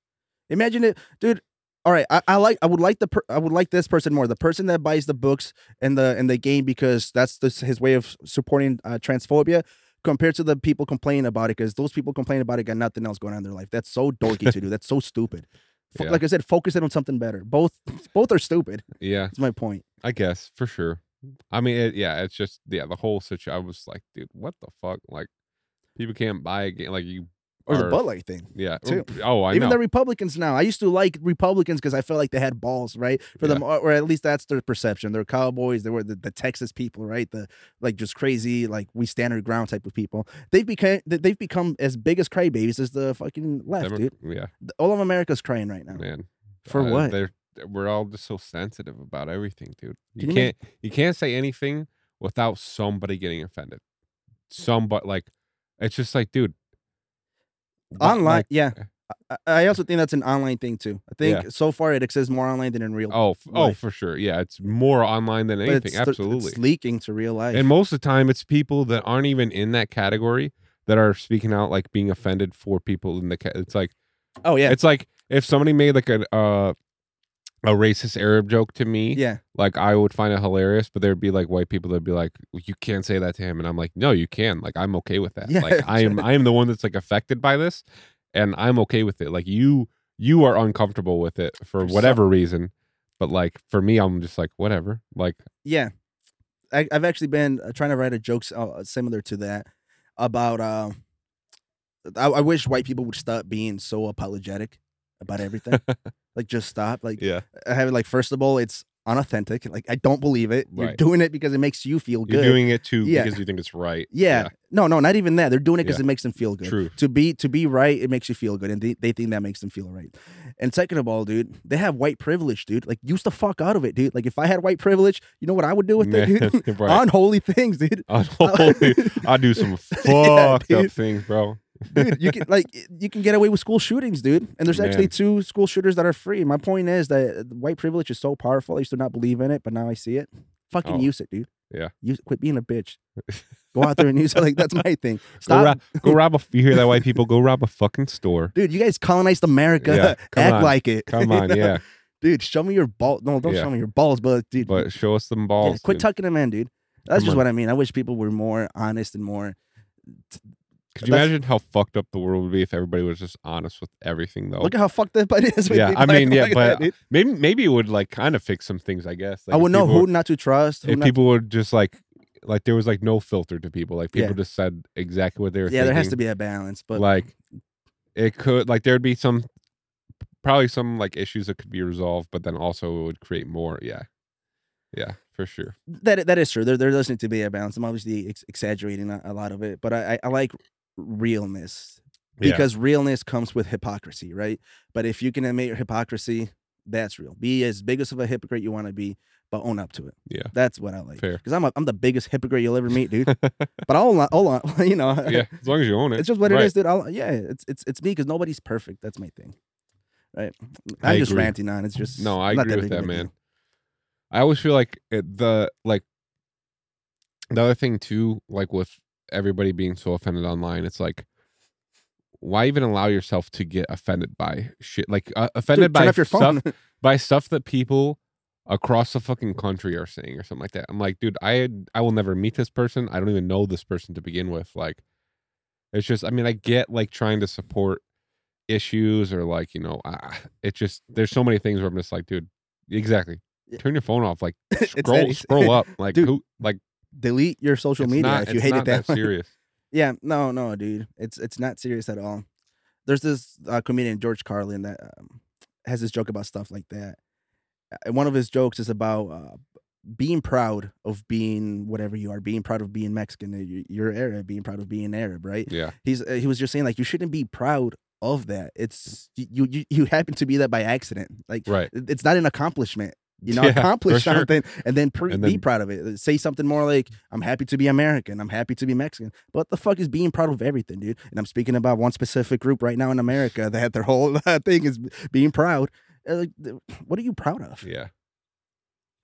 Speaker 4: Imagine it, dude. All right, I, I like I would like the per, I would like this person more. The person that buys the books and the and the game because that's this, his way of supporting uh, transphobia. Compared to the people complaining about it, because those people complaining about it got nothing else going on in their life. That's so dorky to do. That's so stupid. Fo-
Speaker 6: Yeah.
Speaker 4: Like I said, focus it on something better. Both both are stupid.
Speaker 6: yeah.
Speaker 4: That's my point.
Speaker 6: I guess for sure. I mean, it, yeah, it's just yeah, the whole situation. I was like, dude, what the fuck? Like, people can't buy a game. Like you,
Speaker 4: Or
Speaker 6: are-
Speaker 4: the Bud Light thing.
Speaker 6: yeah.
Speaker 4: too.
Speaker 6: Oh, I
Speaker 4: Even
Speaker 6: know.
Speaker 4: the Republicans now. I used to like Republicans because I felt like they had balls, right? For them, or or at least that's their perception. They're cowboys. They were the, the Texas people, right? The like just crazy, like we stand our ground type of people. They've become they've become as big as crybabies as the fucking left,
Speaker 6: Demo-
Speaker 4: dude.
Speaker 6: yeah,
Speaker 4: The- All of America's crying right now.
Speaker 6: man.
Speaker 4: For
Speaker 6: Uh,
Speaker 4: what?
Speaker 6: They're we're all just so sensitive about everything, dude.
Speaker 4: Can
Speaker 6: You
Speaker 4: you
Speaker 6: can't you can't say anything without somebody getting offended. Somebody like, it's just like, dude. what-
Speaker 4: Online,
Speaker 6: like-
Speaker 4: yeah. I, I also think that's an online thing too. I think so far it exists more online than in real.
Speaker 6: oh, f- oh,
Speaker 4: life.
Speaker 6: for sure. Yeah, it's more online than
Speaker 4: But
Speaker 6: anything.
Speaker 4: it's- it's
Speaker 6: Absolutely.
Speaker 4: leaking to real life.
Speaker 6: And most of the time, it's people that aren't even in that category that are speaking out, like being offended for people in the. Ca- it's like
Speaker 4: oh yeah,
Speaker 6: it's like if somebody made like a uh, a racist Arab joke to me,
Speaker 4: yeah.
Speaker 6: like I would find it hilarious, but there'd be like white people that'd be like, "You can't say that to him," and I'm like, "No, you can. Like I'm okay with that.
Speaker 4: Yeah.
Speaker 6: Like I am. I am the one that's like affected by this, and I'm okay with it. Like you, you are uncomfortable with it for
Speaker 4: For some-
Speaker 6: whatever reason." But like for me, I'm just like whatever. Like
Speaker 4: yeah I, i've actually been uh, trying to write a joke s- uh, similar to that about uh, I, I wish white people would stop being so apologetic about everything like just stop like
Speaker 6: yeah,
Speaker 4: i have it like first of all it's unauthentic. Like I don't believe it. You're
Speaker 6: Right.
Speaker 4: doing it because it makes you feel good.
Speaker 6: You're doing it too
Speaker 4: Yeah.
Speaker 6: because you think it's right.
Speaker 4: yeah. No, no, not even that. They're doing it because
Speaker 6: Yeah.
Speaker 4: it makes them feel good.
Speaker 6: True.
Speaker 4: To be to be right, it makes you feel good, and they, they think that makes them feel right. And second of all, dude, they have white privilege, dude. Like use the fuck out of it, dude. Like if I had white privilege, you know what I would do with it, dude?
Speaker 6: Man, right.
Speaker 4: Unholy things, dude.
Speaker 6: Unholy. I do some
Speaker 4: Yeah,
Speaker 6: fucked up
Speaker 4: dude.
Speaker 6: things, bro.
Speaker 4: dude, you can like you can get away with school shootings, dude. And there's actually
Speaker 6: Man.
Speaker 4: two school shooters that are free. My point is that white privilege is so powerful. I used to not believe in it, but now I see it. Fucking
Speaker 6: Oh.
Speaker 4: use it, dude.
Speaker 6: Yeah.
Speaker 4: Use quit being a bitch. Go out there and use it. Like that's my thing.
Speaker 6: Go,
Speaker 4: Stop,
Speaker 6: rob, go rob a. You hear that, white people? Go rob a fucking store.
Speaker 4: dude. You guys colonized America.
Speaker 6: Yeah, come
Speaker 4: Act
Speaker 6: on.
Speaker 4: like it.
Speaker 6: Come
Speaker 4: you
Speaker 6: on,
Speaker 4: know?
Speaker 6: yeah.
Speaker 4: Dude, show me your balls. No, don't
Speaker 6: Yeah.
Speaker 4: show me your balls, but dude,
Speaker 6: But show us them
Speaker 4: yeah,
Speaker 6: balls.
Speaker 4: quit
Speaker 6: dude.
Speaker 4: tucking them in, dude. That's
Speaker 6: Come
Speaker 4: just
Speaker 6: on.
Speaker 4: what I mean. I wish people were more honest and more.
Speaker 6: Could you
Speaker 4: That's-
Speaker 6: imagine how fucked up the world would be if everybody was just honest with everything, though?
Speaker 4: Look at how fucked up it is. with
Speaker 6: Oh. Yeah,
Speaker 4: people
Speaker 6: I mean,
Speaker 4: acting
Speaker 6: yeah,
Speaker 4: like
Speaker 6: but
Speaker 4: that, dude.
Speaker 6: maybe maybe it would like kind of fix some things, I guess. Like
Speaker 4: I
Speaker 6: if
Speaker 4: would know who
Speaker 6: people-
Speaker 4: not to trust. Who
Speaker 6: if
Speaker 4: not
Speaker 6: people would just like like there was like no filter to people, like
Speaker 4: Yeah.
Speaker 6: people just said exactly what they were.
Speaker 4: yeah, there has
Speaker 6: thinking.
Speaker 4: to be a balance, but
Speaker 6: like it could like there'd be some probably some like issues that could be resolved but then also it would create more yeah yeah for sure
Speaker 4: that that is true. There there does need to be a balance. I'm obviously ex- exaggerating a, a lot of it, but I, I, I like realness
Speaker 6: Yeah.
Speaker 4: because realness comes with hypocrisy, right? But if you can admit your hypocrisy, that's real. Be as biggest of a hypocrite you want to be, but own up to it.
Speaker 6: Yeah.
Speaker 4: that's what I like.
Speaker 6: Fair.
Speaker 4: Because I'm a, I'm the biggest hypocrite you'll ever meet, dude. but I'll I'll you know
Speaker 6: yeah as long as you own it
Speaker 4: It's just what
Speaker 6: right.
Speaker 4: it is, dude. I'll, yeah, it's it's it's me because nobody's perfect. That's my thing, right? I'm
Speaker 6: I
Speaker 4: just
Speaker 6: agree.
Speaker 4: ranting on. It's just
Speaker 6: no i
Speaker 4: not
Speaker 6: agree with
Speaker 4: big of
Speaker 6: that
Speaker 4: a deal.
Speaker 6: man i always feel like it, the like the other thing too like with everybody being so offended online it's like why even allow yourself to get offended by shit like uh,
Speaker 4: Dude,
Speaker 6: offended by
Speaker 4: turn off your
Speaker 6: stuff
Speaker 4: phone.
Speaker 6: by stuff that people across the fucking country are saying or something like that. I'm like, dude, I had, I will never meet this person. I don't even know this person to begin with. Like, it's just, I mean, I get like trying to support issues or like, you know, uh, it just there's so many things where I'm just like, dude, exactly.
Speaker 4: Yeah.
Speaker 6: Turn your phone off. Like,
Speaker 4: that
Speaker 6: scroll,
Speaker 4: easy.
Speaker 6: scroll up. Like,
Speaker 4: Dude,
Speaker 6: who, like,
Speaker 4: delete your social
Speaker 6: it's
Speaker 4: media
Speaker 6: not-
Speaker 4: if you
Speaker 6: it's
Speaker 4: hate
Speaker 6: not
Speaker 4: it that, much.
Speaker 6: serious.
Speaker 4: Yeah, no, no, dude, it's it's not serious at all. There's this uh, comedian George Carlin that um, has this joke about stuff like that, and one of his jokes is about uh, being proud of being whatever you are, being proud of being Mexican, uh, you- you're Arab, being proud of being Arab, right?
Speaker 6: Yeah,
Speaker 4: He's uh, he was just saying like you shouldn't be proud of that. It's you you you happen to be that by accident, like
Speaker 6: right.
Speaker 4: it- it's not an accomplishment. You know,
Speaker 6: Yeah, for
Speaker 4: accomplish
Speaker 6: sure.
Speaker 4: something and then, pre-
Speaker 6: And
Speaker 4: be
Speaker 6: then-
Speaker 4: proud of it. Say something more like, I'm happy to be American. I'm happy to be Mexican. But the fuck is being proud of everything, dude? And I'm speaking about one specific group right now in America that their whole uh, thing is being proud. Uh, like, th- what are you proud of?
Speaker 6: Yeah,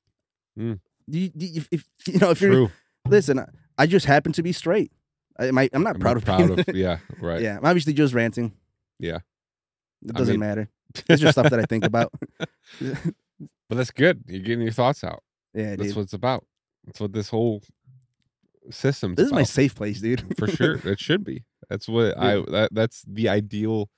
Speaker 4: You, you- if, if- you know, if you're,
Speaker 6: true.
Speaker 4: listen, I, I just happen to be straight. I, am I, am not
Speaker 6: I'm
Speaker 4: proud of
Speaker 6: proud
Speaker 4: being-
Speaker 6: of. Yeah, right.
Speaker 4: Yeah, I'm obviously just ranting.
Speaker 6: Yeah.
Speaker 4: It
Speaker 6: I
Speaker 4: doesn't
Speaker 6: mean-
Speaker 4: matter. It's just stuff that I think about.
Speaker 6: But that's good. You're getting your thoughts out.
Speaker 4: Yeah,
Speaker 6: That's
Speaker 4: dude.
Speaker 6: what it's about. That's what this whole system.
Speaker 4: This is my
Speaker 6: about.
Speaker 4: safe place, dude.
Speaker 6: for sure. It should be. That's what I. That, that's the ideal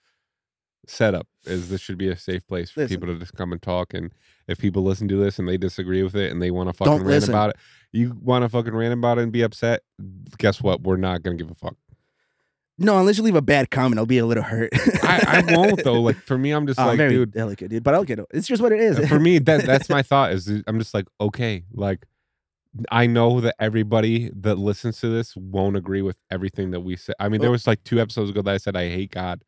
Speaker 6: setup. Is this should be a safe place for
Speaker 4: Listen.
Speaker 6: people to just come and talk. And if people listen to this and they disagree with it and they want to fucking
Speaker 4: Don't
Speaker 6: rant
Speaker 4: listen.
Speaker 6: about it, you want to fucking rant about it and be upset. Guess what? We're not gonna give a fuck.
Speaker 4: No, unless you leave a bad comment, I'll be a little hurt. Oh,
Speaker 6: I, I won't though. Like for me, I'm just
Speaker 4: I'm
Speaker 6: like,
Speaker 4: very
Speaker 6: dude.
Speaker 4: delicate, dude. But I'll get it. It's just what it is.
Speaker 6: Uh, for me that that's my thought is th- i'm just like okay like i know that everybody that listens to this won't agree with everything that we say i mean there
Speaker 4: Well-
Speaker 6: was like two episodes ago that i said i hate god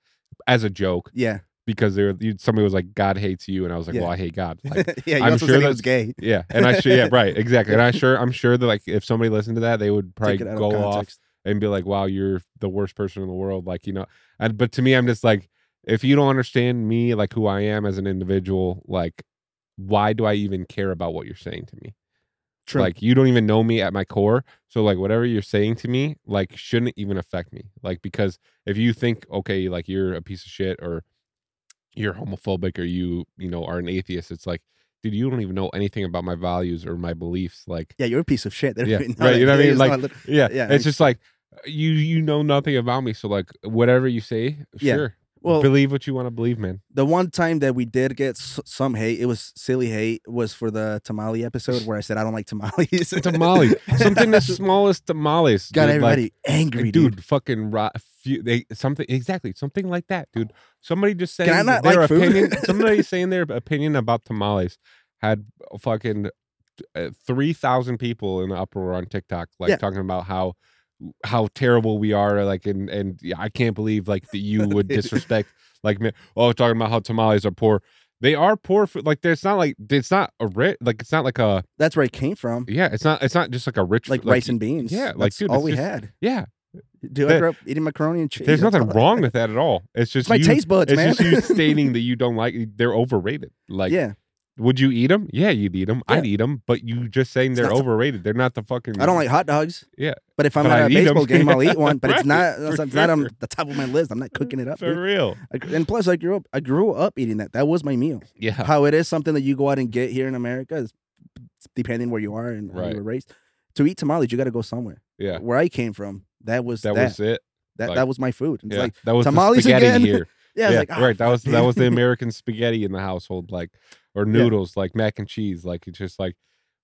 Speaker 6: as a joke
Speaker 4: yeah,
Speaker 6: because there you- somebody was like god hates you and i was like
Speaker 4: Yeah.
Speaker 6: well i hate god like
Speaker 4: yeah. You
Speaker 6: I'm
Speaker 4: also
Speaker 6: sure
Speaker 4: said he was
Speaker 6: that's-
Speaker 4: gay.
Speaker 6: yeah and i sure yeah right exactly and i sure i'm sure that like if somebody listened to that they would probably
Speaker 4: Take it out
Speaker 6: go
Speaker 4: of
Speaker 6: off
Speaker 4: context.
Speaker 6: and be like, "Wow, you're the worst person in the world." Like you know, and but to me, I'm just like, if you don't understand me, like who I am as an individual, like why do I even care about what you're saying to me?
Speaker 4: True.
Speaker 6: Like you don't even know me at my core, so like whatever you're saying to me, like shouldn't even affect me. Like because if you think, okay, like you're a piece of shit or you're homophobic or you you know are an atheist, it's like. Dude, you don't even know anything about my values or my beliefs. Like,
Speaker 4: yeah, you're a piece of shit. There
Speaker 6: Yeah,
Speaker 4: we
Speaker 6: right, you know what I
Speaker 4: There's
Speaker 6: mean?
Speaker 4: no
Speaker 6: Like,
Speaker 4: lit-
Speaker 6: yeah,
Speaker 4: Yeah,
Speaker 6: yeah.
Speaker 4: like-
Speaker 6: It's just like you you know nothing about me, so like whatever you say,
Speaker 4: Yeah.
Speaker 6: sure.
Speaker 4: well,
Speaker 6: believe what you want to believe, man.
Speaker 4: the one time that we did get s- some hate, it was silly hate, was for the tamale episode where I said I don't like tamales.
Speaker 6: Tamale, something the smallest tamales
Speaker 4: Got
Speaker 6: dude,
Speaker 4: everybody
Speaker 6: like,
Speaker 4: angry,
Speaker 6: like, dude, fucking rot. Few, they something exactly something like that, dude. Somebody just
Speaker 4: Can I
Speaker 6: saying
Speaker 4: not
Speaker 6: their
Speaker 4: like food?
Speaker 6: opinion. somebody saying their opinion about tamales. had fucking uh, 3,000 people in the uproar on TikTok, like
Speaker 4: Yeah.
Speaker 6: talking about how how terrible we are like and and yeah, i can't believe like that you would disrespect like me- oh talking about how tamales are poor they are poor food like it's not like it's not a ri- like it's not like a
Speaker 4: That's where it came from.
Speaker 6: yeah it's not it's not just like a rich
Speaker 4: Like,
Speaker 6: food,
Speaker 4: rice and beans.
Speaker 6: yeah, like,
Speaker 4: That's
Speaker 6: dude,
Speaker 4: all
Speaker 6: it's
Speaker 4: we
Speaker 6: just-
Speaker 4: had.
Speaker 6: yeah
Speaker 4: Dude, I
Speaker 6: that-
Speaker 4: grew up eating macaroni and cheese.
Speaker 6: there's
Speaker 4: That's
Speaker 6: nothing
Speaker 4: all I-
Speaker 6: wrong with that at all it's just
Speaker 4: It's my
Speaker 6: you,
Speaker 4: taste buds,
Speaker 6: it's
Speaker 4: man.
Speaker 6: just you stating that you don't like they're overrated like
Speaker 4: yeah,
Speaker 6: would you eat them yeah you'd eat them
Speaker 4: Yeah.
Speaker 6: i'd eat them but you just saying
Speaker 4: It's
Speaker 6: they're
Speaker 4: not some-
Speaker 6: overrated they're not the fucking
Speaker 4: I don't like hot dogs.
Speaker 6: Yeah.
Speaker 4: but if I'm
Speaker 6: But
Speaker 4: at
Speaker 6: I'd
Speaker 4: a
Speaker 6: eat 'em.
Speaker 4: baseball game, I'll eat one. But it's
Speaker 6: Right,
Speaker 4: not.
Speaker 6: for
Speaker 4: It's not on
Speaker 6: sure.
Speaker 4: the top of my list. I'm not cooking it up.
Speaker 6: for
Speaker 4: dude.
Speaker 6: real
Speaker 4: I gr- And plus, I grew up. I grew up eating that. That was my meal.
Speaker 6: yeah
Speaker 4: How it is something that you go out and get here in America, is depending where you are and how
Speaker 6: Right.
Speaker 4: you were raised. To eat tamales, you got to go somewhere.
Speaker 6: yeah
Speaker 4: Where I came from, that was that.
Speaker 6: that,
Speaker 4: That
Speaker 6: was it
Speaker 4: that,
Speaker 6: like-
Speaker 4: was my food. It's
Speaker 6: yeah
Speaker 4: like
Speaker 6: that was
Speaker 4: tamales
Speaker 6: the spaghetti
Speaker 4: again?
Speaker 6: here
Speaker 4: yeah, I was like, "Ah,
Speaker 6: right. That was that
Speaker 4: dude."
Speaker 6: was the American spaghetti in the household, like or
Speaker 4: Yeah.
Speaker 6: noodles, like mac and cheese, like it's just like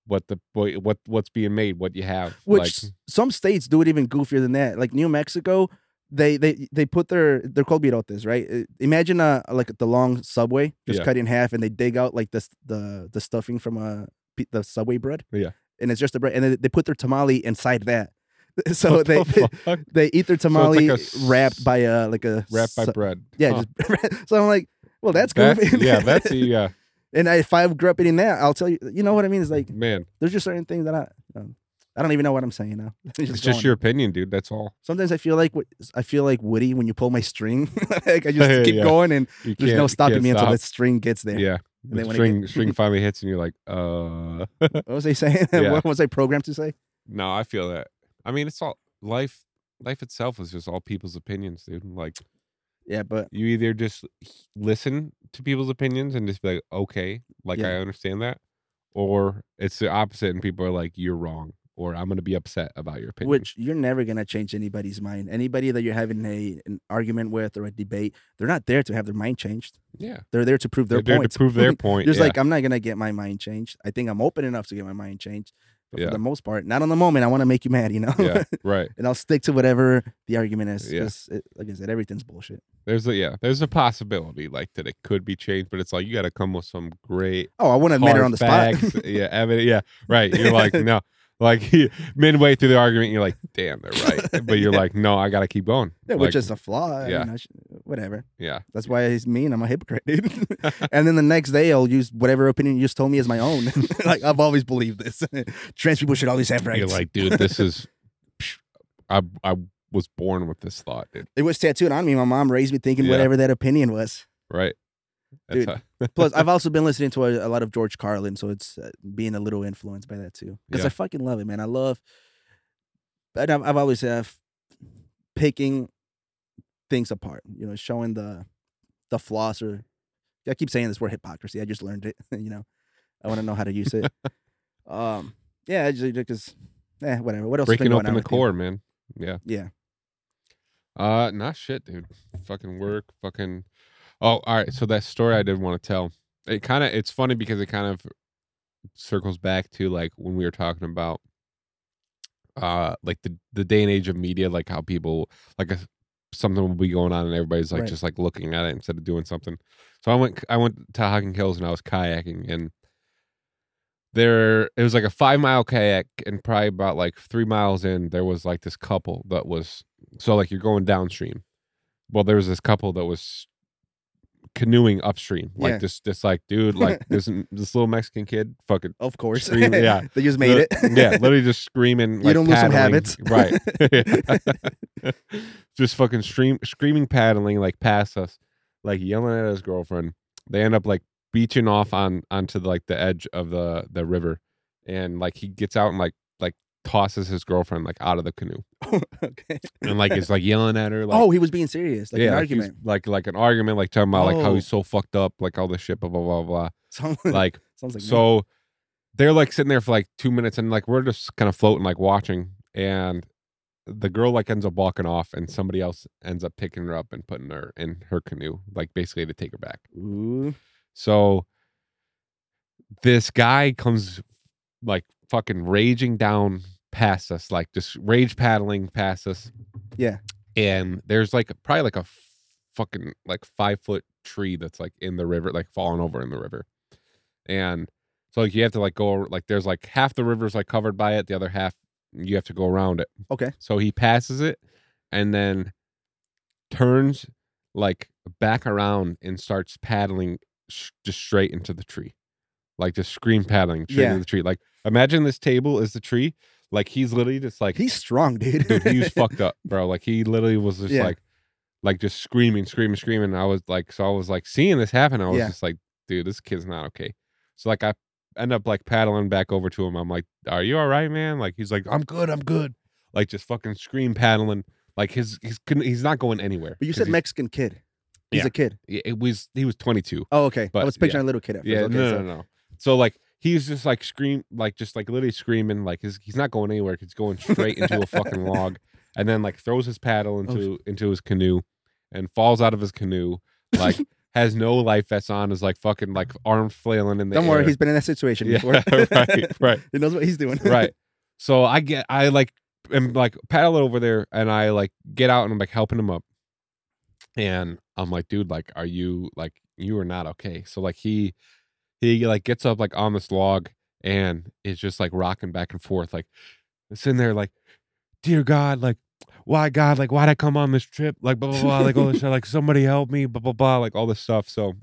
Speaker 6: what the what what- what's being made, what you have,
Speaker 4: Which
Speaker 6: like hmm.
Speaker 4: s- some states do it even goofier than that. Like New Mexico, they they they put their they're called birotes, right? Uh, Imagine uh like the long subway just
Speaker 6: Yeah.
Speaker 4: cut in half, and they dig out like this the the stuffing from a pi- the subway bread.
Speaker 6: Yeah.
Speaker 4: and it's just the bread, and they, they put their tamale inside that. So
Speaker 6: what
Speaker 4: they,
Speaker 6: the
Speaker 4: they
Speaker 6: fuck?
Speaker 4: eat their
Speaker 6: like
Speaker 4: tamale
Speaker 6: a s-
Speaker 4: wrapped by a like a
Speaker 6: wrapped by
Speaker 4: su-
Speaker 6: bread.
Speaker 4: yeah.
Speaker 6: Huh.
Speaker 4: Just, so I'm like, well, that's goofy.
Speaker 6: yeah, that's uh, a, yeah,
Speaker 4: and I, if I grew up eating that, I'll tell you. You know what I mean? It's like
Speaker 6: man.
Speaker 4: there's just certain things that I um, I don't even know what I'm saying now.
Speaker 6: It's just
Speaker 4: going.
Speaker 6: your opinion, dude. That's all.
Speaker 4: Sometimes I feel like what- I feel like Woody when you pull my string. like I just keep
Speaker 6: Yeah.
Speaker 4: going and
Speaker 6: You
Speaker 4: there's
Speaker 6: can't-
Speaker 4: no
Speaker 6: you
Speaker 4: stopping
Speaker 6: can't
Speaker 4: me until
Speaker 6: stop.
Speaker 4: the string gets there.
Speaker 6: Yeah,
Speaker 4: then
Speaker 6: the
Speaker 4: when it
Speaker 6: string string finally hits, and you're like, uh,
Speaker 4: What was I saying?
Speaker 6: Yeah.
Speaker 4: what was I programmed to say?
Speaker 6: no, I feel that. I mean, it's all life. Life itself is just all people's opinions, dude. Like
Speaker 4: Yeah, but
Speaker 6: you either just h- listen to people's opinions and just be like okay like
Speaker 4: Yeah.
Speaker 6: i understand that or it's the opposite and people are like you're wrong or i'm gonna be upset about your opinion
Speaker 4: which you're never gonna change anybody's mind. Anybody that you're having a an argument with or a debate, they're not there to have their mind changed.
Speaker 6: yeah
Speaker 4: They're there to prove their
Speaker 6: they're there
Speaker 4: point.
Speaker 6: to prove their point
Speaker 4: Just
Speaker 6: yeah.
Speaker 4: like I'm not gonna get my mind changed. I think I'm open enough to get my mind changed. But
Speaker 6: Yeah.
Speaker 4: for the most part, not on the moment. I want to make you mad, you know.
Speaker 6: yeah right
Speaker 4: and I'll stick to whatever the argument is.
Speaker 6: Yeah.
Speaker 4: 'cause it- like I said, everything's bullshit.
Speaker 6: there's a yeah there's a possibility like that it could be changed but it's like you gotta come with some great
Speaker 4: Oh, I want to admit her
Speaker 6: hard
Speaker 4: on the
Speaker 6: facts,
Speaker 4: spot.
Speaker 6: yeah evidence yeah right you're like no like midway through the argument you're like damn they're right but you're
Speaker 4: Yeah.
Speaker 6: like no i gotta keep going
Speaker 4: Yeah,
Speaker 6: Like,
Speaker 4: which is a flaw. I
Speaker 6: yeah.
Speaker 4: mean, I sh- whatever.
Speaker 6: yeah
Speaker 4: That's why he's mean. I'm a hypocrite, dude. and then the next day, I'll use whatever opinion you just told me as my own. like I've always believed this. Trans people should always have rights.
Speaker 6: You're like, dude, this is. psh, I I was born with this thought, dude.
Speaker 4: it was tattooed on me. My mom raised me thinking
Speaker 6: Yeah.
Speaker 4: whatever that opinion was.
Speaker 6: Right? That's
Speaker 4: Dude.
Speaker 6: how-
Speaker 4: Plus, I've also been listening to a, a lot of George Carlin, so it's uh, being a little influenced by that too. Because
Speaker 6: Yeah.
Speaker 4: I fucking love it, man. I love, and I've, I've always have picking things apart. You know, showing the the flaws or I keep saying this word hypocrisy. I just learned it. You know, I want to know how to use it. um, yeah, I just because eh, whatever. What else? has been
Speaker 6: breaking
Speaker 4: going
Speaker 6: open
Speaker 4: on
Speaker 6: the
Speaker 4: with you?
Speaker 6: core, man. Yeah.
Speaker 4: Yeah.
Speaker 6: Uh, not shit, dude. Fucking work. Fucking. Oh, all right. So that story I did want to tell. It kind of. It's funny because it kind of circles back to like when we were talking about, uh, like the the day and age of media, like how people like a, something will be going on and everybody's like
Speaker 4: Right.
Speaker 6: just like looking at it instead of doing something. So I went. I went to Hocking Hills and I was kayaking and there it was like a five mile kayak and probably about like three miles in there was like this couple that was so like you're going downstream well there was this couple that was canoeing upstream like
Speaker 4: Yeah.
Speaker 6: this this like dude like this this little mexican kid fucking
Speaker 4: Of course,
Speaker 6: Scream, yeah.
Speaker 4: they just made
Speaker 6: li-
Speaker 4: it.
Speaker 6: yeah literally just screaming like,
Speaker 4: you don't lose some
Speaker 6: paddling,
Speaker 4: habits,
Speaker 6: right just fucking stream screaming paddling like past us like yelling at his girlfriend they end up like beaching off on onto like the edge of the the river and like he gets out and like like tosses his girlfriend like out of the canoe
Speaker 4: okay.
Speaker 6: and like it's like yelling at her like
Speaker 4: oh, he was being serious, like an
Speaker 6: like, he's-
Speaker 4: argument.
Speaker 6: like like an argument like talking about like how
Speaker 4: Oh.
Speaker 6: he's so fucked up like all this shit blah blah blah blah
Speaker 4: Sounds
Speaker 6: like
Speaker 4: sounds like me.
Speaker 6: so they're like sitting there for like two minutes and like we're just kind of floating, like watching. And the girl like ends up walking off and somebody else ends up picking her up and putting her in her canoe, like basically to take her back.
Speaker 4: Ooh.
Speaker 6: So this guy comes like fucking raging down past us, like just rage paddling past us.
Speaker 4: Yeah.
Speaker 6: And there's like probably like a f- fucking like five foot tree that's like in the river, like falling over in the river. And So like you have to like go like there's like half the river's like covered by it, the other half you have to go around it.
Speaker 4: Okay.
Speaker 6: So he passes it and then turns like back around and starts paddling sh- just straight into the tree. Like just scream paddling straight
Speaker 4: Yeah.
Speaker 6: into the tree. Like imagine this table is the tree. Like he's literally just like
Speaker 4: He's strong, dude.
Speaker 6: dude, he was fucked up, bro. Like he literally was just
Speaker 4: Yeah.
Speaker 6: like, like just screaming, screaming, screaming. And I was like, so I was like seeing this happen. I was
Speaker 4: Yeah.
Speaker 6: just like, dude, this kid's not okay. So like I end up like paddling back over to him. I'm like, are you all right, man? Like he's like, I'm good, I'm good. Like just fucking scream paddling. Like his he's couldn't- he's not going anywhere.
Speaker 4: But you
Speaker 6: 'cause
Speaker 4: said
Speaker 6: he's-
Speaker 4: Mexican kid. He's
Speaker 6: Yeah.
Speaker 4: a kid.
Speaker 6: yeah, it was he was 22.
Speaker 4: Oh, okay. I
Speaker 6: But,
Speaker 4: was picturing a little kid at first.
Speaker 6: Yeah,
Speaker 4: okay,
Speaker 6: no,
Speaker 4: so-
Speaker 6: no, no. So like he's just like scream, like just like literally screaming, like his, he's not going anywhere. He's going straight into a fucking log, and then like throws his
Speaker 4: Oh,
Speaker 6: paddle into into his canoe, and falls out of his canoe, like has no life vest on, is like fucking like arm flailing in the
Speaker 4: Don't
Speaker 6: air.
Speaker 4: worry, he's been in that situation
Speaker 6: yeah,
Speaker 4: before.
Speaker 6: right, right,
Speaker 4: he knows what he's doing.
Speaker 6: right. So I get, I like am like paddle over there, and I like get out and I'm like helping him up, and I'm like, dude, like, are you like you are not okay? So like he he like gets up like on this log and is just like rocking back and forth, like sitting there like, dear God, like. Why God? Like, why'd I come on this trip? Like, blah blah blah. Like all this shit. Like, somebody help me. Blah blah blah. Like all this stuff. So,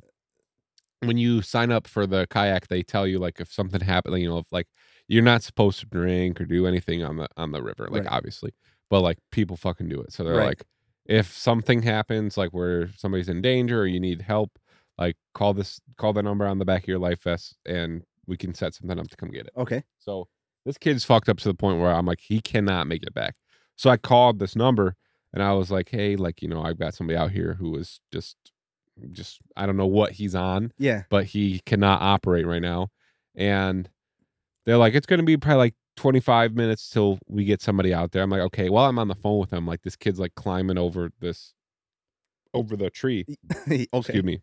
Speaker 6: when you sign up for the kayak, they tell you like if something happened, you know, if like you're not supposed to drink or do anything on the on the river, like
Speaker 4: Right.
Speaker 6: obviously, but like people fucking do it. So they're
Speaker 4: Right.
Speaker 6: like, if something happens, like where somebody's in danger or you need help, like call this call the number on the back of your life vest and we can set something up to come get it.
Speaker 4: Okay.
Speaker 6: So this kid's fucked up to the point where I'm like, he cannot make it back. So I called this number and I was like, hey, like, you know, I've got somebody out here who is just just I don't know what he's on
Speaker 4: Yeah.
Speaker 6: but he cannot operate right now. And they're like, it's going to be probably like 25 minutes till we get somebody out there. I'm like, okay, while I'm on the phone with him, like this kid's like climbing over this, over the tree,
Speaker 4: okay.
Speaker 6: excuse me.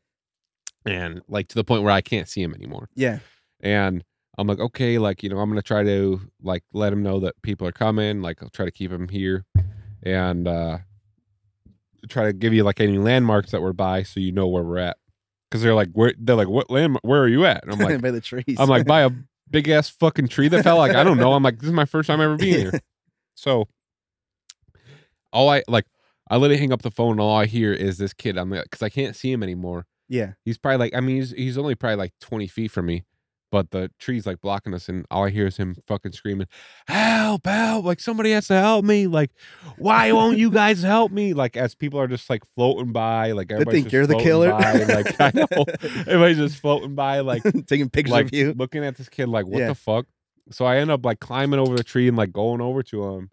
Speaker 6: And like to the point where I can't see him anymore
Speaker 4: Yeah.
Speaker 6: and I'm like, okay, like you know, I'm gonna try to like let him know that people are coming. Like I'll try to keep him here, and uh try to give you like any landmarks that we're by, so you know where we're at. Because they're like, where they're like, what land? Where are you at? And I'm like,
Speaker 4: by the trees.
Speaker 6: I'm like by a big ass fucking tree that fell. Like I don't know. I'm like, this is my first time ever being here. So all I like, I literally hang up the phone. And all I hear is this kid. I'm like, because I can't see him anymore.
Speaker 4: yeah.
Speaker 6: He's probably like, I mean, he's he's only probably like twenty feet from me, but the tree's like blocking us, and all I hear is him fucking screaming, "Help! Help! Like somebody has to help me! Like, why won't you guys help me? Like, as people are just like floating by, like
Speaker 4: They
Speaker 6: everybody's
Speaker 4: think
Speaker 6: just
Speaker 4: you're the
Speaker 6: floating
Speaker 4: killer.
Speaker 6: by, like I know everybody's just floating by, like
Speaker 4: Taking pictures
Speaker 6: like
Speaker 4: of you.
Speaker 6: looking at this kid like what
Speaker 4: Yeah.
Speaker 6: the fuck so i end up like climbing over the tree and like going over to him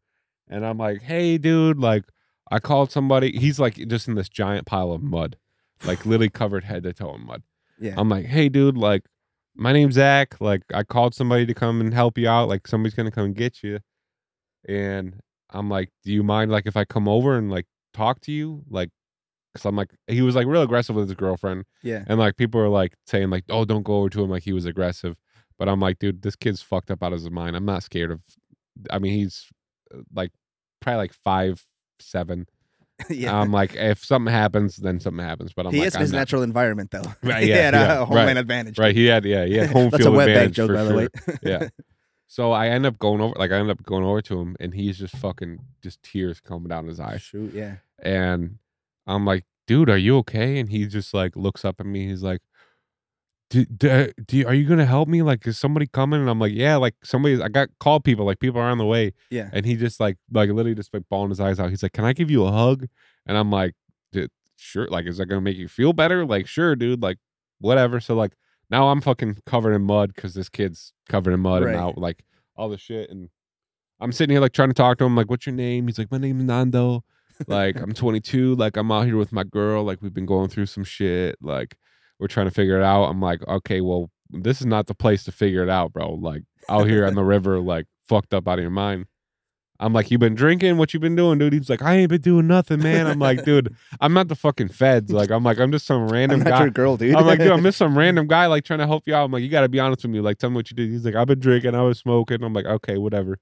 Speaker 6: and i'm like hey dude like i called somebody he's like just in this giant pile of mud like literally covered head to toe in mud
Speaker 4: Yeah.
Speaker 6: i'm like hey dude like my name's zach like i called somebody to come and help you out like somebody's gonna come and get you and i'm like do you mind like if i come over and like talk to you like because i'm like he was like real aggressive with his girlfriend
Speaker 4: yeah.
Speaker 6: and like people are like saying like, "Oh, don't go over to him," like he was aggressive. But I'm like, dude, this kid's fucked up out of his mind. I'm not scared of. I mean, he's uh, like probably like five seven.
Speaker 4: yeah.
Speaker 6: I'm like, if something happens, then something happens. But I'm
Speaker 4: he
Speaker 6: like,
Speaker 4: is in
Speaker 6: I'm
Speaker 4: his
Speaker 6: not-
Speaker 4: natural environment, though.
Speaker 6: Right,
Speaker 4: he
Speaker 6: yeah,
Speaker 4: had a
Speaker 6: yeah,
Speaker 4: homeland
Speaker 6: right,
Speaker 4: advantage.
Speaker 6: right. He had yeah he had home
Speaker 4: That's
Speaker 6: field
Speaker 4: a wet bag
Speaker 6: advantage
Speaker 4: joke,
Speaker 6: for
Speaker 4: by
Speaker 6: sure.
Speaker 4: the way.
Speaker 6: yeah. So I end up going over like I end up going over to him, and he's just fucking just tears coming down his eyes.
Speaker 4: Shoot. Yeah.
Speaker 6: and I'm like, dude, are you okay? And he just like looks up at me. He's like, do, do, do you- are you gonna help me? Like, is somebody coming? And I'm like, yeah, like somebody. I got called people. Like people are on the way.
Speaker 4: Yeah.
Speaker 6: And he just like like literally just like bawling his eyes out. He's like, can I give you a hug? And I'm like, "Dude, sure. Like, is that gonna make you feel better? Like, sure, dude. Like, whatever. So like now I'm fucking covered in mud because this kid's covered in mud
Speaker 4: Right.
Speaker 6: and out like all the shit. And I'm sitting here like trying to talk to him. Like, what's your name? He's like, my name's Nando like i'm 22 like i'm out here with my girl like we've been going through some shit like we're trying to figure it out i'm like okay well this is not the place to figure it out bro like out here on the river like fucked up out of your mind i'm like you been drinking what you been doing dude he's like i ain't been doing nothing man i'm like dude i'm not the fucking feds like i'm like i'm just some
Speaker 4: I'm
Speaker 6: random
Speaker 4: not
Speaker 6: guy
Speaker 4: your girl, dude.
Speaker 6: I'm like, dude, I'm just some random guy like trying to help you out. I'm like, you gotta be honest with me. Like, tell me what you did. He's like, I've been drinking, I was smoking. I'm like, okay, whatever.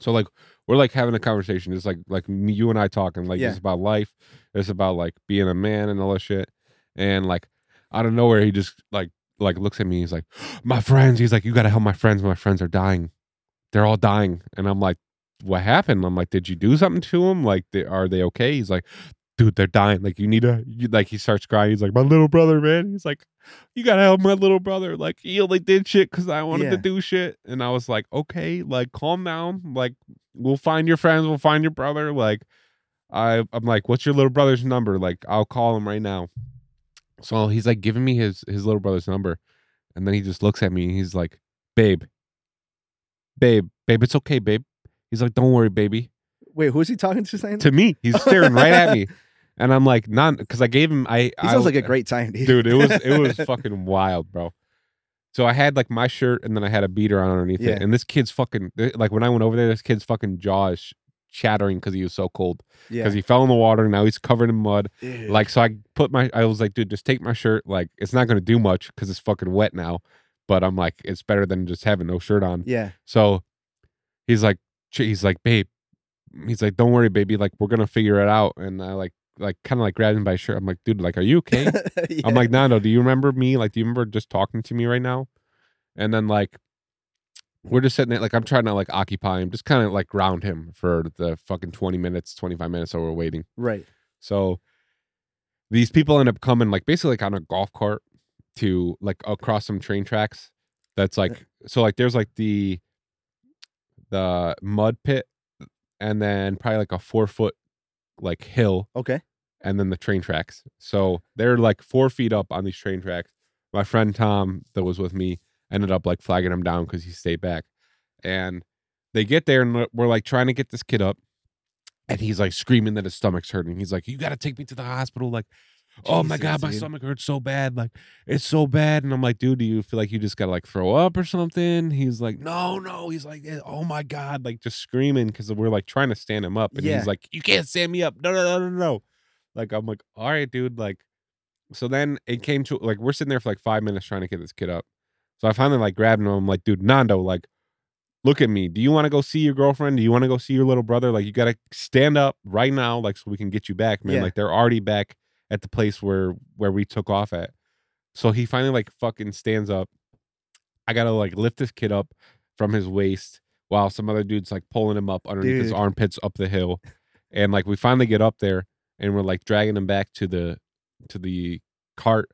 Speaker 6: So like we're like having a conversation. It's like like me, you and I talking. Like
Speaker 4: Yeah.
Speaker 6: it's about life. It's about like being a man and all that shit. And like out of nowhere, he just like like looks at me. He's like, "My friends." He's like, "You got to help my friends. My friends are dying. They're all dying." And I'm like, "What happened?" I'm like, "Did you do something to them? Like, they, are they okay?" He's like, "Dude, they're dying. Like, you need to." You, like, he starts crying. He's like, "My little brother, man." He's like, "You got to help my little brother. Like, he only did shit because I wanted to
Speaker 4: Yeah.
Speaker 6: do shit." And I was like, "Okay, like, calm down. Like, we'll find your friends. We'll find your brother. Like." I, I'm like, what's your little brother's number? Like, I'll call him right now. So he's like giving me his his little brother's number, and then he just looks at me and he's like, "Babe, babe, babe, it's okay, babe." He's like, "Don't worry, baby."
Speaker 4: Wait, who's he talking to? Saying
Speaker 6: To me, he's staring right at me, and I'm like, "Not," because I gave him. I
Speaker 4: he
Speaker 6: I-
Speaker 4: sounds like a great time, dude.
Speaker 6: dude. It was it was fucking wild, bro. So I had like my shirt, and then I had a beater on underneath
Speaker 4: Yeah.
Speaker 6: it, and this kid's fucking like when I went over there, this kid's fucking jaw is chattering because he was so cold
Speaker 4: yeah.
Speaker 6: because he fell in the water and now he's covered in mud.
Speaker 4: Dude.
Speaker 6: Like, so I put my, I was like, dude, just take my shirt. Like, it's not going to do much because it's fucking wet now. But I'm like, it's better than just having no shirt on.
Speaker 4: yeah,
Speaker 6: So he's like, ch- he's like, babe, he's like, don't worry, baby. Like, we're going to figure it out. And I like, like, kind of like grabbed him by his shirt. I'm like, dude, like, are you okay?
Speaker 4: Yeah.
Speaker 6: I'm like, Nando, do you remember me? Like, do you remember just talking to me right now? And then like, we're just sitting there, like I'm trying to like occupy him, just kind of like ground him for the fucking 20 minutes, 25 minutes while we're waiting.
Speaker 4: right.
Speaker 6: So these people end up coming like basically like on a golf cart to like across some train tracks. That's like so like there's like the the mud pit and then probably like a four foot like hill
Speaker 4: Okay.
Speaker 6: and then the train tracks. So they're like four feet up on these train tracks. My friend Tom that was with me ended up like flagging him down because he stayed back. And they get there and we're- we're like trying to get this kid up. And he's like screaming that his stomach's hurting. He's like, You gotta take me to the hospital. Like, oh my
Speaker 4: Jesus,
Speaker 6: God, my
Speaker 4: dude.
Speaker 6: stomach hurts so bad. Like, it's so bad. And I'm like, dude, do you feel like you just gotta like throw up or something? He's like, No, no. He's like, "Eh, Oh my God, like just screaming because we're like trying to stand him up. And
Speaker 4: Yeah.
Speaker 6: he's like, You can't stand me up. No, no, no, no, no. Like, I'm like, all right, dude. Like, so then it came to like we're sitting there for like five minutes trying to get this kid up. So I finally like grabbed him. I'm like, dude, Nando, like, look at me. Do you want to go see your girlfriend? Do you want to go see your little brother? Like, you gotta stand up right now, like, so we can get you back, man.
Speaker 4: Yeah.
Speaker 6: Like, they're already back at the place where where we took off at. So he finally like fucking stands up. I gotta like lift this kid up from his waist while some other dude's like pulling him up underneath his
Speaker 4: Dude.
Speaker 6: armpits up the hill. And like we finally get up there and we're like dragging him back to the to the cart.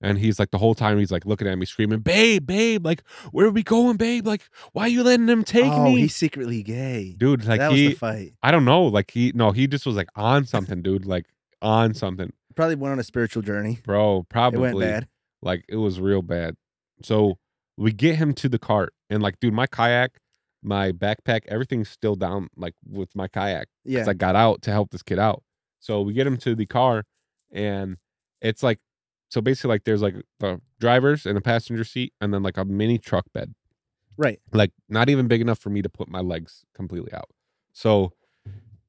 Speaker 6: And he's like the whole time he's like looking at me screaming, Babe, babe, like where are we going, babe? Like, why are you letting him take
Speaker 4: oh,
Speaker 6: me?
Speaker 4: he's secretly gay.
Speaker 6: Dude, like
Speaker 4: that was
Speaker 6: he
Speaker 4: the fight.
Speaker 6: I don't know. Like he no, he just was like on something, dude. Like on something.
Speaker 4: Probably went on a spiritual journey.
Speaker 6: Bro, probably
Speaker 4: It went bad.
Speaker 6: like it was real bad. So we get him to the cart and like, dude, my kayak, my backpack, everything's still down like with my kayak
Speaker 4: Yeah.
Speaker 6: because I got out to help this kid out. So we get him to the car and it's like so basically like there's like the drivers and a passenger seat and then like a mini truck bed.
Speaker 4: Right.
Speaker 6: Like not even big enough for me to put my legs completely out. So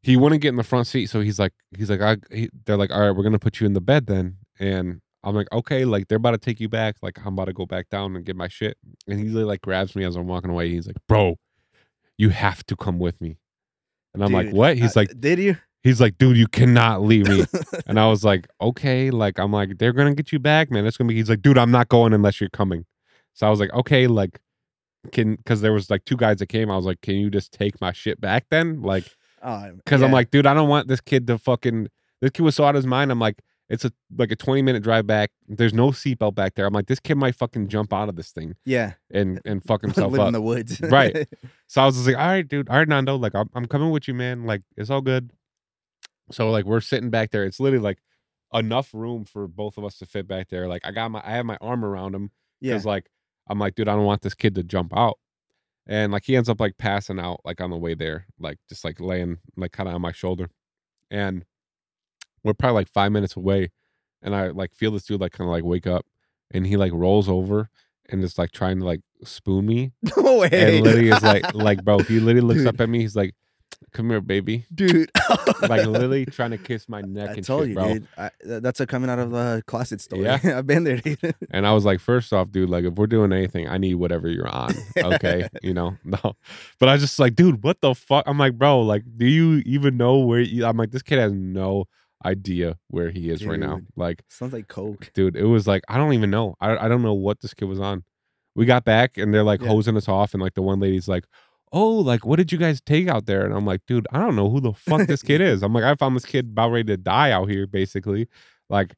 Speaker 6: he wouldn't get in the front seat. So he's like, he's like, I, he, they're like, all right, we're gonna put you in the bed then. And I'm like, okay, like they're about to take you back. Like I'm about to go back down and get my shit. And he like grabs me as I'm walking away. He's like, bro, you have to come with me. And I'm like,
Speaker 4: Dude,
Speaker 6: what? He's
Speaker 4: I-
Speaker 6: like,
Speaker 4: did you?
Speaker 6: he's like, dude, you cannot leave me. and I was like, okay, like I'm like, they're gonna get you back, man. It's gonna be. He's like, dude, I'm not going unless you're coming. So I was like, okay, like, can because there was like two guys that came. I was like, can you just take my shit back then? Like,
Speaker 4: Oh,
Speaker 6: because I'm
Speaker 4: yeah.
Speaker 6: like, dude, I don't want this kid to fucking. This kid was so out of his mind. I'm like, it's a like a 20 minute drive back. There's no seatbelt back there. I'm like, this kid might fucking jump out of this thing
Speaker 4: yeah,
Speaker 6: and and fuck himself
Speaker 4: live
Speaker 6: up.
Speaker 4: in the woods.
Speaker 6: Right. So I was just like, all right, dude, all right, Nando, like I'm, I'm coming with you, man. Like it's all good. So like we're sitting back there. It's literally like enough room for both of us to fit back there. Like I got my I have my arm around him
Speaker 4: yeah.
Speaker 6: because like I'm like, dude, I don't want this kid to jump out. And like he ends up like passing out like on the way there, like just like laying like kind of on my shoulder. And we're probably like five minutes away. And I like feel this dude like kind of like wake up and he like rolls over and is like trying to like spoon me.
Speaker 4: No way.
Speaker 6: And Lily is like, like, bro, he literally looks
Speaker 4: Dude.
Speaker 6: up at me. He's like, come here, baby.
Speaker 4: dude.
Speaker 6: Like literally trying to kiss my neck
Speaker 4: I
Speaker 6: and
Speaker 4: told
Speaker 6: shit,
Speaker 4: you,
Speaker 6: bro.
Speaker 4: dude. I, th- that's a coming out of the closet story.
Speaker 6: Yeah.
Speaker 4: I've been there, dude.
Speaker 6: And I was like, first off, dude, like if we're doing anything, I need whatever you're on. Okay. you know, no. But I was just like, dude, what the fuck? I'm like, bro, like, do you even know where you I'm like, this kid has no idea where he is right now.
Speaker 4: Dude.
Speaker 6: Like,
Speaker 4: Sounds like coke.
Speaker 6: dude, it was like I don't even know. I I don't know what this kid was on. We got back and they're like
Speaker 4: Yeah.
Speaker 6: hosing us off, and like the one lady's like, "Oh, like what did you guys take out there?" And I'm like, "Dude, I don't know who the fuck this kid is." I'm like, I found this kid about ready to die out here, basically. Like,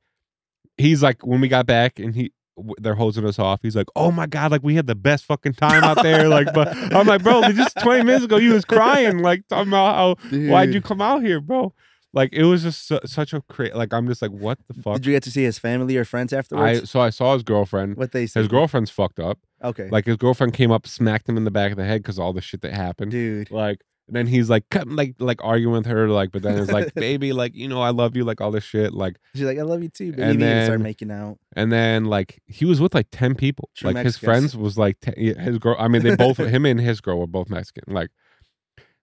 Speaker 6: he's like when we got back and he. w- They're hosing us off. He's like, "Oh my god! Like we had the best fucking time out there." Like, but I'm like, "Bro, just 20 minutes ago, you was crying, like talking about how Why'd you
Speaker 4: Dude.
Speaker 6: come out here, bro? Like it was just su- such a cra- like I'm just like what the fuck.
Speaker 4: Did you get to see his family or friends
Speaker 6: I
Speaker 4: afterwards?
Speaker 6: so I saw his girlfriend.
Speaker 4: what they said.
Speaker 6: His girlfriend's fucked up.
Speaker 4: Okay.
Speaker 6: Like his girlfriend came up, smacked him in the back of the head because all the shit that happened.
Speaker 4: dude.
Speaker 6: Like and then he's like cut, like like arguing with her like, but then it's like baby, like you know I love you, like all this shit, like
Speaker 4: She's like, I love you too, baby.
Speaker 6: And
Speaker 4: And, start
Speaker 6: then-
Speaker 4: making out.
Speaker 6: and then like he was with like ten people.
Speaker 4: True
Speaker 6: like his
Speaker 4: Mexicans.
Speaker 6: friends was like te- yeah, his girl. I mean, they both him and his girl were both Mexican. Like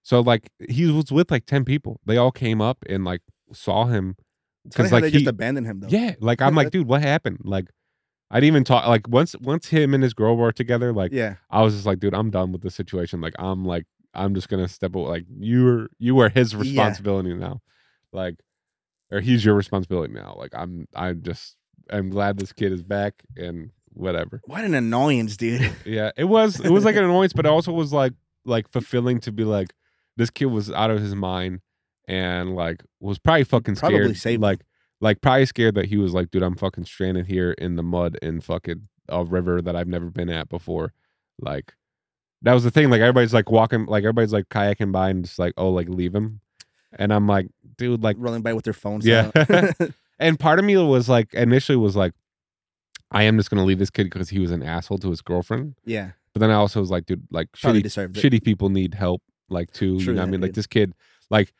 Speaker 6: so like he was with like ten people. They all came up and like saw him
Speaker 4: It's funny
Speaker 6: 'Cause,
Speaker 4: how
Speaker 6: like,
Speaker 4: they just
Speaker 6: he-
Speaker 4: abandoned him though.
Speaker 6: Yeah, like I'm like, dude, what happened? Like, I didn't even talk. Like once once him and his girl were together, like
Speaker 4: yeah.
Speaker 6: I was just like, dude, I'm done with this situation. Like I'm like I'm just gonna step away. Like you're you are his responsibility now, like or he's your responsibility now. Like I'm I'm just I'm glad this kid is back and whatever.
Speaker 4: What an annoyance, dude.
Speaker 6: Yeah, it was it was like an annoyance, but it also was like like fulfilling to be like this kid was out of his mind and like was probably fucking scared.
Speaker 4: probably saved him.
Speaker 6: like like probably scared that he was like, dude, I'm fucking stranded here in the mud in fucking a river that I've never been at before. Like that was the thing. Like everybody's like walking, like everybody's like kayaking by and just like, oh, like leave him. And I'm like, dude, like
Speaker 4: Rolling by with their phones.
Speaker 6: Yeah.
Speaker 4: out.
Speaker 6: and part of me was like initially was like, I am just gonna leave this kid because he was an asshole to his girlfriend.
Speaker 4: yeah.
Speaker 6: But then I also was like, dude, like
Speaker 4: Probably
Speaker 6: shitty,
Speaker 4: deserved it.
Speaker 6: shitty people need help, like too.
Speaker 4: True
Speaker 6: you know what I
Speaker 4: that,
Speaker 6: mean? Like
Speaker 4: dude.
Speaker 6: this kid, like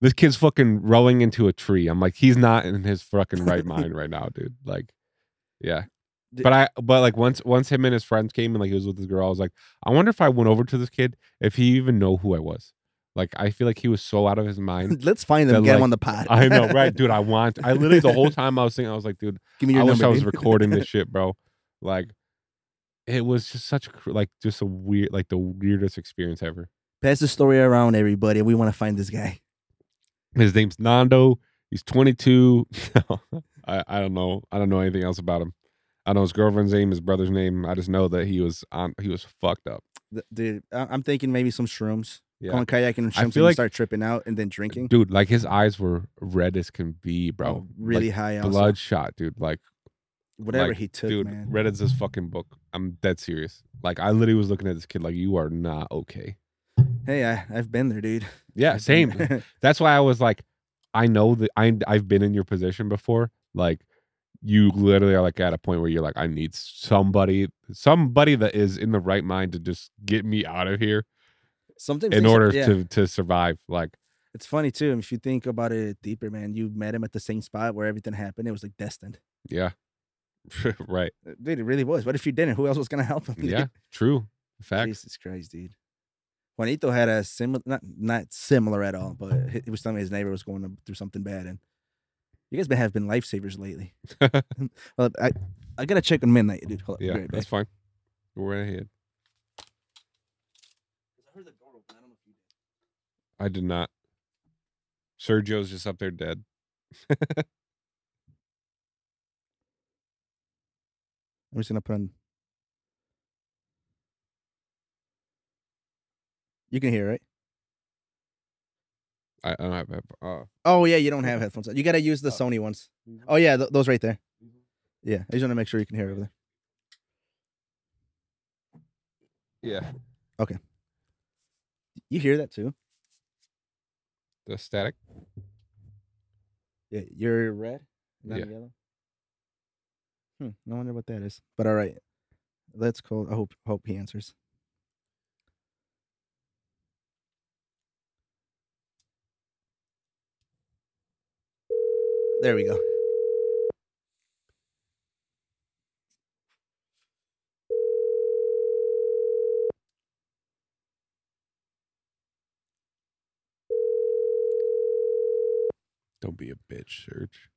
Speaker 6: this kid's fucking rolling into a tree. I'm like, he's not in his fucking right mind right now, dude. Like, yeah.
Speaker 4: D-
Speaker 6: But I, but like once, once him and his friends came and like he was with this girl, I was like, I wonder if I went over to this kid if he even know who I was. Like, I feel like he was so out of his mind.
Speaker 4: Let's find them.
Speaker 6: They're
Speaker 4: Get them
Speaker 6: like,
Speaker 4: on the pod.
Speaker 6: I know, right, dude? I want. I literally the whole time I was thinking, I was like, dude.
Speaker 4: Give me
Speaker 6: I
Speaker 4: your
Speaker 6: wish
Speaker 4: number.
Speaker 6: I was
Speaker 4: dude.
Speaker 6: recording this shit, bro. Like, it was just such a cr- like just a weird like the weirdest experience ever.
Speaker 4: Pass the story around, everybody. We want to find this guy.
Speaker 6: His name's Nando. He's 22. I I don't know. I don't know anything else about him. I know his girlfriend's name, his brother's name. I just know that he was on. He was fucked up.
Speaker 4: Th- Dude, I- I'm thinking maybe some shrooms.
Speaker 6: Yeah.
Speaker 4: Going kayaking and shrooms
Speaker 6: I
Speaker 4: and
Speaker 6: feel
Speaker 4: you
Speaker 6: like-
Speaker 4: start tripping out and then drinking.
Speaker 6: Dude, like his eyes were red as can be, bro.
Speaker 4: really
Speaker 6: Like,
Speaker 4: high. Oh, Also.
Speaker 6: bloodshot, dude. Like,
Speaker 4: Whatever
Speaker 6: like,
Speaker 4: he took,
Speaker 6: dude,
Speaker 4: man. Mm-hmm.
Speaker 6: red as this fucking book. I'm dead serious. Like, I literally was looking at this kid like, you are not okay.
Speaker 4: Hey, I, I've been there, dude.
Speaker 6: Yeah,
Speaker 4: I've been
Speaker 6: same.
Speaker 4: there.
Speaker 6: that's why I was like, I know that I I've been in your position before. Like, you literally are like at a point where you're like, I need somebody, somebody that is in the right mind to just get me out of here
Speaker 4: Sometimes
Speaker 6: in
Speaker 4: things-
Speaker 6: order
Speaker 4: yeah.
Speaker 6: to to survive. Like,
Speaker 4: It's funny too. If you think about it deeper, man, you met him at the same spot where everything happened. It was like destined.
Speaker 6: yeah, right,
Speaker 4: Uh, Dude, it really was. What if you didn't? Who else was gonna help him? dude?
Speaker 6: yeah, true, fact.
Speaker 4: Jesus Christ, dude. Juanito had a similar, not not similar at all, but he he was telling me his neighbor was going to- through something bad, and you guys been have been lifesavers lately. well, I I gotta check on midnight, dude. Hold on,
Speaker 6: Yeah, that's fine. We're right ahead. I did not. Sergio's just up there dead.
Speaker 4: I'm just gonna put on. You can hear, right?
Speaker 6: I, I don't have. Uh,
Speaker 4: Oh yeah, you don't have headphones. on. You gotta use the Sony ones. Oh yeah, th- those right there. Yeah, I just want to make sure you can hear over there.
Speaker 6: yeah,
Speaker 4: You hear that too?
Speaker 6: the static.
Speaker 4: Yeah, you're red, not
Speaker 6: Yeah.
Speaker 4: yellow. Hmm, no wonder what that is. But all right, let's call. I hope hope he answers. There we go.
Speaker 6: Don't be a bitch, Serge.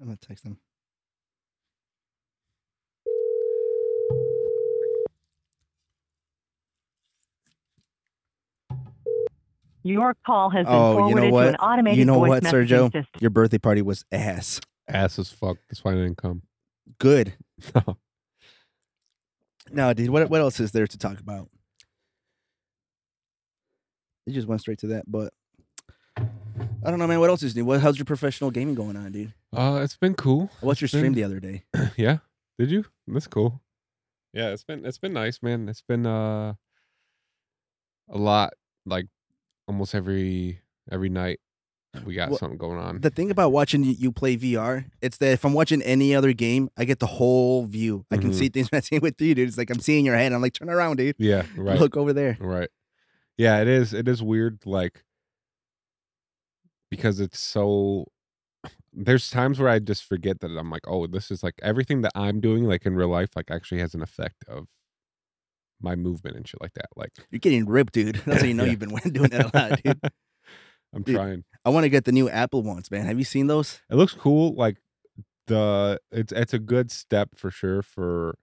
Speaker 4: I'm gonna text him.
Speaker 7: Your call has been
Speaker 4: Oh, you know
Speaker 7: forwarded
Speaker 4: what?
Speaker 7: to an automated
Speaker 4: You know
Speaker 7: voice
Speaker 4: what,
Speaker 7: messaging
Speaker 4: Sergio?
Speaker 7: system.
Speaker 4: Your birthday party was ass.
Speaker 6: Ass as fuck. That's why I didn't come.
Speaker 4: Good. No, dude. What what else is there to talk about? It just went straight to that, but I don't know, man. What else is new? What, how's your professional gaming going on, dude?
Speaker 6: uh, it's been cool.
Speaker 4: I watched your
Speaker 6: It's been-
Speaker 4: stream the other day.
Speaker 6: yeah. Did you? That's cool. Yeah, it's been it's been nice, man. It's been uh a lot like almost every every night we got
Speaker 4: Well,
Speaker 6: something going on.
Speaker 4: The thing about watching you, you play VR, it's that if I'm watching any other game, I get the whole view. I can
Speaker 6: Mhm.
Speaker 4: see things I'm not seeing with you, dude. It's like I'm seeing your head. I'm like, turn around, dude.
Speaker 6: yeah, right.
Speaker 4: Look over there.
Speaker 6: Right. Yeah, it is. It is weird, like because it's so. There's times where I just forget that I'm like, oh, this is like everything that I'm doing, like in real life, like actually has an effect of my movement and shit like that. Like,
Speaker 4: You're getting ripped, dude. That's how you know
Speaker 6: Yeah.
Speaker 4: you've been doing that a lot, dude.
Speaker 6: I'm
Speaker 4: Dude.
Speaker 6: trying.
Speaker 4: I want to get the new Apple ones, man. Have you seen those?
Speaker 6: It looks cool. Like the it's it's a good step for sure for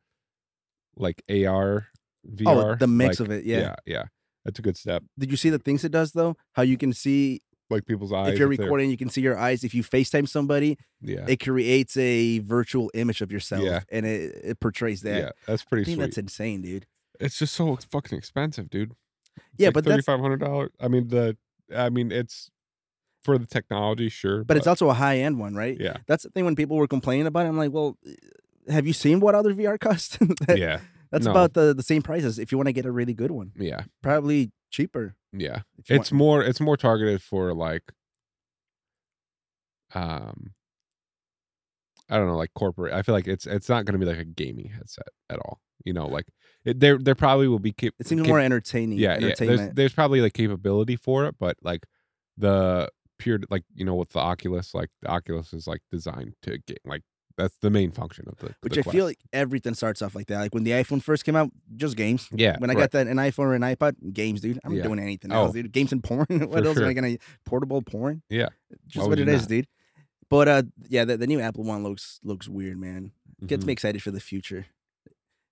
Speaker 6: like AR, VR.
Speaker 4: oh, the mix of it. yeah.
Speaker 6: yeah, yeah. That's a good step.
Speaker 4: Did you see the things it does though? How you can see
Speaker 6: Like people's eyes.
Speaker 4: if you're
Speaker 6: they're-
Speaker 4: recording, you can see your eyes. If you FaceTime somebody,
Speaker 6: yeah,
Speaker 4: it creates a virtual image of yourself
Speaker 6: Yeah.
Speaker 4: and it, it portrays that.
Speaker 6: yeah, that's
Speaker 4: I
Speaker 6: pretty
Speaker 4: think
Speaker 6: sweet.
Speaker 4: that's insane, dude.
Speaker 6: It's just so fucking expensive, dude. It's
Speaker 4: Yeah,
Speaker 6: like
Speaker 4: but
Speaker 6: thirty
Speaker 4: that's
Speaker 6: five hundred dollars. I mean the, I mean it's for the technology, sure,
Speaker 4: but it's also a high end one, right?
Speaker 6: yeah,
Speaker 4: That's the thing when people were complaining about it. I'm like, well, have you seen what other VR cost? That-
Speaker 6: yeah,
Speaker 4: That's
Speaker 6: no.
Speaker 4: about the, the same price as if you want to get a really good one.
Speaker 6: yeah,
Speaker 4: Probably cheaper.
Speaker 6: yeah.
Speaker 4: If you
Speaker 6: It's more, it's more targeted for like, um, I don't know, like corporate. I feel like it's it's not gonna be like a gaming headset at all. You know, like it, there there probably will be cap-
Speaker 4: It seems
Speaker 6: cap-
Speaker 4: more entertaining.
Speaker 6: yeah, yeah. There's,
Speaker 4: entertainment.
Speaker 6: there's probably like capability for it, but like the pure like you know with the Oculus, like the Oculus is like designed to get like that's the main function of the.
Speaker 4: Which
Speaker 6: the
Speaker 4: I feel
Speaker 6: Quest.
Speaker 4: like everything starts off like that. Like when the iPhone first came out, just games.
Speaker 6: Yeah.
Speaker 4: When I got that an iPhone or an iPod, games, dude. I'm not
Speaker 6: Uh, Yeah.
Speaker 4: doing anything
Speaker 6: Oh.
Speaker 4: else, dude. Games and porn. what
Speaker 6: For
Speaker 4: else am I
Speaker 6: sure.
Speaker 4: gonna portable porn?
Speaker 6: Yeah.
Speaker 4: Just
Speaker 6: Why
Speaker 4: what
Speaker 6: would
Speaker 4: it
Speaker 6: you
Speaker 4: is,
Speaker 6: not?
Speaker 4: dude. But uh yeah, the, the new Apple one looks looks weird, man.
Speaker 6: that
Speaker 4: Gets me excited for the future.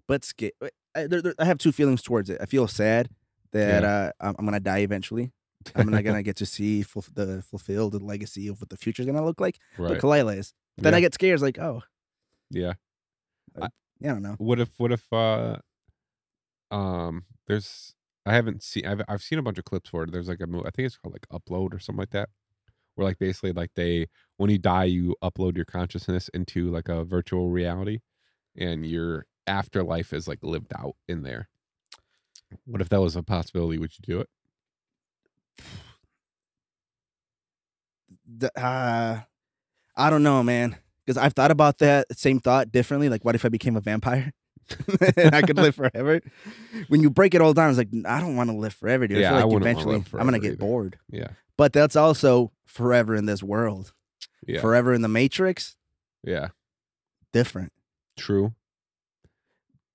Speaker 4: But sca- I, there, there, I have two feelings towards it. I feel sad that
Speaker 6: Yeah.
Speaker 4: uh, I'm, I'm gonna die eventually. I'm not gonna get to see ful- the fulfilled the legacy of what the future's gonna look like. But
Speaker 6: right.
Speaker 4: Kalila is. But then
Speaker 6: yeah.
Speaker 4: I get scared. It's like, oh,
Speaker 6: yeah.
Speaker 4: yeah, I don't know.
Speaker 6: What if what if uh um there's I haven't seen I've I've seen a bunch of clips for it. There's like a movie I think it's called like Upload or something like that. Where like basically like they when you die you upload your consciousness into like a virtual reality and your afterlife is like lived out in there. What if that was a possibility? Would you do it?
Speaker 4: the, uh, I don't know, man. Because I've thought about that same thought differently. Like, what if I became a vampire and I could live forever? When you break it all down, it's like I don't want to live forever, dude. I
Speaker 6: Yeah, I
Speaker 4: feel like
Speaker 6: wouldn't wanna
Speaker 4: eventually
Speaker 6: live
Speaker 4: I'm gonna
Speaker 6: forever
Speaker 4: get
Speaker 6: either.
Speaker 4: bored.
Speaker 6: Yeah.
Speaker 4: But that's also forever in this world.
Speaker 6: Yeah.
Speaker 4: Forever in the Matrix,
Speaker 6: yeah.
Speaker 4: different.
Speaker 6: True.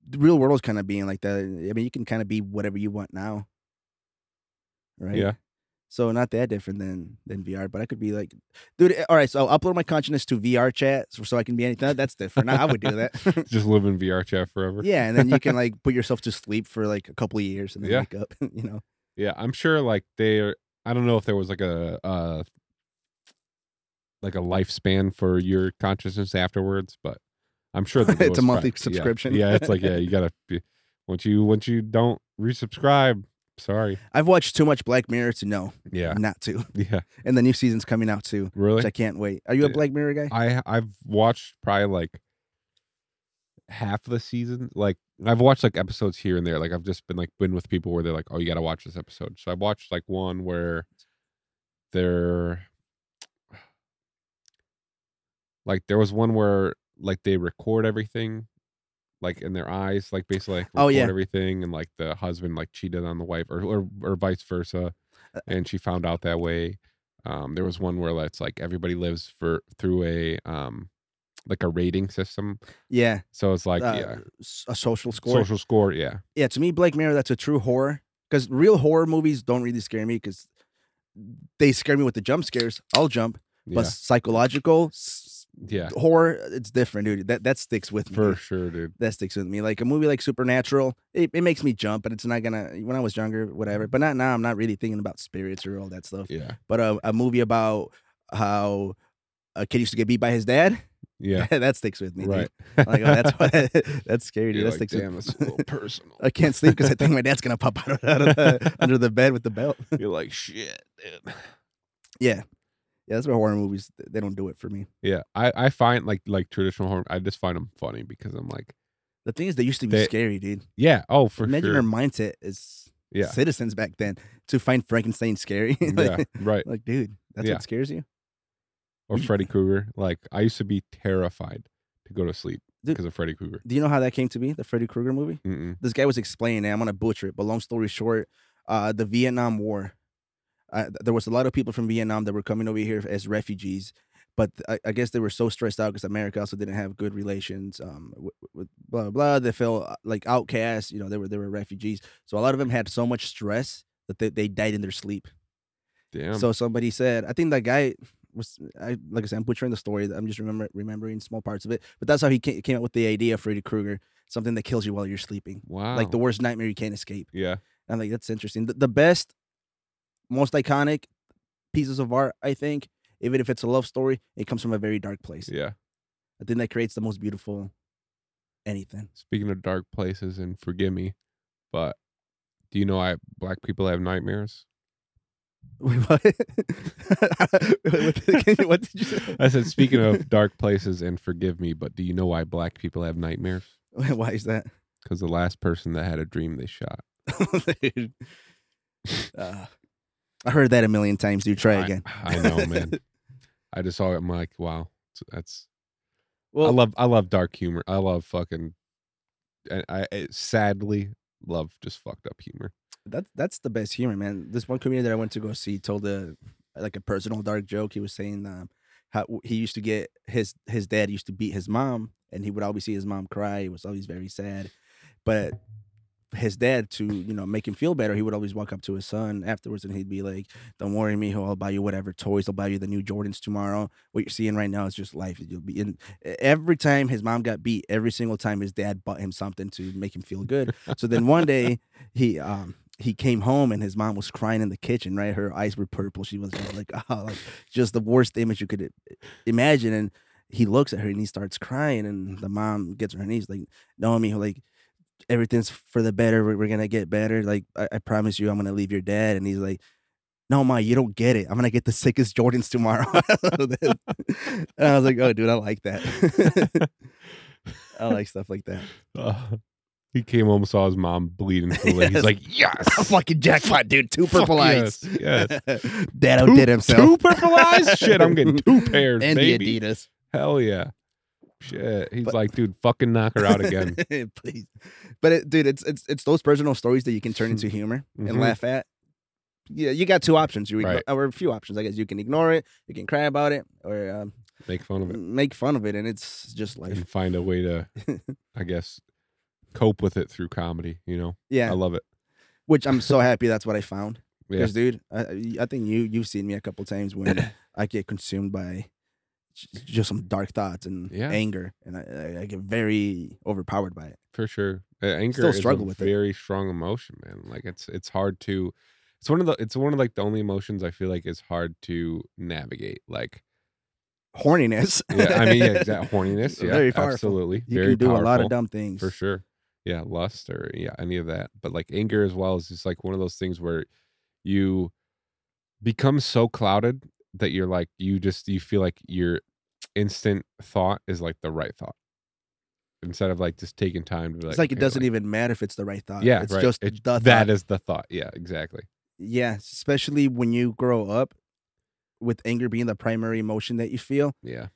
Speaker 4: The real world's kind of being like that. I mean, you can kind of be whatever you want now, right?
Speaker 6: Yeah.
Speaker 4: So not that different than than VR, but I could be like, dude. eh, All right, so I'll upload my consciousness to VR chat, so, so I can be anything. That- That's different. I I would do that.
Speaker 6: Just live in VR chat forever.
Speaker 4: yeah, and then you can like put yourself to sleep for like a couple of years and then
Speaker 6: Yeah.
Speaker 4: wake up. You know,
Speaker 6: Yeah, I'm sure like they're I don't know if there was like a uh like a lifespan for your consciousness afterwards, but I'm sure that there
Speaker 4: It's a
Speaker 6: was prob-
Speaker 4: monthly
Speaker 6: yeah,
Speaker 4: subscription.
Speaker 6: Yeah, it's like yeah, you gotta be, once you once you don't resubscribe, sorry.
Speaker 4: I've watched too much Black Mirror to know
Speaker 6: Yeah,
Speaker 4: not to,
Speaker 6: yeah,
Speaker 4: and the new season's coming out too,
Speaker 6: really.
Speaker 4: which I can't wait. Are you a
Speaker 6: Yeah.
Speaker 4: Black Mirror guy?
Speaker 6: I I've watched probably like half the season. Like I've watched like episodes here and there. Like I've just been like been with people where they're like, "Oh, you got to watch this episode." So I watched like one where they're like there was one where like they record everything like in their eyes like basically like record
Speaker 4: Oh, yeah.
Speaker 6: everything and like the husband like cheated on the wife or or, or vice versa
Speaker 4: Uh,
Speaker 6: and she found out that way um there was one where it's like everybody lives for through a um like a rating system
Speaker 4: yeah,
Speaker 6: so it's like
Speaker 4: uh,
Speaker 6: yeah
Speaker 4: s- a social score.
Speaker 6: social score yeah
Speaker 4: yeah, to me, Black Mirror, that's a true horror. Because real horror movies don't really scare me because they scare me with the jump scares. I'll jump.
Speaker 6: yeah
Speaker 4: But psychological, s-
Speaker 6: Yeah,
Speaker 4: horror it's different dude that that sticks with
Speaker 6: for
Speaker 4: me
Speaker 6: sure, dude.
Speaker 4: that sticks with me like a movie like supernatural it, it makes me jump but it's not gonna when i was younger whatever but not now i'm not really thinking about spirits or all that stuff
Speaker 6: Yeah,
Speaker 4: but uh, a, a movie about how a kid used to get beat by his dad
Speaker 6: yeah.
Speaker 4: that sticks with me dude.
Speaker 6: Right.
Speaker 4: like oh that's what, that's scary dude
Speaker 6: You're
Speaker 4: that
Speaker 6: like,
Speaker 4: sticks with
Speaker 6: damn, it's a little personal.
Speaker 4: I can't sleep because I think my dad's gonna pop out, out of the, under the bed with the belt.
Speaker 6: You're like, shit, dude.
Speaker 4: Yeah, yeah, that's why horror movies th- they don't do it for me.
Speaker 6: Yeah, I, I find like like traditional horror. I just find them funny because I'm like,
Speaker 4: The thing is, they used to be
Speaker 6: They-
Speaker 4: scary, dude.
Speaker 6: yeah, oh for
Speaker 4: Imagine
Speaker 6: sure,
Speaker 4: their mindset is
Speaker 6: yeah,
Speaker 4: citizens back then to find Frankenstein scary. like,
Speaker 6: yeah, right.
Speaker 4: like, dude, that's
Speaker 6: Yeah.
Speaker 4: what scares you.
Speaker 6: Or
Speaker 4: we-
Speaker 6: Freddy Krueger. Like I used to be terrified to go to sleep
Speaker 4: Dude.
Speaker 6: because of Freddy Krueger.
Speaker 4: Do you know how that came to be? The Freddy Krueger movie.
Speaker 6: Mm-mm.
Speaker 4: This guy was explaining. it. I'm gonna butcher it, but long story short, uh, the Vietnam War. Uh, th- there was a lot of people from Vietnam that were coming over here as refugees, but I, I guess they were so stressed out because America also didn't have good relations. Um, with, with blah blah, blah. they felt uh, like outcasts. You know, they were they were refugees, so a lot of them had so much stress that they, they died in their sleep.
Speaker 6: Damn.
Speaker 4: So somebody said, I think that guy was, I like I said, I'm butchering the story. I'm just remember remembering small parts of it, but that's how he ca- came up with the idea of Freddy Krueger, something that kills you while you're sleeping,
Speaker 6: wow.
Speaker 4: like the worst nightmare you can't escape.
Speaker 6: yeah.
Speaker 4: I'm like, that's interesting. The, the best, most iconic pieces of art, I think, even if it's a love story, it comes from a very dark place.
Speaker 6: Yeah.
Speaker 4: I think that creates the most beautiful anything.
Speaker 6: Speaking of dark places, and forgive me, but do you know I black people have nightmares?
Speaker 4: Wait, what? what, did, what did you say?
Speaker 6: I said, speaking of dark places, and forgive me, but do you know why black people have nightmares?
Speaker 4: Why is that?
Speaker 6: Because the last person that had a dream they shot.
Speaker 4: Dude. Uh, I heard that a million times, dude. Try
Speaker 6: I-
Speaker 4: again.
Speaker 6: I, know, man. I just saw it. I'm like, wow, that's. I
Speaker 4: Well-
Speaker 6: love I love dark humor. I love fucking. I, I I sadly love just fucked up humor.
Speaker 4: that that's the best humor, man. This one comedian that I went to go see told a like a personal dark joke. He was saying um, how w- he used to get his his dad used to beat his mom, and he would always see his mom cry. He was always very sad, but his dad to you know make him feel better he would always walk up to his son afterwards and he'd be like don't worry mijo i'll buy you whatever toys i'll buy you the new jordans tomorrow what you're seeing right now is just life you'll be in e, every time his mom got beat every single time his dad bought him something to make him feel good so then one day he um he came home and his mom was crying in the kitchen right her eyes were purple she was just like oh like just the worst image you could i- imagine and he looks at her and he starts crying and the mom gets on her knees like no mijo like everything's for the better. We're, we're gonna get better. Like I, I promise you, I'm gonna leave your dad. And he's like, No, ma, you don't get it. I'm gonna get the sickest Jordans tomorrow. and I was like, Oh, dude, I like that. I like stuff like that.
Speaker 6: Uh, he came home, saw his mom bleeding. Fully. He's
Speaker 4: Yes.
Speaker 6: like, yes,
Speaker 4: Fucking jackpot, dude. Two
Speaker 6: Fuck
Speaker 4: purple eyes.
Speaker 6: Yes, yes.
Speaker 4: dad
Speaker 6: Two-
Speaker 4: outdid
Speaker 6: Two
Speaker 4: himself.
Speaker 6: purple eyes. Shit, I'm getting two pairs,
Speaker 4: and
Speaker 6: baby.
Speaker 4: the Adidas.
Speaker 6: Hell yeah. Shit, he's
Speaker 4: But-
Speaker 6: like, dude, fucking knock her out again.
Speaker 4: Please. But it, dude, it's it's it's those personal stories that you can turn into humor
Speaker 6: Mhm.
Speaker 4: and laugh at. Yeah, you got two options. You
Speaker 6: Right.
Speaker 4: igno- or a few options, I guess. You can ignore it, you can cry about it, or um,
Speaker 6: Make fun of it.
Speaker 4: make fun of it, and it's just like,
Speaker 6: and find a way to, I guess, cope with it through comedy. You know, I
Speaker 4: yeah.
Speaker 6: love it.
Speaker 4: Which I'm so happy that's what I found.
Speaker 6: Yeah.
Speaker 4: Because, dude, I- I, I think you you've seen me a couple times when I get consumed by j- just some dark thoughts and
Speaker 6: Yeah.
Speaker 4: anger, and I, I- I get very overpowered by it.
Speaker 6: for sure. Uh, anger
Speaker 4: Still
Speaker 6: is
Speaker 4: struggle
Speaker 6: a
Speaker 4: with it.
Speaker 6: very strong emotion, man. Like it's it's hard to. It's one of the. It's one of like the only emotions I feel like is hard to navigate. Like,
Speaker 4: Horniness.
Speaker 6: yeah, I mean, yeah, that horniness. Yeah,
Speaker 4: Very powerful.
Speaker 6: absolutely.
Speaker 4: You
Speaker 6: very
Speaker 4: can do a lot of
Speaker 6: powerful,
Speaker 4: dumb things.
Speaker 6: for sure. Yeah, lust or yeah, any of that. But like anger as well is just like one of those things where you become so clouded that you're like you just you feel like your instant thought is like the right thought instead of like just taking time to be like
Speaker 4: it's like it
Speaker 6: okay,
Speaker 4: doesn't even matter if it's the right thought.
Speaker 6: yeah
Speaker 4: Uh, it's
Speaker 6: right.
Speaker 4: just
Speaker 6: It-
Speaker 4: the
Speaker 6: that
Speaker 4: thought.
Speaker 6: is the thought yeah exactly
Speaker 4: yeah, especially when you grow up with anger being the primary emotion that you feel.
Speaker 6: yeah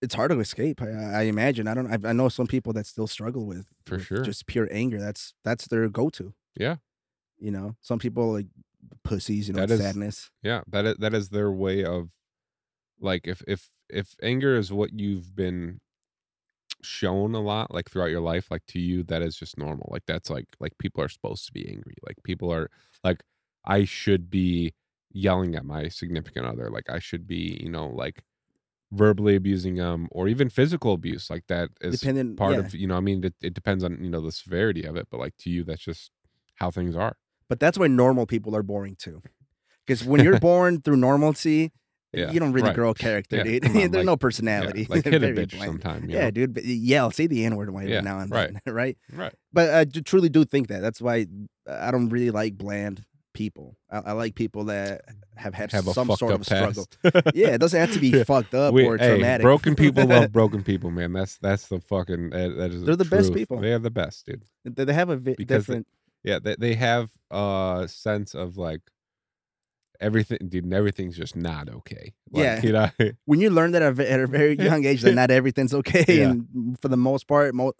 Speaker 4: It's hard to escape. I, I imagine. I don't. I, I know some people that still struggle with
Speaker 6: for
Speaker 4: with
Speaker 6: sure
Speaker 4: just pure anger. That's that's their go to.
Speaker 6: Yeah.
Speaker 4: You know, some people like pussies. You know,
Speaker 6: That
Speaker 4: it's
Speaker 6: is-
Speaker 4: sadness.
Speaker 6: yeah that is, that is their way of like if if if anger is what you've been shown a lot like throughout your life like to you that is just normal like that's like like people are supposed to be angry like people are like i should be yelling at my significant other like i should be you know like verbally abusing them or even physical abuse like that is
Speaker 4: depending
Speaker 6: part
Speaker 4: yeah.
Speaker 6: of you know i mean it, it depends on you know the severity of it but like to you that's just how things are
Speaker 4: But that's why normal people are boring too. Because when you're born through normalcy,
Speaker 6: Yeah,
Speaker 4: you don't really
Speaker 6: right.
Speaker 4: grow a character,
Speaker 6: Yeah,
Speaker 4: dude.
Speaker 6: come on,
Speaker 4: There's
Speaker 6: like-
Speaker 4: no
Speaker 6: Yeah,
Speaker 4: personality.
Speaker 6: like
Speaker 4: They're
Speaker 6: hit a
Speaker 4: very
Speaker 6: bitch
Speaker 4: bland.
Speaker 6: sometime you
Speaker 4: Yeah,
Speaker 6: know?
Speaker 4: dude. But yell, say the N word way
Speaker 6: Yeah,
Speaker 4: now and then, right?
Speaker 6: right
Speaker 4: But I d- truly do think that. That's why I don't really like bland people. I, I like people that have had
Speaker 6: have a
Speaker 4: some
Speaker 6: fucked
Speaker 4: sort
Speaker 6: up
Speaker 4: of a struggle.
Speaker 6: past
Speaker 4: Yeah, it doesn't have to be
Speaker 6: Yeah.
Speaker 4: fucked up
Speaker 6: We-
Speaker 4: or
Speaker 6: hey,
Speaker 4: traumatic.
Speaker 6: broken people love broken people man that's that's the fucking eh, that, that is
Speaker 4: They're the best
Speaker 6: truth.
Speaker 4: people.
Speaker 6: they are the best dude
Speaker 4: They they have a vi-
Speaker 6: Because
Speaker 4: different.
Speaker 6: yeah they, they have a sense of like everything dude and everything's just not okay like,
Speaker 4: Yeah.
Speaker 6: you know
Speaker 4: when you learn that at a ve- at a very young age that not everything's okay,
Speaker 6: Yeah.
Speaker 4: and for the most part, mo-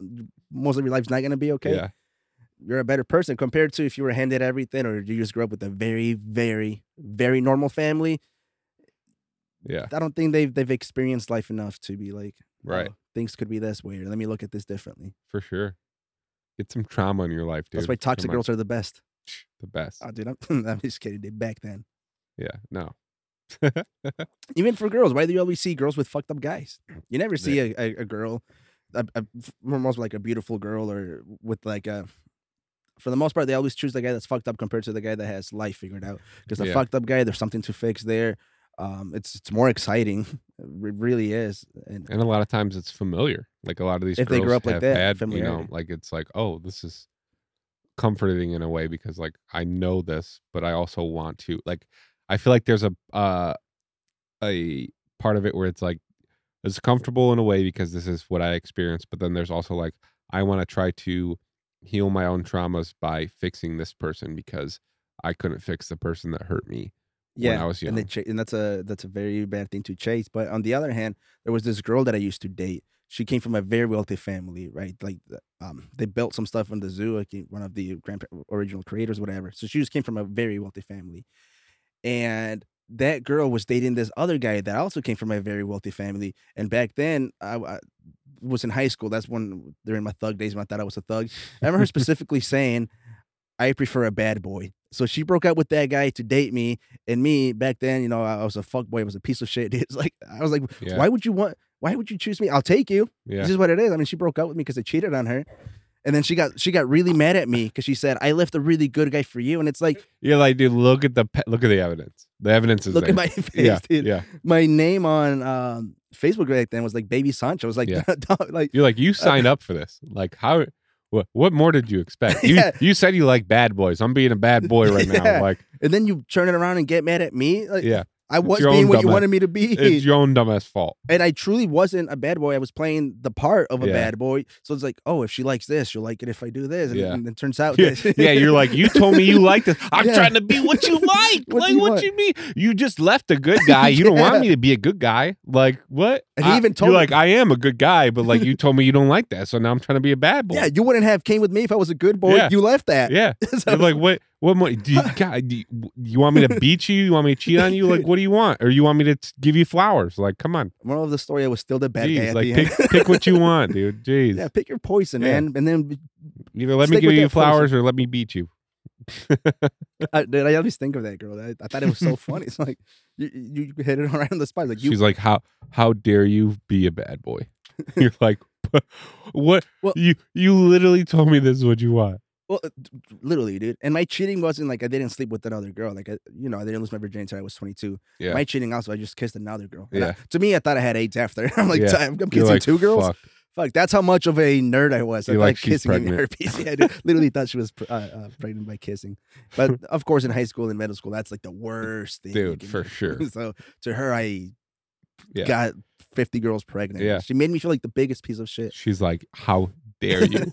Speaker 4: most of your life's not gonna be okay.
Speaker 6: yeah
Speaker 4: you're a better person compared to if you were handed everything or you just grew up with a very, very, very normal family.
Speaker 6: yeah
Speaker 4: I don't think they've they've experienced life enough to be like,
Speaker 6: right
Speaker 4: "Oh, things could be this way, or let me look at this differently.
Speaker 6: for sure get some trauma in your life dude
Speaker 4: That's why toxic girls are the best.
Speaker 6: the best
Speaker 4: Oh, dude, I'm, I'm just kidding. Dude. Back then,
Speaker 6: yeah no
Speaker 4: even for girls, why do you always see girls with fucked up guys? You never see a, a, a girl, a, a, for most like a beautiful girl or with like a. For the most part, they always choose the guy that's fucked up compared to the guy that has life figured out. Because the
Speaker 6: Yeah.
Speaker 4: fucked up guy, there's something to fix there. Um, it's it's more exciting. It really is. And
Speaker 6: and a lot of times it's familiar. Like a lot of these
Speaker 4: If they
Speaker 6: girls
Speaker 4: grew up like
Speaker 6: have
Speaker 4: that,
Speaker 6: had, you know,
Speaker 4: familiarity.
Speaker 6: like it's like, oh, this is comforting in a way because like I know this, but I also want to. Like, I feel like there's a uh, a part of it where it's like it's comfortable in a way because this is what I experienced, but then there's also like I want to try to heal my own traumas by fixing this person because I couldn't fix the person that hurt me.
Speaker 4: yeah,
Speaker 6: I was
Speaker 4: and they
Speaker 6: young.
Speaker 4: cha- and that's a that's a very bad thing to chase. But on the other hand, there was this girl that I used to date. She came from a very wealthy family, right? Like, th- um, they built some stuff in the zoo. Like one of the grand original creators, whatever. So she just came from a very wealthy family, and that girl was dating this other guy that also came from a very wealthy family. And back then, I, I was in high school. That's when during my thug days when I thought I was a thug. I remember her specifically saying, "I prefer a bad boy." So she broke up with that guy to date me, and me back then, you know, I was a fuck boy. I was a piece of shit. It's like I was like,
Speaker 6: Yeah.
Speaker 4: why would you want? Why would you choose me? I'll take you.
Speaker 6: Yeah.
Speaker 4: This is what it is. I mean, she broke up with me because I cheated on her, and then she got she got really mad at me because she said I left a really good guy for you, and it's like,
Speaker 6: Yeah, like dude, look at the pe- look at the evidence. The evidence is
Speaker 4: look
Speaker 6: there.
Speaker 4: at my face,
Speaker 6: yeah,
Speaker 4: dude.
Speaker 6: yeah.
Speaker 4: My name on um, Facebook back then was like Baby Sancho. I was like,
Speaker 6: Yeah.
Speaker 4: dog, like
Speaker 6: You're like, you signed up for this. Like, how? What, what more did you expect? You,
Speaker 4: Yeah.
Speaker 6: you said you like bad boys. I'm being a bad boy right
Speaker 4: Yeah.
Speaker 6: now. Like,
Speaker 4: and then you turn it around and get mad at me. Like,
Speaker 6: yeah,
Speaker 4: I
Speaker 6: it's
Speaker 4: was
Speaker 6: your
Speaker 4: being
Speaker 6: own
Speaker 4: what you
Speaker 6: dumbass.
Speaker 4: wanted me to be,
Speaker 6: it's your own dumbass fault.
Speaker 4: and I truly wasn't a bad boy. I was playing the part of a
Speaker 6: Yeah.
Speaker 4: bad boy. So it's like, oh, if she likes this, she'll like it if I do this, and,
Speaker 6: Yeah.
Speaker 4: and it turns out,
Speaker 6: Yeah,
Speaker 4: this-
Speaker 6: yeah, you're like, you told me you liked this. I'm
Speaker 4: Yeah.
Speaker 6: trying to be what you like.
Speaker 4: What do
Speaker 6: like,
Speaker 4: you
Speaker 6: what
Speaker 4: want?
Speaker 6: you mean? You just left a good guy. You don't
Speaker 4: Yeah.
Speaker 6: want me to be a good guy. Like, what?
Speaker 4: And he
Speaker 6: I-
Speaker 4: even told
Speaker 6: you're
Speaker 4: me-
Speaker 6: like, I am a good guy, but like, you told me you don't like that, so now I'm trying to be a bad boy.
Speaker 4: yeah, you wouldn't have came with me if I was a good boy.
Speaker 6: Yeah.
Speaker 4: You left that.
Speaker 6: yeah.
Speaker 4: So-
Speaker 6: You're like what? What more? Do you, God, do you, you want me to beat you? You want me to cheat on you? Like, what do you want? Or you want me to t- give you flowers? Like, come on,
Speaker 4: moral of the story, I was still the bad guy
Speaker 6: jeez,
Speaker 4: at
Speaker 6: like
Speaker 4: the
Speaker 6: pick,
Speaker 4: end.
Speaker 6: pick what you want, dude. Jeez,
Speaker 4: Yeah, pick your poison,
Speaker 6: Yeah.
Speaker 4: man. And then
Speaker 6: either let me
Speaker 4: stick
Speaker 6: give
Speaker 4: with
Speaker 6: you
Speaker 4: that
Speaker 6: flowers or let me beat you.
Speaker 4: I, dude, I always think of that girl. I, I thought it was so funny. It's like you, you you hit it right on the spot. Like you,
Speaker 6: She's like, how how dare you be a bad boy? You're like, what?
Speaker 4: Well-
Speaker 6: you you literally told me this is what you want.
Speaker 4: well, uh, d- d- literally, dude. And my cheating wasn't like I didn't sleep with another girl. Like I, you know, I didn't lose my virginity until I was twenty two.
Speaker 6: Yeah.
Speaker 4: My cheating also, I just kissed another girl. And I-
Speaker 6: Yeah.
Speaker 4: to me, I thought I had AIDS after. I'm like,
Speaker 6: Yeah.
Speaker 4: "Damn, I'm
Speaker 6: You're
Speaker 4: kissing
Speaker 6: like,
Speaker 4: two girls.
Speaker 6: "Fuck."
Speaker 4: Fuck, that's how much of a nerd I was. I
Speaker 6: You're
Speaker 4: thought
Speaker 6: like, "She's
Speaker 4: kissing gave me
Speaker 6: pregnant."
Speaker 4: herpes. Yeah, dude, literally thought she was pre- uh, uh, pregnant by kissing. But of course, in high school and middle school, that's like the worst thing, you
Speaker 6: Dude,
Speaker 4: can
Speaker 6: for
Speaker 4: do.
Speaker 6: sure.
Speaker 4: so to her, I
Speaker 6: Yeah.
Speaker 4: got fifty girls pregnant.
Speaker 6: Yeah.
Speaker 4: she made me feel like the biggest piece of shit.
Speaker 6: She's like, how dare you?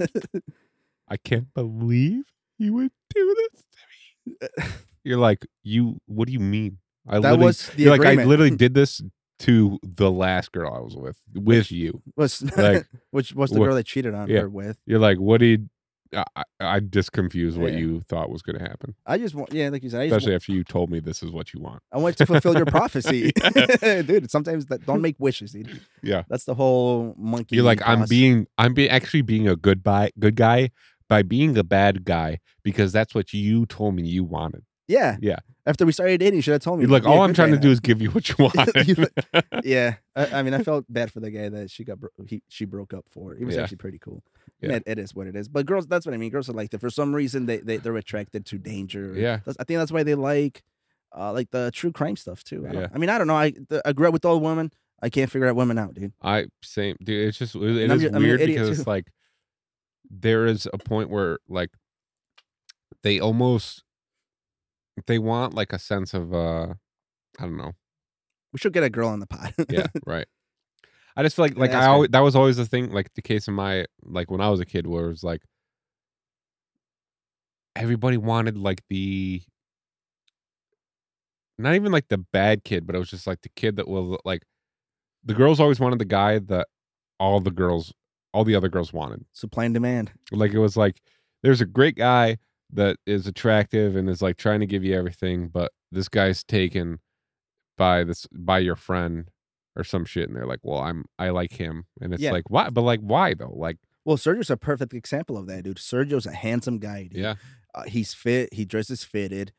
Speaker 6: I can't believe you would do this to me. You're like, you. What do you mean? I
Speaker 4: that
Speaker 6: literally
Speaker 4: was the
Speaker 6: You're like
Speaker 4: agreement.
Speaker 6: I literally did this to the last girl I was with, with you.
Speaker 4: was
Speaker 6: like,
Speaker 4: which was the
Speaker 6: what-
Speaker 4: girl that cheated on
Speaker 6: yeah.
Speaker 4: her with.
Speaker 6: You're like, what did I? I- I'm just confused what
Speaker 4: Yeah.
Speaker 6: you thought was going to happen,
Speaker 4: I just want, yeah, like you said, I, just,
Speaker 6: especially
Speaker 4: wa-
Speaker 6: after you told me this is what you want.
Speaker 4: I wanted to fulfill your prophecy, dude. Sometimes that don't make wishes, dude.
Speaker 6: Yeah.
Speaker 4: that's the whole monkey.
Speaker 6: You're like, I'm
Speaker 4: boss.
Speaker 6: being, I'm be actually being a good by, good guy by being a bad guy because that's what you told me you wanted.
Speaker 4: Yeah.
Speaker 6: Yeah.
Speaker 4: After we started dating, you should have told me.
Speaker 6: You're like,
Speaker 4: You'd be
Speaker 6: all
Speaker 4: a
Speaker 6: I'm
Speaker 4: Mm, good
Speaker 6: trying to
Speaker 4: guy
Speaker 6: do is give you what you want.
Speaker 4: You- now." Yeah. I, I mean, I felt bad for the guy that she got bro- he she broke up for. It was
Speaker 6: Yeah.
Speaker 4: actually pretty cool.
Speaker 6: Yeah.
Speaker 4: Man, it is what it is. But girls, that's what I mean. Girls are like that. For some reason, they they they're attracted to danger.
Speaker 6: Yeah.
Speaker 4: That's, I think that's why they like, uh, like the true crime stuff too. I, don't-
Speaker 6: Yeah.
Speaker 4: I mean, I don't know. I the, I grew up with old women. I can't figure out women out, dude.
Speaker 6: I same dude. It's just it it
Speaker 4: I'm
Speaker 6: is
Speaker 4: ju- I'm an
Speaker 6: weird
Speaker 4: idiot
Speaker 6: because
Speaker 4: too.
Speaker 6: it's like there is a point where like they almost they want like a sense of uh I don't know.
Speaker 4: We should get a girl on the pod.
Speaker 6: Yeah, right. I just feel like
Speaker 4: Yeah,
Speaker 6: like
Speaker 4: that's
Speaker 6: I
Speaker 4: fair.
Speaker 6: always that was always the thing like the case of my like when I was a kid where it was like everybody wanted like the not even like the bad kid, but it was just like the kid that was like the girls always wanted the guy that all the girls all the other girls wanted.
Speaker 4: Supply and demand.
Speaker 6: Like it was like there's a great guy that is attractive and is like trying to give you everything, but this guy's taken by this by your friend or some shit, and they're like, "Well, I'm I like him," and it's
Speaker 4: Yeah.
Speaker 6: like, "Why?" But like, why though? Like,
Speaker 4: Well, Sergio's a perfect example of that, dude. Sergio's a handsome guy, dude.
Speaker 6: yeah,
Speaker 4: Uh, he's fit. He dresses fitted.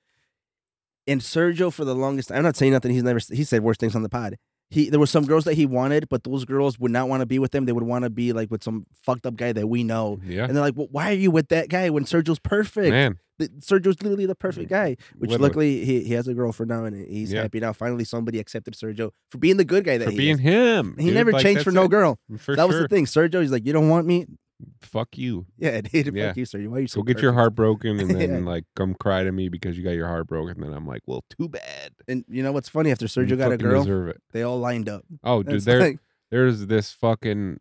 Speaker 4: And Sergio, for the longest, I'm not saying nothing. He's never he said worse things on the pod. He there were some girls that he wanted, but those girls would not want to be with him. They would want to be like with some fucked up guy that we know.
Speaker 6: yeah,
Speaker 4: And they're like, well, why are you with that guy when Sergio's perfect?
Speaker 6: man,
Speaker 4: The- Sergio's literally the perfect guy. Which
Speaker 6: literally.
Speaker 4: luckily he, he has a girlfriend now and he's
Speaker 6: Yeah.
Speaker 4: happy now. Finally, somebody accepted Sergio for being the good guy that
Speaker 6: for
Speaker 4: he
Speaker 6: being
Speaker 4: is.
Speaker 6: him,
Speaker 4: He
Speaker 6: dude,
Speaker 4: never
Speaker 6: like,
Speaker 4: changed for
Speaker 6: that's
Speaker 4: no
Speaker 6: it,
Speaker 4: girl.
Speaker 6: For
Speaker 4: that was
Speaker 6: sure.
Speaker 4: the thing. Sergio, he's like, you don't want me?
Speaker 6: Fuck you.
Speaker 4: Yeah, dude.
Speaker 6: Yeah.
Speaker 4: Fuck you, Sergio. Why are you so
Speaker 6: So get your
Speaker 4: perfect?
Speaker 6: heart broken and
Speaker 4: Yeah.
Speaker 6: then like come cry to me because you got your heart broken. And then I'm like, well, too bad.
Speaker 4: And you know what's funny? After
Speaker 6: You
Speaker 4: Sergio got a
Speaker 6: fucking
Speaker 4: girl,
Speaker 6: Deserve it.
Speaker 4: they all lined up.
Speaker 6: Oh, dude,
Speaker 4: It's
Speaker 6: there
Speaker 4: like-
Speaker 6: there's this fucking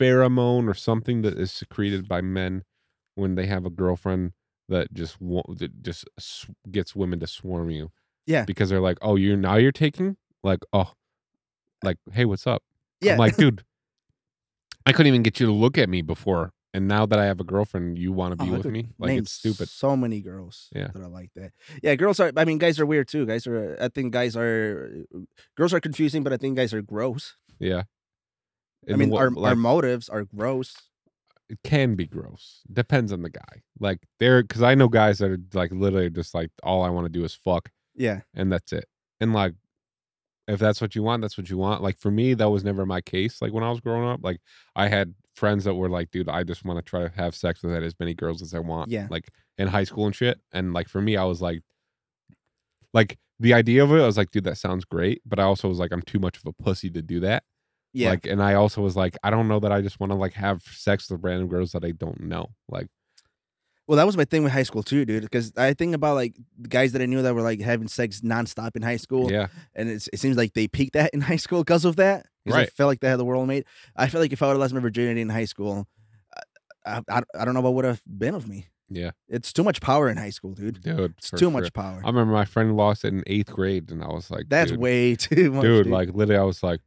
Speaker 6: pheromone or something that is secreted by men when they have a girlfriend that just wa- that just s- gets women to swarm you.
Speaker 4: Yeah. Uh,
Speaker 6: because they're like, oh, you're now you're taking like oh, like hey, what's up?
Speaker 4: yeah,
Speaker 6: I'm like, dude, I couldn't even get you to look at me before, and now that I have a girlfriend, you want to
Speaker 4: Oh,
Speaker 6: be
Speaker 4: I
Speaker 6: with
Speaker 4: could
Speaker 6: me? Like
Speaker 4: name
Speaker 6: it's stupid.
Speaker 4: So many girls
Speaker 6: Yeah.
Speaker 4: that are like that. Yeah, girls are. I mean, guys are weird too. Guys are. I think guys are. Girls are confusing, but I think guys are gross.
Speaker 6: Yeah,
Speaker 4: I
Speaker 6: And
Speaker 4: mean,
Speaker 6: what-
Speaker 4: our our
Speaker 6: like,
Speaker 4: motives are gross.
Speaker 6: it can be gross. Depends on the guy. Like there, because I know guys that are like literally just like all I want to do is fuck.
Speaker 4: Yeah,
Speaker 6: and that's it. And like, if that's what you want, that's what you want. Like for me, that was never my case. Like when I was growing up, like I had friends that were like, dude, I just want to try to have sex with as many girls as I want.
Speaker 4: Yeah.
Speaker 6: Like in high school and shit. And like for me, I was like, like the idea of it, I was like, dude, that sounds great. But I also was like, I'm too much of a pussy to do that.
Speaker 4: yeah.
Speaker 6: Like, and I also was like, I don't know that I just want to like have sex with random girls that I don't know. Like,
Speaker 4: well, that was my thing with high school too, dude. Because I think about like the guys that I knew that were like having sex nonstop in high school.
Speaker 6: yeah,
Speaker 4: and it's, it seems like they peaked that in high school because of that. Because I
Speaker 6: Right.
Speaker 4: felt like they had the world made. I felt like if I would have lost my virginity in high school, I, I, I don't know what would have been of me.
Speaker 6: Yeah.
Speaker 4: it's too much power in high school, dude.
Speaker 6: dude,
Speaker 4: It's
Speaker 6: for
Speaker 4: too
Speaker 6: sure.
Speaker 4: much power.
Speaker 6: I remember my friend lost it in eighth grade, and I was like,
Speaker 4: That's
Speaker 6: dude,
Speaker 4: way too much,
Speaker 6: dude, like literally i was like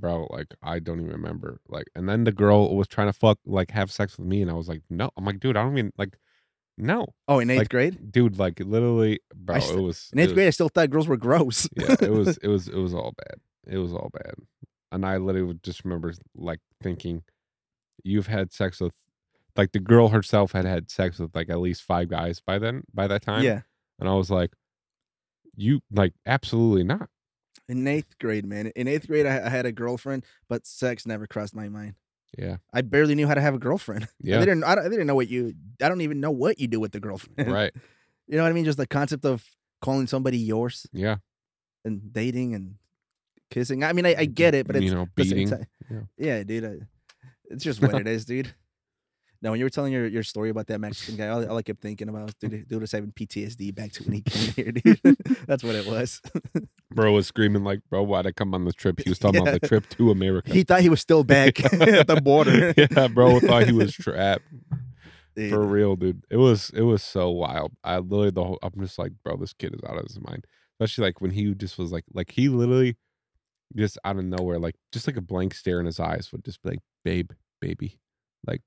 Speaker 6: bro like i don't even remember like and then the girl was trying to fuck like have sex with me and i was like no i'm like dude i don't even like no
Speaker 4: oh, in eighth
Speaker 6: like,
Speaker 4: grade,
Speaker 6: dude like literally bro
Speaker 4: st-
Speaker 6: it was
Speaker 4: in eighth
Speaker 6: it
Speaker 4: grade, I still thought girls were gross.
Speaker 6: was- yeah it was it was it was all bad it was all bad and i literally would just remember like thinking you've had sex with like the girl herself had had sex with like at least five guys by then by that time
Speaker 4: yeah,
Speaker 6: and i was like you like absolutely not
Speaker 4: in eighth grade, man. In eighth grade, I, I had a girlfriend, but sex never crossed my mind.
Speaker 6: yeah
Speaker 4: I barely knew how to have a girlfriend.
Speaker 6: yeah
Speaker 4: I didn't. I, don't- I didn't know what you. I don't even know what you do with the girlfriend.
Speaker 6: right
Speaker 4: You know what I mean? Just the concept of calling somebody yours
Speaker 6: yeah
Speaker 4: and dating and kissing. I mean, I, I get it, but it's
Speaker 6: Mm, you know
Speaker 4: the same
Speaker 6: beating
Speaker 4: time-
Speaker 6: Yeah.
Speaker 4: Yeah, dude. I, it's just what it is, dude. No, when you were telling your, your story about that Mexican guy, all, all I kept thinking about was dude, dude was having PTSD back to when he came here, dude. That's what it was.
Speaker 6: Bro was screaming like, "Bro, why'd I come on this trip?" He was talking
Speaker 4: Yeah.
Speaker 6: about the trip to America.
Speaker 4: He thought he was still back at the border.
Speaker 6: yeah, bro thought he was trapped
Speaker 4: Dude,
Speaker 6: for real, dude. It was it was so wild. I literally the whole I'm just like, bro, this kid is out of his mind. Especially like when he just was like, like he literally just out of nowhere, like just like a blank stare in his eyes would just be like, "Babe, baby, like,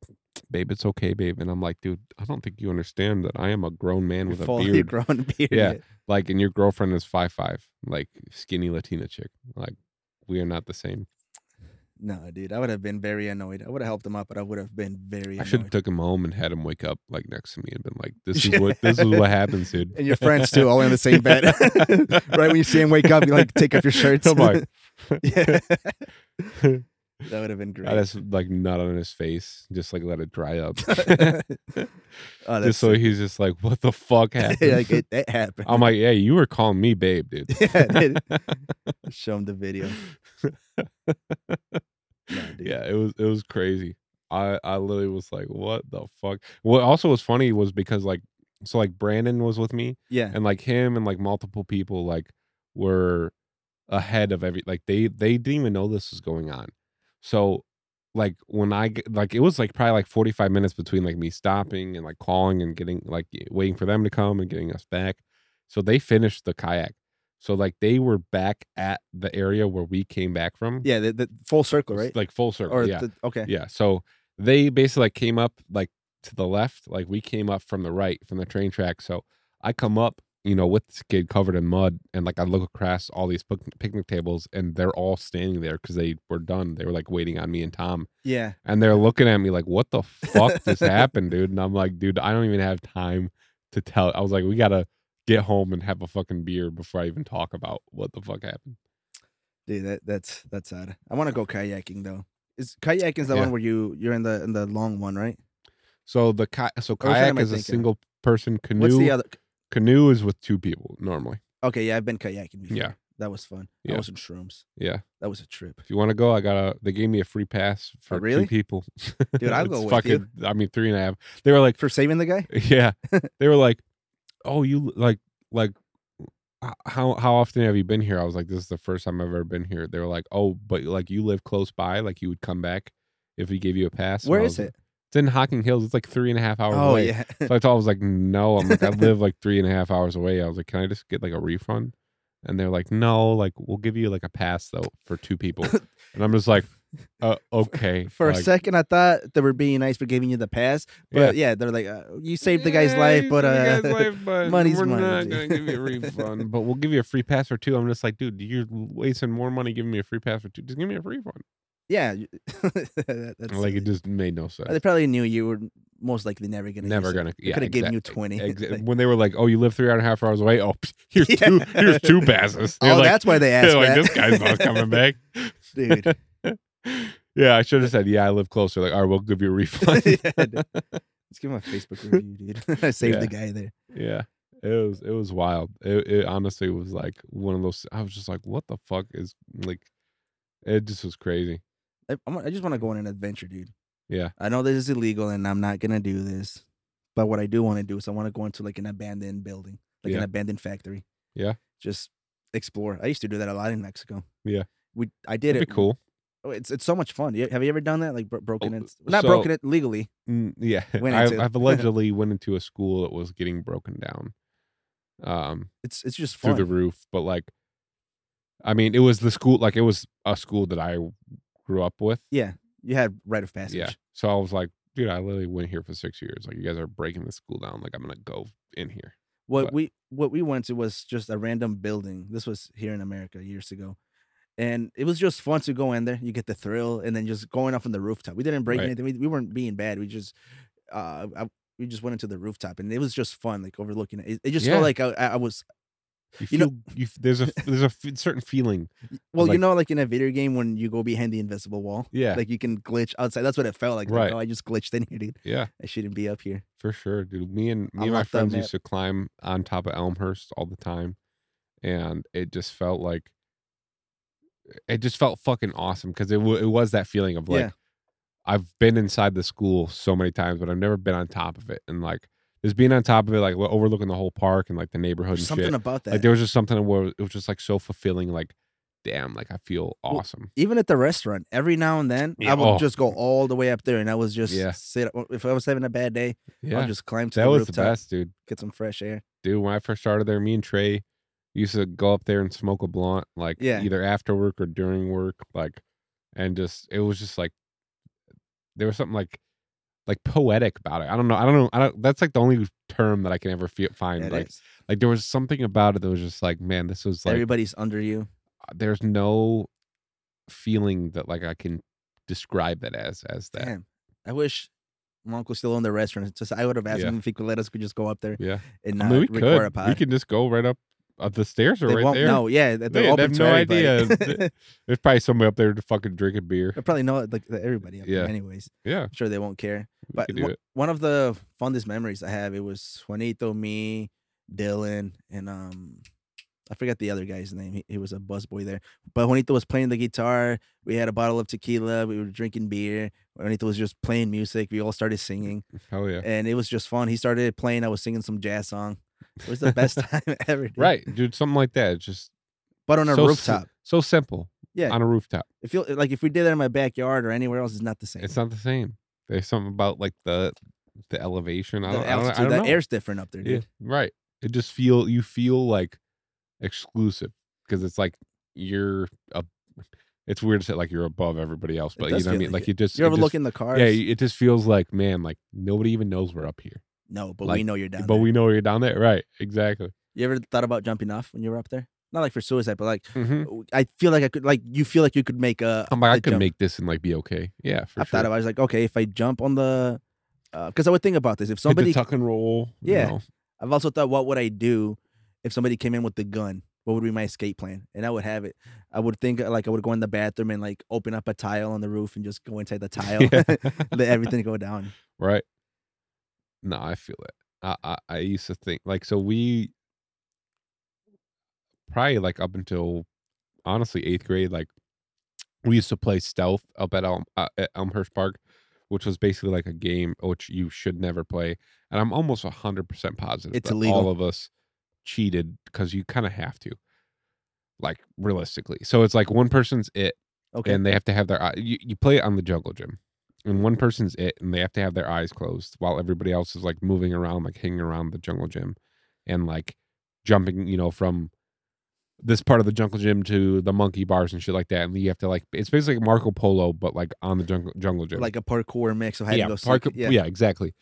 Speaker 6: babe, it's okay, babe." And I'm like, dude, I don't think you understand that I am a grown man with a
Speaker 4: fully
Speaker 6: beard.
Speaker 4: grown beard.
Speaker 6: Yeah. like and your girlfriend is five five like skinny latina chick like we are not the same
Speaker 4: No, dude, I would have been very annoyed. I would have helped him out, but I would have been very.
Speaker 6: I should have
Speaker 4: annoyed.
Speaker 6: took him home and had him wake up like next to me and been like, "This is what this is what happens, dude."
Speaker 4: And your friends too, all in the same bed. Right when you see him wake up, you, like, take off your shirts.
Speaker 6: Come on,
Speaker 4: yeah, that would have been great.
Speaker 6: I just like nut on his face, just like let it dry up,
Speaker 4: oh, that's
Speaker 6: just so he's just like, "What the fuck happened?"
Speaker 4: like it, that happened.
Speaker 6: I'm like, "Hey, you were calling me babe, dude."
Speaker 4: yeah, dude. Show him the video. Nah, dude.
Speaker 6: yeah, it was it was crazy. I I literally was like, "What the fuck?" What also was funny was because like so like Brandon was with me
Speaker 4: Yeah.
Speaker 6: and like him and like multiple people like were ahead of every like they they didn't even know this was going on so like when i g- like it was like probably like 45 minutes between like me stopping and like calling and getting like waiting for them to come and getting us back so they finished the kayak so like they were back at the area where we came back from
Speaker 4: Yeah, the, the full circle,
Speaker 6: s-
Speaker 4: right?
Speaker 6: like full circle
Speaker 4: or
Speaker 6: yeah
Speaker 4: the, okay.
Speaker 6: yeah so they basically like came up like to the left like we came up from the right from the train track so i come up you know with this kid covered in mud and like i look across all these pic- picnic tables and they're all standing there because they were done they were like waiting on me and tom
Speaker 4: Yeah.
Speaker 6: and they're looking at me like what the fuck just happened dude and i'm like dude i don't even have time to tell i was like we gotta get home and have a fucking beer before i even talk about what the fuck happened
Speaker 4: Dude, that, that's that's sad. I want to go kayaking though. Is kayaking is the
Speaker 6: Yeah.
Speaker 4: one where you you're in the in the long one, right?
Speaker 6: so the ki-
Speaker 4: Or
Speaker 6: so
Speaker 4: which one am
Speaker 6: kayak
Speaker 4: I
Speaker 6: is a
Speaker 4: thinking of?
Speaker 6: single person canoe
Speaker 4: What's the other?
Speaker 6: Canoe is with two people normally.
Speaker 4: Okay, yeah, I've been kayaking before.
Speaker 6: Yeah.
Speaker 4: That was fun.
Speaker 6: Yeah.
Speaker 4: I was in shrooms.
Speaker 6: Yeah.
Speaker 4: That was a trip.
Speaker 6: If you want to go, I got a. They gave me a free pass for
Speaker 4: Oh, really?
Speaker 6: two people.
Speaker 4: Dude, I'll
Speaker 6: It's
Speaker 4: go with you.
Speaker 6: I mean, three and a half. They were like,
Speaker 4: For saving the guy?
Speaker 6: yeah. They were like, oh, you l- like like h- how how often have you been here? I was like, this is the first time I've ever been here. They were like, oh, but like you live close by, like you would come back if we gave you a pass. And
Speaker 4: Where
Speaker 6: I
Speaker 4: is
Speaker 6: was-
Speaker 4: it?
Speaker 6: It's in Hocking Hills. It's like three and a half hours
Speaker 4: Oh
Speaker 6: away.
Speaker 4: yeah.
Speaker 6: So I told I was like, no, I'm like, I live like three and a half hours away. I was like, can I just get like a refund? And they're like, no, like we'll give you like a pass though for two people. And I'm just like, uh, okay.
Speaker 4: For a
Speaker 6: like,
Speaker 4: second, I thought they were being nice for giving you the pass, but yeah, they're like, uh, "You saved the guy's
Speaker 6: "Yeah,
Speaker 4: life,
Speaker 6: you
Speaker 4: but uh,
Speaker 6: saved the guy's life, but
Speaker 4: money's
Speaker 6: we're
Speaker 4: money,
Speaker 6: not
Speaker 4: dude."
Speaker 6: gonna give you a refund, but we'll give you a free pass for two. I'm just like, dude, you're wasting more money giving me a free pass for two. Just give me a refund.
Speaker 4: yeah." you- that- that's
Speaker 6: Like
Speaker 4: silly.
Speaker 6: it just made no
Speaker 4: they
Speaker 6: sense.
Speaker 4: probably knew you were most likely never gonna.
Speaker 6: Never
Speaker 4: use it.
Speaker 6: gonna.
Speaker 4: They
Speaker 6: yeah,
Speaker 4: could have given you
Speaker 6: exact-
Speaker 4: twenty.
Speaker 6: exa-
Speaker 4: Like,
Speaker 6: when they were like, "Oh, you live three and a half hours away." Oh, here's
Speaker 4: Yeah.
Speaker 6: two. Here's two passes. They're
Speaker 4: oh,
Speaker 6: like,
Speaker 4: that's why they
Speaker 6: They're
Speaker 4: asked.
Speaker 6: like
Speaker 4: that.
Speaker 6: this guy's not coming back.
Speaker 4: dude.
Speaker 6: yeah, I should have said, yeah, I live closer. Like, all right, we'll give you a refund.
Speaker 4: Yeah, dude. Let's give him a Facebook review, dude. I saved
Speaker 6: Yeah.
Speaker 4: the guy there.
Speaker 6: yeah, it was it was wild. It, it honestly was like one of those. I was just like, what the fuck is like? It just was crazy.
Speaker 4: I, I'm, I just want to go on an adventure, dude.
Speaker 6: Yeah.
Speaker 4: I know this is illegal, and I'm not gonna do this. But what I do want to do is I want to go into like an abandoned building, like an
Speaker 6: Yeah.
Speaker 4: abandoned factory.
Speaker 6: Yeah.
Speaker 4: Just explore. I used to do that a lot in Mexico.
Speaker 6: Yeah.
Speaker 4: We I did
Speaker 6: It'd
Speaker 4: it.
Speaker 6: be cool.
Speaker 4: Oh, It's it's so much fun. You- Have you ever done that? Like bro- broken
Speaker 6: Oh,
Speaker 4: it, not
Speaker 6: so-
Speaker 4: broken it legally.
Speaker 6: Mm, yeah,
Speaker 4: Went
Speaker 6: I've,
Speaker 4: into-
Speaker 6: I've allegedly went into a school that was getting broken down, um,
Speaker 4: It's it's just
Speaker 6: through
Speaker 4: fun.
Speaker 6: the roof. But like, I mean, it was the school. Like, it was a school that I grew up with.
Speaker 4: yeah. You had rite of passage.
Speaker 6: Yeah. So I was like, dude, I literally went here for six years. Like, you guys are breaking the school down. Like, I'm gonna go in here.
Speaker 4: what
Speaker 6: But-
Speaker 4: we what we went to was just a random building. This was here in America years ago, and it was just fun to go in there. You get the thrill, and then just going off on the rooftop. We didn't break
Speaker 6: Right.
Speaker 4: anything. We, we weren't being bad. We just uh I, we just went into the rooftop, and it was just fun, like overlooking it. It, it just
Speaker 6: Yeah.
Speaker 4: felt like I, I I was
Speaker 6: You,
Speaker 4: You know-
Speaker 6: feel- you f- there's a f- there's a f- certain feeling.
Speaker 4: well, you
Speaker 6: like-
Speaker 4: know, like in a video game when you go behind the invisible wall.
Speaker 6: Yeah,
Speaker 4: Like you can glitch outside. That's what it felt like.
Speaker 6: Right.
Speaker 4: Like, oh, I just glitched in here, dude.
Speaker 6: yeah,
Speaker 4: I shouldn't be up here.
Speaker 6: for sure, dude. Me and me
Speaker 4: I'll
Speaker 6: and my
Speaker 4: have to
Speaker 6: friends
Speaker 4: admit-
Speaker 6: used to climb on top of Elmhurst all the time, and it just felt like it just felt fucking awesome because it w- it was that feeling of like
Speaker 4: Yeah.
Speaker 6: I've been inside the school so many times, but I've never been on top of it, and like just being on top of it, like lo- overlooking the whole park and like the neighborhood
Speaker 4: There's
Speaker 6: and shit.
Speaker 4: something about that.
Speaker 6: Like there was just something where it was just like so fulfilling. Like, damn, like I feel
Speaker 4: Well,
Speaker 6: awesome.
Speaker 4: even at the restaurant, every now and then
Speaker 6: Yeah,
Speaker 4: I would
Speaker 6: oh.
Speaker 4: just go all the way up there, and I was just
Speaker 6: Yeah.
Speaker 4: sit. If I was having a bad day,
Speaker 6: Yeah,
Speaker 4: I'll just climb to
Speaker 6: that
Speaker 4: the
Speaker 6: was the
Speaker 4: rooftop,
Speaker 6: best, dude.
Speaker 4: get some fresh air.
Speaker 6: Dude, when I first started there, me and Trey used to go up there and smoke a blunt, like
Speaker 4: Yeah.
Speaker 6: either after work or during work, like, and just it was just like there was something like like poetic about it. I don't know. I don't know. I don't. That's like the only term that I can ever feel, find.
Speaker 4: It
Speaker 6: like,
Speaker 4: is.
Speaker 6: like there was something about it that was just like, man, this was like
Speaker 4: Everybody's under you.
Speaker 6: there's no feeling that like I can describe it as as that.
Speaker 4: Damn. I wish my uncle's still owned the restaurant. It's just I would have asked
Speaker 6: Yeah.
Speaker 4: him if he could let us could just go up there
Speaker 6: Yeah,
Speaker 4: and
Speaker 6: I
Speaker 4: not
Speaker 6: mean, we
Speaker 4: record a
Speaker 6: could.
Speaker 4: pod.
Speaker 6: We can just go right up. Uh, the stairs are
Speaker 4: they
Speaker 6: right
Speaker 4: won't
Speaker 6: there.
Speaker 4: know. Yeah, they're
Speaker 6: They- they
Speaker 4: open
Speaker 6: have
Speaker 4: to
Speaker 6: no
Speaker 4: everybody.
Speaker 6: idea. Th- There's probably somebody up there to fucking drink a beer.
Speaker 4: they probably know like everybody up
Speaker 6: Yeah.
Speaker 4: there anyways.
Speaker 6: Yeah,
Speaker 4: I'm sure they won't care.
Speaker 6: we
Speaker 4: But
Speaker 6: could do
Speaker 4: one-
Speaker 6: it.
Speaker 4: one of the fondest memories I have, it was Juanito, me, Dylan, and um, I forgot the other guy's name. He, he was a busboy there. But Juanito was playing the guitar. We had a bottle of tequila. We were drinking beer. Juanito was just playing music. We all started singing,
Speaker 6: Hell Mm, yeah.
Speaker 4: and it was just fun. He started playing. I was singing some jazz song. It was the best time ever. dude.
Speaker 6: Right, dude. Something like that. It's just
Speaker 4: but on a
Speaker 6: so si-
Speaker 4: rooftop.
Speaker 6: so simple.
Speaker 4: Yeah.
Speaker 6: on a rooftop.
Speaker 4: If you like, if we did that in my backyard or anywhere else, it's not the same.
Speaker 6: It's not the same. There's something about like the the elevation. I
Speaker 4: the
Speaker 6: don't, I don't, I
Speaker 4: altitude,
Speaker 6: don't
Speaker 4: the
Speaker 6: know.
Speaker 4: air's different up there, dude.
Speaker 6: Yeah, right. It just feel you feel like exclusive because it's like you're a. It's weird to say like you're above everybody else, but you know
Speaker 4: does
Speaker 6: what I
Speaker 4: feel
Speaker 6: mean.
Speaker 4: like
Speaker 6: Like you just
Speaker 4: You
Speaker 6: it
Speaker 4: ever
Speaker 6: just-
Speaker 4: look in the cars?
Speaker 6: Yeah, it just feels like man, like nobody even knows we're up here,
Speaker 4: no, but we
Speaker 6: like,
Speaker 4: know you're down.
Speaker 6: but
Speaker 4: there.
Speaker 6: we know you're down there, right? Exactly.
Speaker 4: You ever thought about jumping off when you were up there? Not like for suicide, but like
Speaker 6: Mm-hmm.
Speaker 4: I feel like I could, like you feel like you could make a.
Speaker 6: I'm like I
Speaker 4: a
Speaker 6: could
Speaker 4: jump.
Speaker 6: make this and like be okay. Yeah, for
Speaker 4: I
Speaker 6: sure.
Speaker 4: thought about. it, I was like, okay, if I jump on the, because I would think about this. If
Speaker 6: Hit the
Speaker 4: somebody,
Speaker 6: tuck and roll. you
Speaker 4: Yeah.
Speaker 6: know.
Speaker 4: I've also thought, what would I do if somebody came in with the gun? What would be my escape plan? And I would have it. I would think uh, like I would go in the bathroom and like open up a tile on the roof and just go inside the tile,
Speaker 6: Yeah.
Speaker 4: let everything go down.
Speaker 6: Right. No, I feel it. I, I I used to think like so we probably like up until honestly eighth grade like we used to play stealth up at Elm uh, at Elmhurst Park, which was basically like a game which you should never play. And I'm almost hundred percent positive
Speaker 4: It's
Speaker 6: that all
Speaker 4: illegal.
Speaker 6: of us cheated because you kind of have to, like realistically. So it's like one person's it
Speaker 4: Okay.
Speaker 6: and they have to have their eye. You, you play it on the jungle gym, and one person's it, and they have to have their eyes closed while everybody else is like moving around, like hanging around the jungle gym, and like jumping, you know, from this part of the jungle gym to the monkey bars and shit like that. And you have to like it's basically like Marco Polo, but like on the jungle jungle gym,
Speaker 4: like a parkour mix of having
Speaker 6: yeah,
Speaker 4: to go seek-
Speaker 6: park,
Speaker 4: yeah.
Speaker 6: yeah, exactly.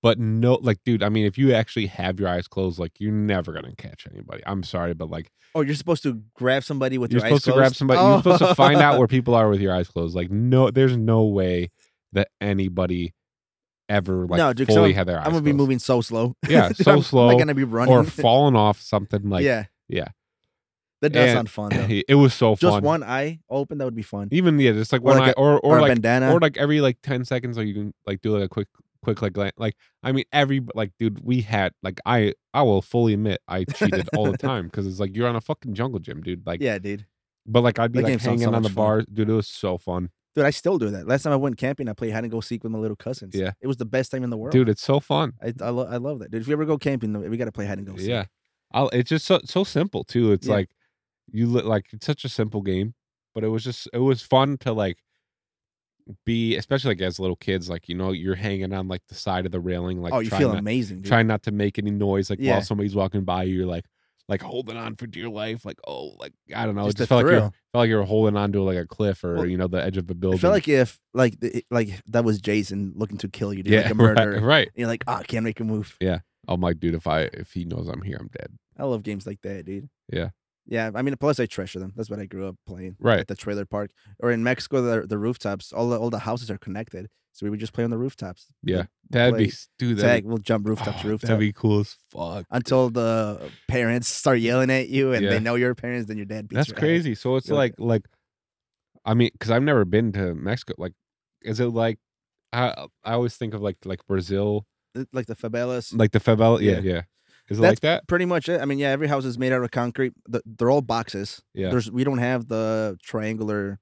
Speaker 6: But no, like, dude, I mean, if you actually have your eyes closed, like, you're never gonna catch anybody. I'm sorry, but like,
Speaker 4: Or Oh, you're supposed to grab somebody with
Speaker 6: you're
Speaker 4: your eyes
Speaker 6: supposed to grab
Speaker 4: closed?
Speaker 6: somebody.
Speaker 4: Oh.
Speaker 6: You're supposed to find out where people are with your eyes closed. Like no, there's no way that anybody ever like
Speaker 4: No, dude, 'cause
Speaker 6: fully had their eyes.
Speaker 4: I'm gonna be
Speaker 6: closed.
Speaker 4: moving so slow.
Speaker 6: Yeah, so
Speaker 4: I'm
Speaker 6: slow
Speaker 4: Not gonna be running.
Speaker 6: or falling off something. Like
Speaker 4: yeah,
Speaker 6: yeah.
Speaker 4: That does
Speaker 6: And-
Speaker 4: sound fun. Though.
Speaker 6: it was so
Speaker 4: Just
Speaker 6: fun.
Speaker 4: one eye open, that would be fun.
Speaker 6: Even yeah, just like
Speaker 4: Or
Speaker 6: one
Speaker 4: like
Speaker 6: eye,
Speaker 4: a-
Speaker 6: or
Speaker 4: Or,
Speaker 6: or
Speaker 4: a
Speaker 6: like
Speaker 4: bandana.
Speaker 6: or like every like ten seconds, like you can like do like a quick quick like glance. Like I mean, every like dude, we had like I I will fully admit I cheated all the time because it's like you're on a fucking jungle gym, dude. Like
Speaker 4: yeah, dude.
Speaker 6: but like I'd be
Speaker 4: That
Speaker 6: like
Speaker 4: game sounds
Speaker 6: hanging
Speaker 4: so
Speaker 6: on the
Speaker 4: much fun.
Speaker 6: bars, dude. It was so fun.
Speaker 4: Dude, I still do that. Last time I went camping, I played hide and go seek with my little cousins.
Speaker 6: Yeah.
Speaker 4: it was the best time in the world,
Speaker 6: dude it's so fun
Speaker 4: I I, lo- I love that, dude. If we ever go camping, though, we gotta play hide and go seek.
Speaker 6: yeah I'll, it's just so so simple too it's
Speaker 4: Yeah.
Speaker 6: like you li- like it's such a simple game but it was just it was fun to like be especially like as little kids like you know you're hanging on like the side of the railing like
Speaker 4: oh, you
Speaker 6: trying,
Speaker 4: feel
Speaker 6: not,
Speaker 4: amazing, dude.
Speaker 6: trying not to make any noise like
Speaker 4: Yeah.
Speaker 6: while somebody's walking by you're like like holding on for dear life like oh like i don't know
Speaker 4: Just
Speaker 6: it just
Speaker 4: the
Speaker 6: felt like, you're,
Speaker 4: thrill.
Speaker 6: felt like you were holding on to like a cliff or
Speaker 4: Well,
Speaker 6: you know the edge of a
Speaker 4: I
Speaker 6: building
Speaker 4: feel like if like the, like that was Jason looking to kill you, dude,
Speaker 6: yeah
Speaker 4: like a murderer.
Speaker 6: right, right
Speaker 4: And you're like, ah, can't make a move.
Speaker 6: i'm like dude if i if he knows i'm here i'm dead
Speaker 4: I love games like that, dude.
Speaker 6: Yeah.
Speaker 4: Yeah, I mean, plus I treasure them. That's what I grew up playing.
Speaker 6: right
Speaker 4: at the trailer park or in Mexico the, the rooftops all the all the houses are connected so we would just play on the rooftops
Speaker 6: yeah that'd be
Speaker 4: play
Speaker 6: s- dude that'd
Speaker 4: tag
Speaker 6: be
Speaker 4: we'll jump rooftop
Speaker 6: Oh,
Speaker 4: to rooftop
Speaker 6: That'd be cool as fuck.
Speaker 4: until the parents start yelling at you and
Speaker 6: Yeah.
Speaker 4: they know your parents then your dad beats
Speaker 6: That's
Speaker 4: your ass.
Speaker 6: crazy. So it's
Speaker 4: You're
Speaker 6: like,
Speaker 4: like-
Speaker 6: like, I mean, because I've never been to Mexico. Like, is it like? I I always think of like like Brazil,
Speaker 4: Th- like the favelas
Speaker 6: like the favela. Yeah, yeah.
Speaker 4: Yeah.
Speaker 6: Is it
Speaker 4: That's
Speaker 6: like that?
Speaker 4: pretty much it I mean yeah every house is made out of concrete the, they're all boxes
Speaker 6: Yeah.
Speaker 4: there's we don't have the triangular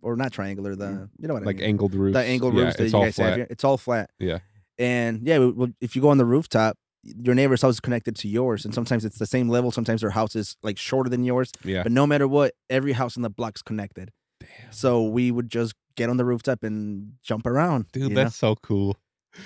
Speaker 4: or not triangular the you know what
Speaker 6: Mm. Like
Speaker 4: I mean
Speaker 6: angled roofs.
Speaker 4: the angle
Speaker 6: yeah,
Speaker 4: roofs that you
Speaker 6: it's all
Speaker 4: guys have
Speaker 6: flat.
Speaker 4: here. It's all flat.
Speaker 6: Yeah.
Speaker 4: And yeah, we- well, if you go on the rooftop, your neighbor's house is connected to yours, and sometimes it's the same level. Sometimes their house is like shorter than yours,
Speaker 6: Yeah.
Speaker 4: but no matter what, every house in the block's connected.
Speaker 6: Damn.
Speaker 4: So we would just get on the rooftop and jump around, you
Speaker 6: Dude,
Speaker 4: know?
Speaker 6: that's so cool.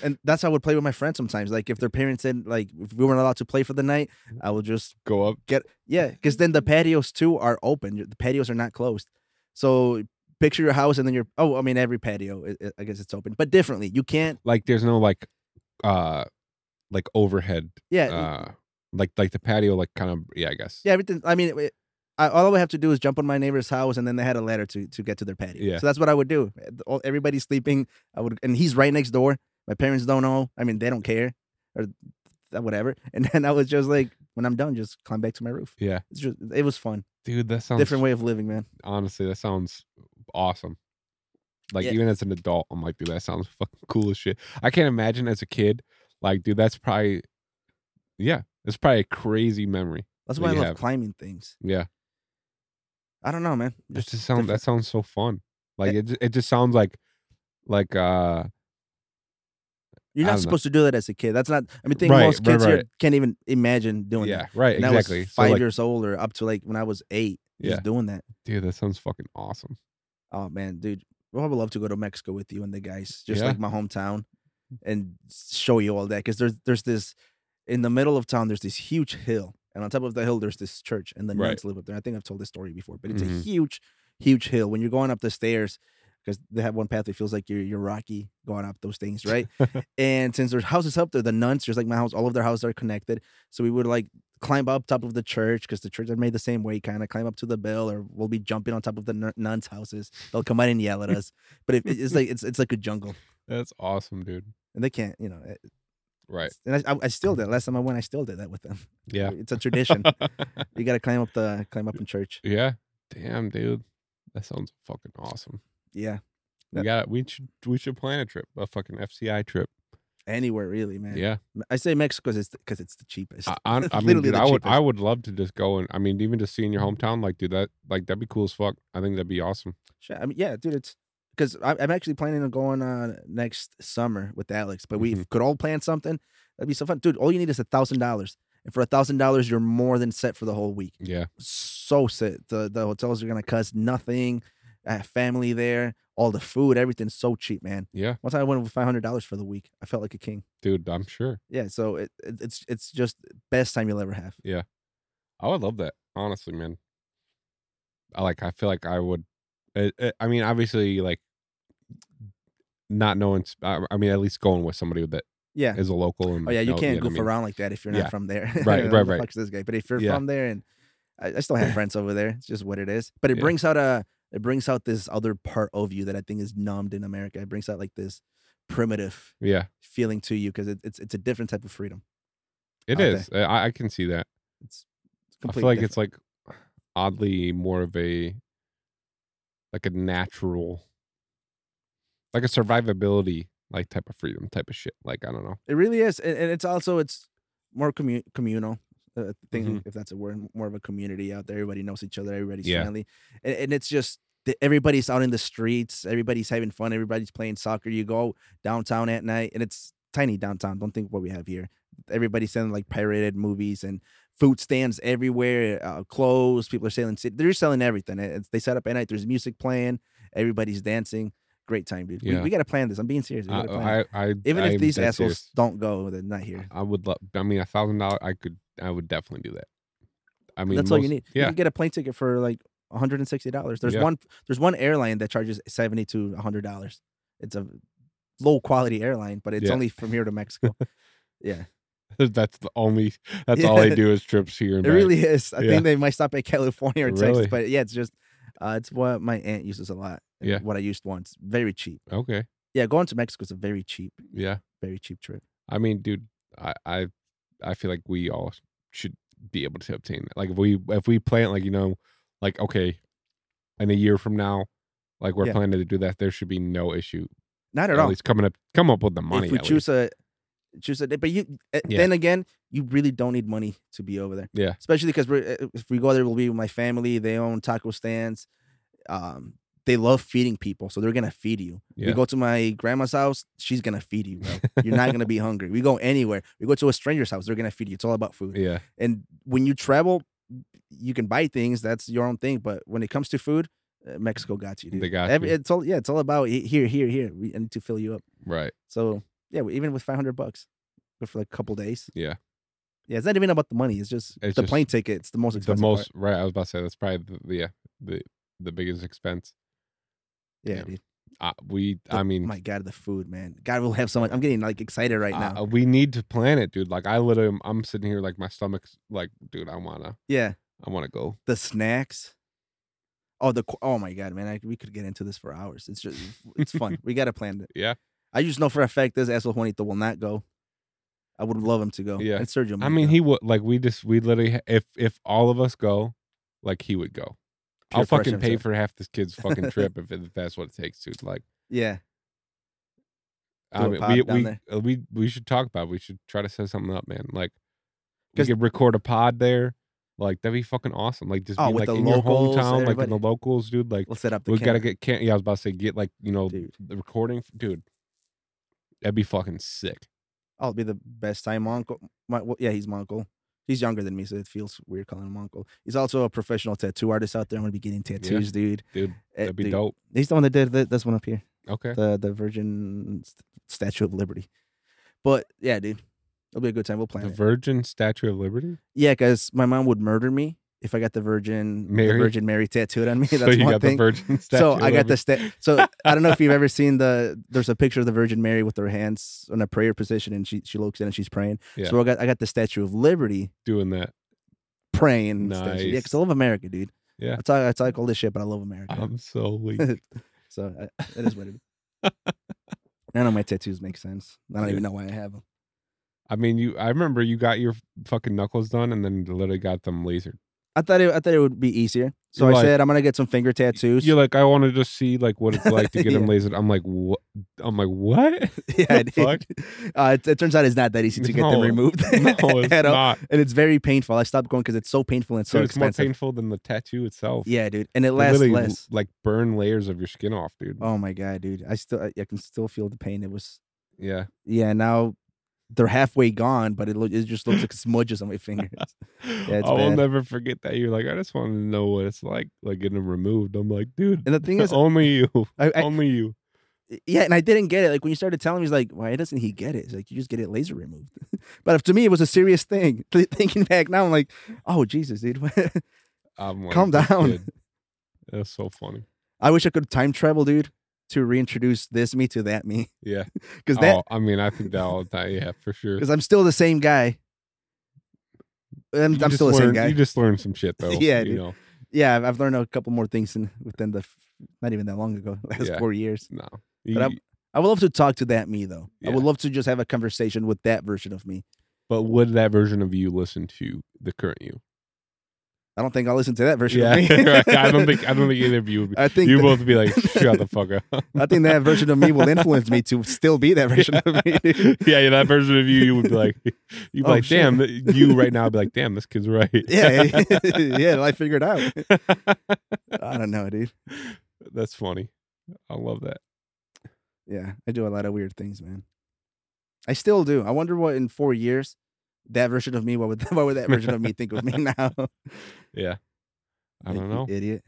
Speaker 4: and that's how I would play with my friends sometimes. Like if their parents said like if we weren't allowed to play for the night,
Speaker 6: Mm-hmm.
Speaker 4: I would just
Speaker 6: Go up.
Speaker 4: Get yeah, because then the patios too are open. The patios are not closed. So picture your house and then your oh, I mean every patio, i- i- I guess it's open, but differently. You can't
Speaker 6: Like there's no like, uh, like overhead.
Speaker 4: yeah
Speaker 6: Uh, like like the patio, like kind of yeah. I guess.
Speaker 4: yeah everything. I mean it- I, all I would have to do is jump on my neighbor's house, and then they had a ladder to to get to their patio.
Speaker 6: Yeah.
Speaker 4: So that's what I would do. Uh, th- all- Everybody's sleeping. I would, and he's right next door. My parents don't know. I mean, they don't care, or th- whatever. And then I was just like, when I'm done, just climb back to my roof.
Speaker 6: Yeah.
Speaker 4: It's just, it was fun.
Speaker 6: Dude, that sounds
Speaker 4: Different way of living, man.
Speaker 6: honestly, that sounds awesome. Like
Speaker 4: Yeah.
Speaker 6: even as an adult, I'm like, dude, that sounds fucking cool as shit. I can't imagine as a kid, like, dude, that's probably, yeah, it's probably a crazy memory.
Speaker 4: That's
Speaker 6: that
Speaker 4: why I
Speaker 6: you
Speaker 4: love
Speaker 6: have.
Speaker 4: climbing things.
Speaker 6: Yeah,
Speaker 4: I don't know, man.
Speaker 6: that
Speaker 4: Just
Speaker 6: just sounds that
Speaker 4: different.
Speaker 6: sounds so fun. Like it, ju- it just sounds like, like uh,
Speaker 4: You're
Speaker 6: I
Speaker 4: not
Speaker 6: don't know.
Speaker 4: supposed to do that as a kid. That's not. I mean, think
Speaker 6: Right,
Speaker 4: most
Speaker 6: right,
Speaker 4: kids here
Speaker 6: right.
Speaker 4: can't even imagine doing
Speaker 6: yeah,
Speaker 4: that.
Speaker 6: right,
Speaker 4: And I
Speaker 6: exactly.
Speaker 4: was
Speaker 6: So,
Speaker 4: five
Speaker 6: like,
Speaker 4: years old, or up to like when I was eight,
Speaker 6: Yeah.
Speaker 4: just doing that.
Speaker 6: dude, that sounds fucking awesome.
Speaker 4: Oh man, dude, well, I would love to go to Mexico with you and the guys, just
Speaker 6: Yeah.
Speaker 4: like my hometown, and s- show you all that. Because there's there's this in the middle of town. There's this huge hill, and on top of the hill, there's this church, and the
Speaker 6: Right.
Speaker 4: nuns live up there. I think I've told this story before, but it's a
Speaker 6: Mhm.
Speaker 4: huge, huge hill. When you're going up the stairs, because they have one path that feels like you're you're rocky going up those things, right? and since there's houses up there, the nuns, just like my house, all of their houses are connected. So we would like climb up top of the church because the church are made the same way, kind of climb up to the bell, or we'll be jumping on top of the nun- nuns' houses. They'll come out and yell at us, but if, it's like it's it's like a jungle,
Speaker 6: That's awesome, dude.
Speaker 4: and they can't, you know. it-
Speaker 6: Right? Mm-hmm.
Speaker 4: it's- And I, I, I still did last time I went. I still did that with them.
Speaker 6: Yeah.
Speaker 4: It's a tradition. you got to climb up the climb up in church.
Speaker 6: yeah. Damn, dude, that sounds fucking awesome.
Speaker 4: Yeah,
Speaker 6: We got we should we should plan a trip, a fucking FCI trip.
Speaker 4: anywhere really, man.
Speaker 6: Yeah.
Speaker 4: Me- I say Mexico because it's because it's the cheapest.
Speaker 6: I, I, I mean,
Speaker 4: Literally
Speaker 6: dude,
Speaker 4: the
Speaker 6: I would,
Speaker 4: cheapest.
Speaker 6: I would love to just go and I mean, even just seeing your hometown, like, dude, that, like, that'd be cool as fuck. I think that'd be awesome.
Speaker 4: Sure. I mean, yeah, dude, it's because I'm actually planning on going uh, next summer with Alex, but we
Speaker 6: Mhm.
Speaker 4: could all plan something. That'd be so fun, dude. All you need is a thousand dollars, and for a thousand dollars, you're more than set for the whole week.
Speaker 6: Yeah,
Speaker 4: So set. The the hotels are gonna cost nothing. I have family there. All the food, everything's so cheap, man.
Speaker 6: yeah,
Speaker 4: One time I went with five hundred dollars for the week. I felt like a king.
Speaker 6: dude, I'm sure.
Speaker 4: Yeah, so it, it, it's it's just best time you'll ever have.
Speaker 6: I would love that, honestly, man. I like, I feel like I would. I, I- I mean, obviously, like, not knowing. s- I, I mean, at least going with somebody that
Speaker 4: Yeah.
Speaker 6: is a local. And
Speaker 4: Oh yeah, you
Speaker 6: know-
Speaker 4: can't
Speaker 6: know what
Speaker 4: goof
Speaker 6: Mm-hmm. I mean?
Speaker 4: around like that if you're
Speaker 6: Yeah.
Speaker 4: not from there.
Speaker 6: Right,
Speaker 4: Who
Speaker 6: right,
Speaker 4: the
Speaker 6: right.
Speaker 4: fuck's this guy. But if you're
Speaker 6: Yeah.
Speaker 4: from there, and I, I still have friends over there. It's just what it is. But it
Speaker 6: Yeah.
Speaker 4: brings out a it brings out this other part of you that I think is numbed in America. It brings out like this primitive
Speaker 6: Yeah,
Speaker 4: feeling to you because it, it's it's a different type of freedom.
Speaker 6: it
Speaker 4: out there.
Speaker 6: is. Eh, I, I can see that.
Speaker 4: It's, it's
Speaker 6: I feel
Speaker 4: completely
Speaker 6: like it's like oddly more of a like a natural like a survivability like type of freedom type of shit. Like I don't know.
Speaker 4: it really is, and, and it's also it's more commu- communal. Uh, thing if that's a word, more of a community out there. Everybody knows each other. Everybody's
Speaker 6: Mm-hmm. Yeah.
Speaker 4: friendly, and, and it's just the- everybody's out in the streets. Everybody's having fun. Everybody's playing soccer. You go downtown at night, and it's tiny downtown. Don't think what we have here. Everybody's selling like pirated movies and food stands everywhere. Uh, clothes. People are selling. si- They're selling everything. It- It's, they set up at night. There's music playing. Everybody's dancing. Great time, dude. We,
Speaker 6: Yeah.
Speaker 4: we gotta plan this. I'm being serious. We gotta plan it.
Speaker 6: I, I, I
Speaker 4: Even
Speaker 6: I
Speaker 4: if
Speaker 6: am
Speaker 4: these
Speaker 6: dead
Speaker 4: assholes
Speaker 6: serious.
Speaker 4: don't go, they're not here.
Speaker 6: I would love. I mean, a thousand dollar. I could. I would definitely do that. I mean,
Speaker 4: That's all you
Speaker 6: most-
Speaker 4: need. You
Speaker 6: Yeah,
Speaker 4: can get a plane ticket for like one hundred and sixty dollars. There's
Speaker 6: Yeah.
Speaker 4: one. There's one airline that charges seventy to one hundred dollars. It's a low quality airline, but it's
Speaker 6: Yeah.
Speaker 4: only from here to Mexico. yeah,
Speaker 6: that's the only. That's all I
Speaker 4: Yeah.
Speaker 6: do is trips here. And
Speaker 4: it
Speaker 6: back.
Speaker 4: really is. I
Speaker 6: Yeah.
Speaker 4: think they might stop at California or Texas,
Speaker 6: Really?
Speaker 4: but yeah, it's just uh, it's what my aunt uses a lot. and
Speaker 6: Yeah.
Speaker 4: what I used once, very cheap.
Speaker 6: Okay.
Speaker 4: Yeah, going to Mexico is a very cheap,
Speaker 6: Yeah.
Speaker 4: very cheap trip.
Speaker 6: I mean, dude, I I I feel like we all should be able to obtain that. Like if we if we plan like you know, like okay, in a year from now, like we're
Speaker 4: Yeah.
Speaker 6: planning to do that, there should be no issue.
Speaker 4: Not at
Speaker 6: At
Speaker 4: all.
Speaker 6: least coming up come up with the money.
Speaker 4: if we
Speaker 6: at
Speaker 4: choose a choose a day, but you uh,
Speaker 6: Yeah.
Speaker 4: then again, you really don't need money to be over there.
Speaker 6: Yeah.
Speaker 4: especially because we're uh, if we go there, we'll be with my family. They own taco stands. Um, they love feeding people, so they're gonna feed you.
Speaker 6: Yeah.
Speaker 4: We go to my grandma's house; she's gonna feed you. Bro. You're not gonna be hungry. We go anywhere. We go to a stranger's house; they're gonna feed you. It's all about food.
Speaker 6: least. yeah,
Speaker 4: And when you travel, you can buy things. That's your own thing. But when it comes to food. uh, Mexico got you, dude.
Speaker 6: They got you.
Speaker 4: It's all yeah. It's all about he- here, here, here. We I need to fill you up.
Speaker 6: right.
Speaker 4: So yeah, we- even with five hundred bucks, go for like a couple days.
Speaker 6: Yeah.
Speaker 4: Yeah, it's not even about the money. It's just
Speaker 6: It's
Speaker 4: the
Speaker 6: just
Speaker 4: plane ticket. It's the most
Speaker 6: The
Speaker 4: expensive. part.
Speaker 6: most right. I was about to say that's probably the, the yeah the the biggest expense.
Speaker 4: Yeah,
Speaker 6: yeah,
Speaker 4: dude.
Speaker 6: Uh, we
Speaker 4: The-
Speaker 6: I mean.
Speaker 4: my God, the food, man. God will have so much. I'm getting like excited right now.
Speaker 6: uh, we need to plan it, dude. Like I literally, I'm sitting here, like my stomach's like, dude, I wanna,
Speaker 4: yeah,
Speaker 6: I want to go.
Speaker 4: the snacks. Oh the qu- oh my god, man! I, we could get into this for hours. It's just it's fun. we gotta plan it.
Speaker 6: Yeah.
Speaker 4: I just know for a fact this asshole Juanito will not go. I would love him to go.
Speaker 6: Yeah.
Speaker 4: and Sergio.
Speaker 6: I
Speaker 4: might
Speaker 6: mean,
Speaker 4: go.
Speaker 6: he would like we just we literally ha- if if all of us go, like he would go.
Speaker 4: Peer
Speaker 6: I'll
Speaker 4: pressure
Speaker 6: fucking pay
Speaker 4: himself.
Speaker 6: for half this kid's fucking trip if, if that's what it takes to like.
Speaker 4: Yeah, Do
Speaker 6: I
Speaker 4: a
Speaker 6: mean,
Speaker 4: pod
Speaker 6: we
Speaker 4: down
Speaker 6: we,
Speaker 4: there.
Speaker 6: uh, we we should talk about. It. We should try to set something up, man. Like, we
Speaker 4: 'Cause-
Speaker 6: could record a pod there. Like that'd be fucking awesome. Like just
Speaker 4: Oh,
Speaker 6: be
Speaker 4: with
Speaker 6: like
Speaker 4: the
Speaker 6: in
Speaker 4: locals,
Speaker 6: your hometown, like in the
Speaker 4: everybody.
Speaker 6: locals, dude. Like
Speaker 4: we'll set up the.
Speaker 6: we
Speaker 4: camera.
Speaker 6: gotta get can Yeah, I was about to say get like you know
Speaker 4: Dude.
Speaker 6: the recording, f- dude. That'd be fucking sick.
Speaker 4: I'll be the best time my uncle. My, well, yeah, he's my uncle. He's younger than me, so it feels weird calling him uncle. He's also a professional tattoo artist out there. I'm gonna be getting tattoos, dude.
Speaker 6: Dude,
Speaker 4: Eh,
Speaker 6: that'd be
Speaker 4: dude,
Speaker 6: dope.
Speaker 4: He's the one that did th- this one up here,
Speaker 6: Okay,
Speaker 4: the the Virgin st- Statue of Liberty. But yeah, dude, it'll be a good time. We'll plan.
Speaker 6: the
Speaker 4: it.
Speaker 6: Virgin Statue of Liberty.
Speaker 4: Yeah, because my mom would murder me if I got the Virgin
Speaker 6: Mary?
Speaker 4: the Virgin Mary tattooed on me. That's
Speaker 6: so you
Speaker 4: one
Speaker 6: got the
Speaker 4: thing.
Speaker 6: Virgin Statue.
Speaker 4: so
Speaker 6: of
Speaker 4: I got the
Speaker 6: Liberty.
Speaker 4: sta- so I don't know if you've ever seen the there's a picture of the Virgin Mary with her hands in a prayer position and she she looks in and she's praying.
Speaker 6: Yeah.
Speaker 4: So I got I got the Statue of Liberty
Speaker 6: doing that.
Speaker 4: praying. Statue. Yeah,
Speaker 6: Nice.
Speaker 4: because I love America, dude.
Speaker 6: Yeah. Um,
Speaker 4: I talk I talk all this shit, but I love America.
Speaker 6: I'm so weak.
Speaker 4: so I, it is what it is. None of my tattoos make sense. I don't even know why I have them.
Speaker 6: I mean, you. I remember you got your fucking knuckles done, and then literally got them lasered.
Speaker 4: I thought it, I thought it would be easier. So
Speaker 6: You're
Speaker 4: I
Speaker 6: like-
Speaker 4: said I'm gonna get some finger tattoos.
Speaker 6: You're like, I want to just see like what it's like to get them
Speaker 4: Yeah.
Speaker 6: lasered. I'm like, what? I'm like, what?
Speaker 4: Yeah,
Speaker 6: The
Speaker 4: dude. Uh, it, it turns out it's not that easy to get
Speaker 6: No.
Speaker 4: them removed
Speaker 6: No, it's
Speaker 4: at all.
Speaker 6: not.
Speaker 4: and it's very painful. I stopped going because it's so painful and so
Speaker 6: So it's more
Speaker 4: expensive.
Speaker 6: painful than the tattoo itself.
Speaker 4: Yeah, dude, and it
Speaker 6: They
Speaker 4: lasts
Speaker 6: literally,
Speaker 4: less.
Speaker 6: Like burn layers of your skin off, dude.
Speaker 4: Oh my god, dude, I still I, I can still feel the pain. It was
Speaker 6: Yeah.
Speaker 4: yeah. Now they're halfway gone, but it lo- it just looks like smudges on my fingers. it's
Speaker 6: I will
Speaker 4: bad.
Speaker 6: never forget that. You're like, I just wanted to know what it's like, like getting them removed. I'm like, dude,
Speaker 4: And the thing is,
Speaker 6: only you,
Speaker 4: I, I,
Speaker 6: only you.
Speaker 4: yeah, and I didn't get it. Like when you started telling me, he's like, "Why doesn't he get it?" It's like you just get it laser removed. but if, to me, it was a serious thing. Th- Thinking back now, I'm like, "Oh Jesus, dude."
Speaker 6: I'm like,
Speaker 4: Calm
Speaker 6: "That's
Speaker 4: down."
Speaker 6: good." That's so funny.
Speaker 4: I wish I could time travel, dude, to reintroduce this me to that me.
Speaker 6: Yeah.
Speaker 4: Because that
Speaker 6: oh, I mean, I think that all the time. Yeah, for sure.
Speaker 4: because I'm still the same guy. I'm, I'm
Speaker 6: You just
Speaker 4: still the same
Speaker 6: learned-
Speaker 4: guy.
Speaker 6: You just learned some shit though.
Speaker 4: Yeah,
Speaker 6: you
Speaker 4: dude.
Speaker 6: know.
Speaker 4: yeah, I've, I've learned a couple more things in, within the f- not even that long ago, last
Speaker 6: Yeah.
Speaker 4: four years.
Speaker 6: No.
Speaker 4: But I'm-
Speaker 6: You-
Speaker 4: I would love to talk to that me though. I
Speaker 6: Yeah.
Speaker 4: would love to just have a conversation with that version of me.
Speaker 6: but would that version of you listen to the current you?
Speaker 4: I don't think I'll listen to that version
Speaker 6: Yeah,
Speaker 4: of me.
Speaker 6: right. I don't think I don't think either of you would be.
Speaker 4: I think
Speaker 6: you
Speaker 4: that-
Speaker 6: both would be like, shut the fuck up.
Speaker 4: I think that version of me will influence me to still be that version of me. dude.
Speaker 6: yeah, yeah, that version of you, you would be like, you'd be
Speaker 4: Oh,
Speaker 6: like,
Speaker 4: shit.
Speaker 6: damn, th- you right now would be like, damn, this kid's right.
Speaker 4: Yeah, yeah, I figured out. I don't know, dude.
Speaker 6: That's funny. I love that.
Speaker 4: Yeah, I do a lot of weird things, man. I still do. I wonder what in four years that version of me, what would what would that version of me think of me now?
Speaker 6: Yeah. I
Speaker 4: Like,
Speaker 6: don't
Speaker 4: "You
Speaker 6: know.
Speaker 4: Idiot.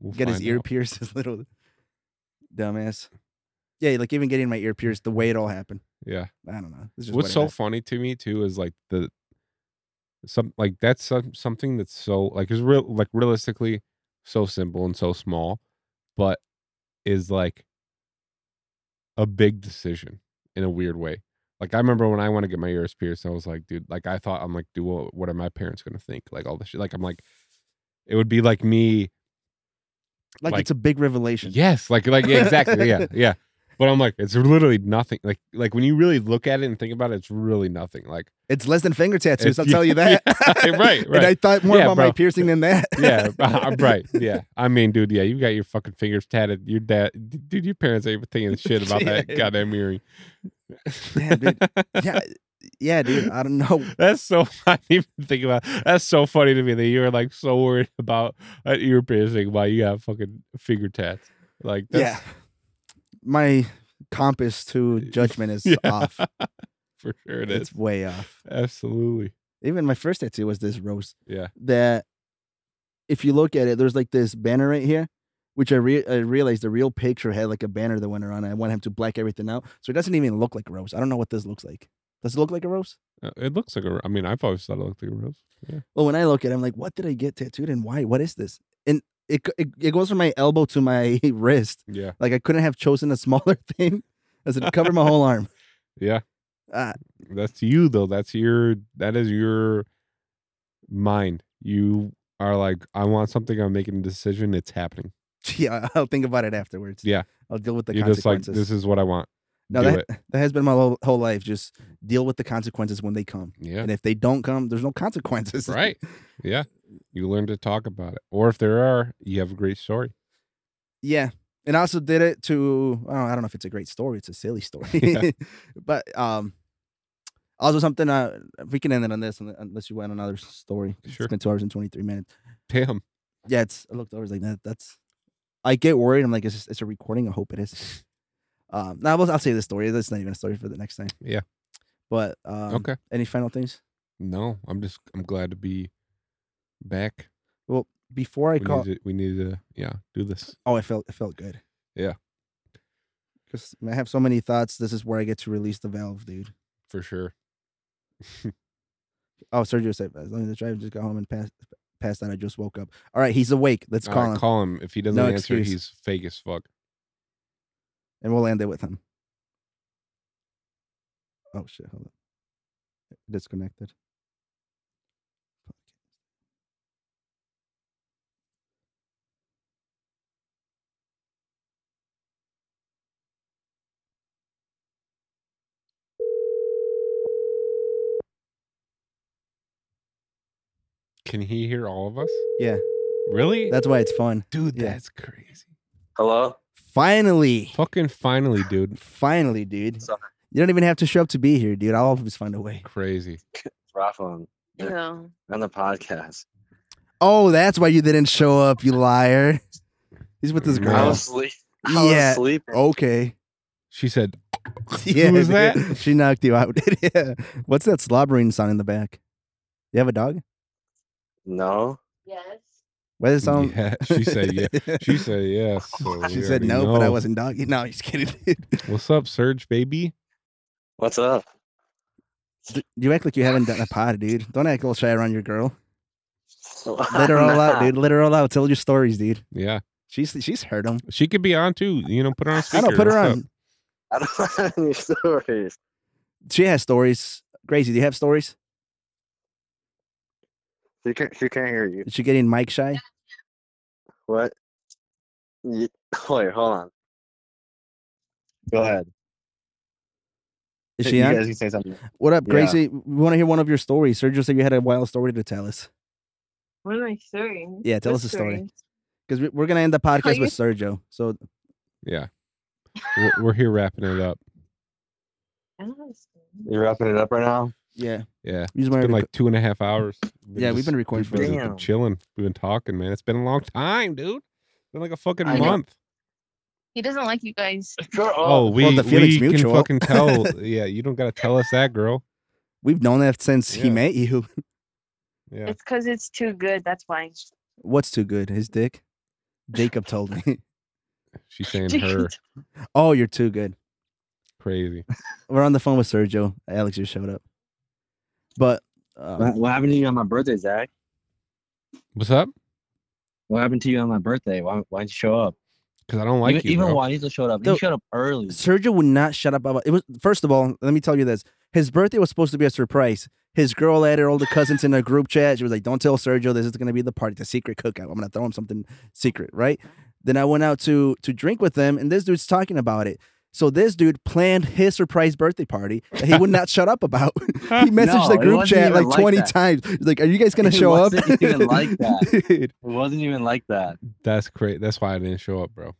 Speaker 6: We'll
Speaker 4: Get his
Speaker 6: find
Speaker 4: ear
Speaker 6: out.
Speaker 4: pierced, his little dumbass. Yeah, like even getting my ear pierced, the way it all happened.
Speaker 6: Yeah.
Speaker 4: I don't know. It's just
Speaker 6: What's
Speaker 4: what it
Speaker 6: so
Speaker 4: happened.
Speaker 6: funny to me too is like the some like that's some, something that's so like is real like realistically so simple and so small, but is like a big decision in a weird way. Like I remember when I want to get my ears pierced, I was like, dude, like I thought I'm like, dude, what, what are my parents gonna think? Like all this shit. Like I'm like, it would be like me
Speaker 4: like,
Speaker 6: like-
Speaker 4: it's a big revelation.
Speaker 6: Yes, like like yeah, exactly, yeah, yeah. But I'm like, it's literally nothing. Like like when you really look at it and think about it, it's really nothing. Like
Speaker 4: It's less than finger tattoos,
Speaker 6: It's-
Speaker 4: I'll tell you
Speaker 6: yeah,
Speaker 4: that.
Speaker 6: right,
Speaker 4: And
Speaker 6: right.
Speaker 4: I thought more
Speaker 6: Yeah,
Speaker 4: about my
Speaker 6: bro.
Speaker 4: piercing than that.
Speaker 6: yeah, uh, I'm right, yeah. I mean, dude, yeah, you got your fucking fingers tatted. Your dad, d- dude, your parents ain't thinking shit about
Speaker 4: Yeah.
Speaker 6: that goddamn earring.
Speaker 4: Damn, dude. Yeah. Yeah, dude. I don't know.
Speaker 6: That's so. I didn't even think about. That's so funny to me that you're like so worried about uh, an ear piercing while you got fucking finger tats. Like, that's,
Speaker 4: yeah. My compass to judgment is
Speaker 6: Yeah.
Speaker 4: off.
Speaker 6: for sure it is.
Speaker 4: It's way off.
Speaker 6: Absolutely.
Speaker 4: even my first tattoo was this rose.
Speaker 6: Yeah.
Speaker 4: That if you look at it, there's like this banner right here, which I, re- I realized the real picture had like a banner that went around. I want him to black everything out. So it doesn't even look like rose. I don't know what this looks like. Does it look like a rose?
Speaker 6: Uh, It looks like a. I mean, I've always thought it looked like a rose. Yeah.
Speaker 4: Well, when I look at it, I'm like, what did I get tattooed and why? What is this? And it, go- it, it goes from my elbow to my wrist.
Speaker 6: Yeah.
Speaker 4: Like I couldn't have chosen a smaller thing as it covered my whole arm.
Speaker 6: Yeah.
Speaker 4: Uh,
Speaker 6: that's you though that's your that is your mind you are like, I want something, I'm making a decision, it's happening.
Speaker 4: Yeah, I'll think about it afterwards.
Speaker 6: Yeah.
Speaker 4: I'll deal with the
Speaker 6: You're just like,
Speaker 4: consequences.
Speaker 6: this is what I want.
Speaker 4: no,
Speaker 6: do
Speaker 4: that,
Speaker 6: it.
Speaker 4: that has been my whole, whole life. Just deal with the consequences when they come.
Speaker 6: Yeah.
Speaker 4: And if they don't come, there's no consequences.
Speaker 6: Right. Yeah. You learn to talk about it. Or if there are, you have a great story.
Speaker 4: Yeah. And I also did it to I don't, I don't know if it's a great story, it's a silly story.
Speaker 6: Yeah.
Speaker 4: but um also something uh we can end it on this un- unless you went another story.
Speaker 6: Sure.
Speaker 4: It's been two hours and twenty three minutes.
Speaker 6: Damn.
Speaker 4: Yeah, it's I looked over it's like that that's I get worried. I'm like, is this, it's a recording? I hope it is. Um no, I'll, I'll say this story. That's not even a story for the next time.
Speaker 6: Yeah.
Speaker 4: But um
Speaker 6: okay.
Speaker 4: any final things?
Speaker 6: No, I'm just, I'm glad to be back.
Speaker 4: Well, before I
Speaker 6: we,
Speaker 4: call
Speaker 6: need to, we need to, yeah, do this.
Speaker 4: Oh, it felt it felt good.
Speaker 6: Yeah.
Speaker 4: Because I have so many thoughts. This is where I get to release the valve, dude.
Speaker 6: For sure.
Speaker 4: Oh, Sergio said, as long as the driver just got home and passed passed out, I just woke up. All right, he's awake. Let's
Speaker 6: All
Speaker 4: call
Speaker 6: right,
Speaker 4: him,
Speaker 6: call him. If he doesn't
Speaker 4: No
Speaker 6: answer,
Speaker 4: excuse.
Speaker 6: he's fake as fuck.
Speaker 4: and we'll end it with him. Oh shit! Hold on, disconnected.
Speaker 6: Can he hear all of us?
Speaker 4: Yeah.
Speaker 6: Really?
Speaker 4: That's why it's fun.
Speaker 6: dude,
Speaker 4: yeah.
Speaker 6: that's crazy.
Speaker 7: Hello?
Speaker 4: Finally,
Speaker 6: Fucking finally, dude.
Speaker 4: finally, dude.
Speaker 7: Sorry.
Speaker 4: You don't even have to show up to be here, dude. I'll always find a way.
Speaker 6: Crazy.
Speaker 7: It's Rafa on,
Speaker 8: No.
Speaker 7: on the podcast.
Speaker 4: Oh, that's why you didn't show up, you liar. He's with this
Speaker 6: No.
Speaker 7: I
Speaker 4: girl.
Speaker 7: was sleep. I was
Speaker 4: Yeah.
Speaker 7: sleeping.
Speaker 4: Okay.
Speaker 6: She said,
Speaker 4: Yeah,
Speaker 6: Who was
Speaker 4: dude.
Speaker 6: that?
Speaker 4: She knocked you out. yeah. What's that slobbering sound in the back? You have a dog?
Speaker 7: No.
Speaker 8: Yes.
Speaker 4: Why does it sound?
Speaker 6: yeah. She said, yeah. She said, yes. so
Speaker 4: She
Speaker 6: we
Speaker 4: said
Speaker 6: already
Speaker 4: no, but I
Speaker 6: know.
Speaker 4: wasn't doggy. No, he's kidding. dude.
Speaker 6: What's up, Serge, baby?
Speaker 7: What's up?
Speaker 4: D- you act like you haven't done a pod, dude. Don't act all shy around your girl. Let her all out, dude. Let her all out. Tell your stories, dude.
Speaker 6: Yeah.
Speaker 4: She's she's heard them.
Speaker 6: She could be on too. You know, put her on
Speaker 4: I
Speaker 6: speaker.
Speaker 4: don't put her
Speaker 6: What's
Speaker 4: on.
Speaker 7: I don't have any stories.
Speaker 4: She has stories. Gracie, do you have stories?
Speaker 7: She can't, she can't hear you.
Speaker 4: Is she getting mic shy?
Speaker 7: What? You, wait, hold on. Go ahead.
Speaker 4: Is
Speaker 7: You-
Speaker 4: she
Speaker 7: you
Speaker 4: on?
Speaker 7: guys can say something.
Speaker 4: What up,
Speaker 7: Yeah.
Speaker 4: Gracie? We want to hear one of your stories. Sergio said you had a wild story to tell us.
Speaker 8: One of my stories.
Speaker 4: Yeah, tell
Speaker 8: What
Speaker 4: us a story. Because we're gonna end the podcast
Speaker 8: you-
Speaker 4: with Sergio. So
Speaker 6: Yeah. We're, we're here wrapping it up.
Speaker 8: I don't have a story.
Speaker 7: You're wrapping it up right now?
Speaker 4: yeah,
Speaker 6: Yeah.
Speaker 4: use my
Speaker 6: It's been
Speaker 4: rec-
Speaker 6: like two and a half hours.
Speaker 4: Yeah, we've been recording
Speaker 6: we've
Speaker 4: for
Speaker 7: a
Speaker 6: just
Speaker 7: little
Speaker 6: been
Speaker 7: bit.
Speaker 6: chilling. We've been talking, man. It's been a long time, dude. It's been like a fucking
Speaker 7: I know.
Speaker 6: month.
Speaker 8: He doesn't like you guys.
Speaker 6: Oh, we,
Speaker 4: the feeling's
Speaker 6: we
Speaker 4: mutual.
Speaker 6: can fucking tell. yeah, you don't gotta tell us that, girl.
Speaker 4: we've known that since he
Speaker 6: Yeah.
Speaker 4: met you.
Speaker 6: Yeah.
Speaker 8: It's because it's too good. That's why.
Speaker 4: What's too good? His dick. Jacob told me.
Speaker 6: She's saying her
Speaker 4: oh, you're too good.
Speaker 6: crazy.
Speaker 4: We're on the phone with Sergio. Alex just showed up. But
Speaker 7: What,
Speaker 4: um,
Speaker 7: what happened to you on my birthday, Zach?
Speaker 6: What's up?
Speaker 7: What happened to you on my birthday? Why, why'd you show up?
Speaker 6: Because I don't like
Speaker 7: even
Speaker 6: you.
Speaker 7: even
Speaker 6: bro.
Speaker 7: Juanito showed up.
Speaker 4: Dude.
Speaker 7: He showed up early.
Speaker 4: Sergio would not shut up about it. Was first of all, let me tell you this: his birthday was supposed to be a surprise. His girl added all the cousins in a group chat. She was like, "Don't tell Sergio. This is gonna be the party, the secret cookout. I'm gonna throw him something secret, right?" Then I went out to to drink with them, and this dude's talking about it. So this dude planned his surprise birthday party that he would not shut up about. he messaged
Speaker 7: No,
Speaker 4: the
Speaker 7: it
Speaker 4: group
Speaker 7: wasn't
Speaker 4: chat
Speaker 7: even
Speaker 4: like
Speaker 7: like
Speaker 4: 20
Speaker 7: that.
Speaker 4: times. He's like, "Are you guys gonna
Speaker 7: It
Speaker 4: show up?"
Speaker 7: wasn't even like that.
Speaker 4: Dude,
Speaker 7: It wasn't even like that.
Speaker 6: That's crazy. That's why I didn't show up, bro.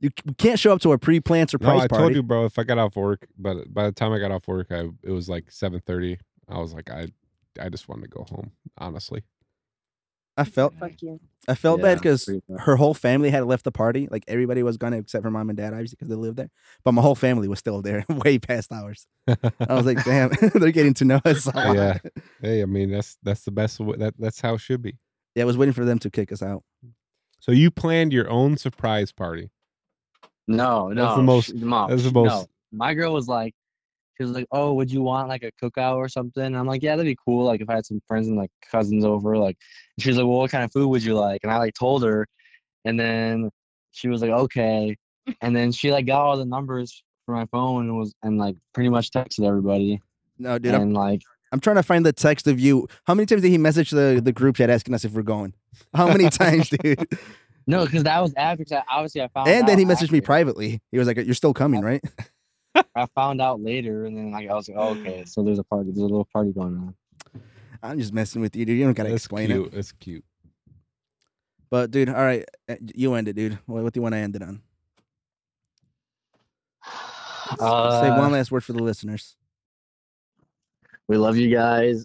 Speaker 4: you c- can't show up to a pre-planned
Speaker 6: No,
Speaker 4: surprise
Speaker 6: I
Speaker 4: party.
Speaker 6: told you, bro. If I got off work, but by the time I got off work, I it was like seven thirty. I was like, I, I just wanted to go home. Honestly,
Speaker 4: I felt
Speaker 8: Fuck you.
Speaker 4: I felt bad
Speaker 7: Yeah,
Speaker 4: because
Speaker 7: pretty bad.
Speaker 4: her whole family had left the party. Like everybody was gone except her mom and dad, obviously, because they lived there. But my whole family was still there, way past ours. I was like, damn, they're getting to know us. A lot.
Speaker 6: Yeah. hey, I mean that's that's the best. Way, that that's how it should be.
Speaker 4: yeah, I was waiting for them to kick us out.
Speaker 6: So you planned your own surprise party.
Speaker 7: No, no.
Speaker 6: That's the most-
Speaker 7: sh- no,
Speaker 6: that's the
Speaker 7: sh-
Speaker 6: most-
Speaker 7: No. My girl was like, she was like, "Oh, would you want like a cookout or something?" And I'm like, "Yeah, that'd be cool. Like if I had some friends and like cousins over." Like and she was like, "Well, what kind of food would you like?" And I like told her, and then she was like, "Okay," and then she like got all the numbers for my phone and was and like pretty much texted everybody
Speaker 4: No, dude, I'm,
Speaker 7: and like
Speaker 4: i I'm trying to find the text of you. How many times did he message the, the group chat asking us if we're going? How many times, dude?
Speaker 7: No, because that was after. 'cause I, obviously, I found.
Speaker 4: And then
Speaker 7: out
Speaker 4: he messaged me
Speaker 7: after.
Speaker 4: privately. He was like, "You're still coming, right?"
Speaker 7: I found out later, and then like I was like, oh, okay, so there's a party. There's a little party going on.
Speaker 4: I'm just messing with you, dude. You don't gotta
Speaker 6: That's
Speaker 4: explain it.
Speaker 6: cute. That's cute.
Speaker 4: But dude, all right, uh, you end it, dude. What, what do you want to end it on? S- Say
Speaker 7: Uh,
Speaker 4: one last word for the listeners.
Speaker 7: We love you guys.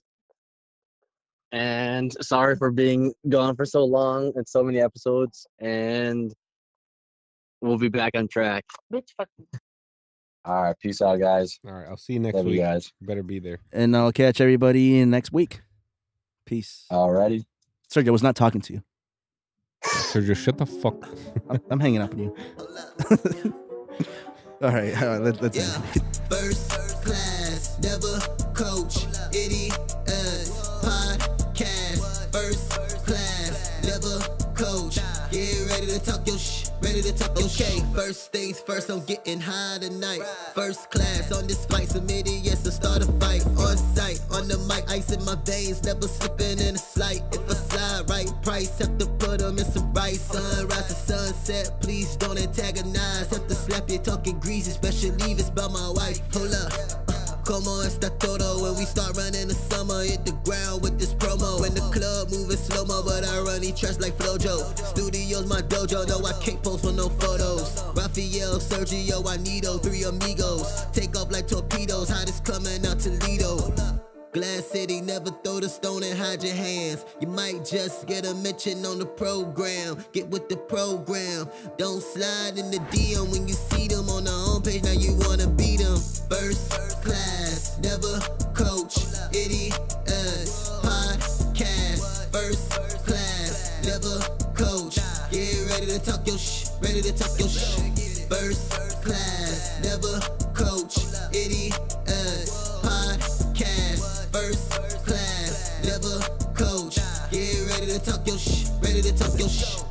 Speaker 7: And sorry for being gone for so long and so many episodes. And we'll be back on track.
Speaker 8: Bitch, fuck you.
Speaker 7: All right. Peace out, guys.
Speaker 6: All right. I'll see you next
Speaker 7: love
Speaker 6: week.
Speaker 7: you guys.
Speaker 6: Better be there.
Speaker 4: And I'll catch everybody in next week. Peace.
Speaker 7: Alrighty.
Speaker 4: Sergio I was not talking to you.
Speaker 6: So just shut the fuck.
Speaker 4: I'm, I'm hanging up on you. all right, all right let, let's end. it.
Speaker 9: First class, never coach, idiot podcast. First class, never coach. Get ready to talk your sh, ready to talk your shit. First things first, I'm getting high tonight. First class on this flight, some idiots to start a fight. On sight, on the mic, ice in my veins, never slipping in a slight. If I slide right, price have to put them in some rice. Sunrise to sunset, please don't antagonize. Have to slap you talking greasy, especially if it's by my wife. Hold up. Como esta todo when we start running the summer hit the ground with this promo in the club moving slow mo but I run these tracks like Flojo studios my dojo no I can't post for no photos Raphael Sergio I need those three amigos take off like torpedoes hot is coming out Toledo Glass City never throw the stone and hide your hands you might just get a mention on the program get with the program don't slide in the DM when you see them on the homepage now you wanna beat them first class, never coach, idiots, podcast, first class, never coach, get ready to talk your sh, ready to talk your sh, first class, never coach, idiots, podcast, first class, never coach, get ready to talk your sh, ready to talk your sh.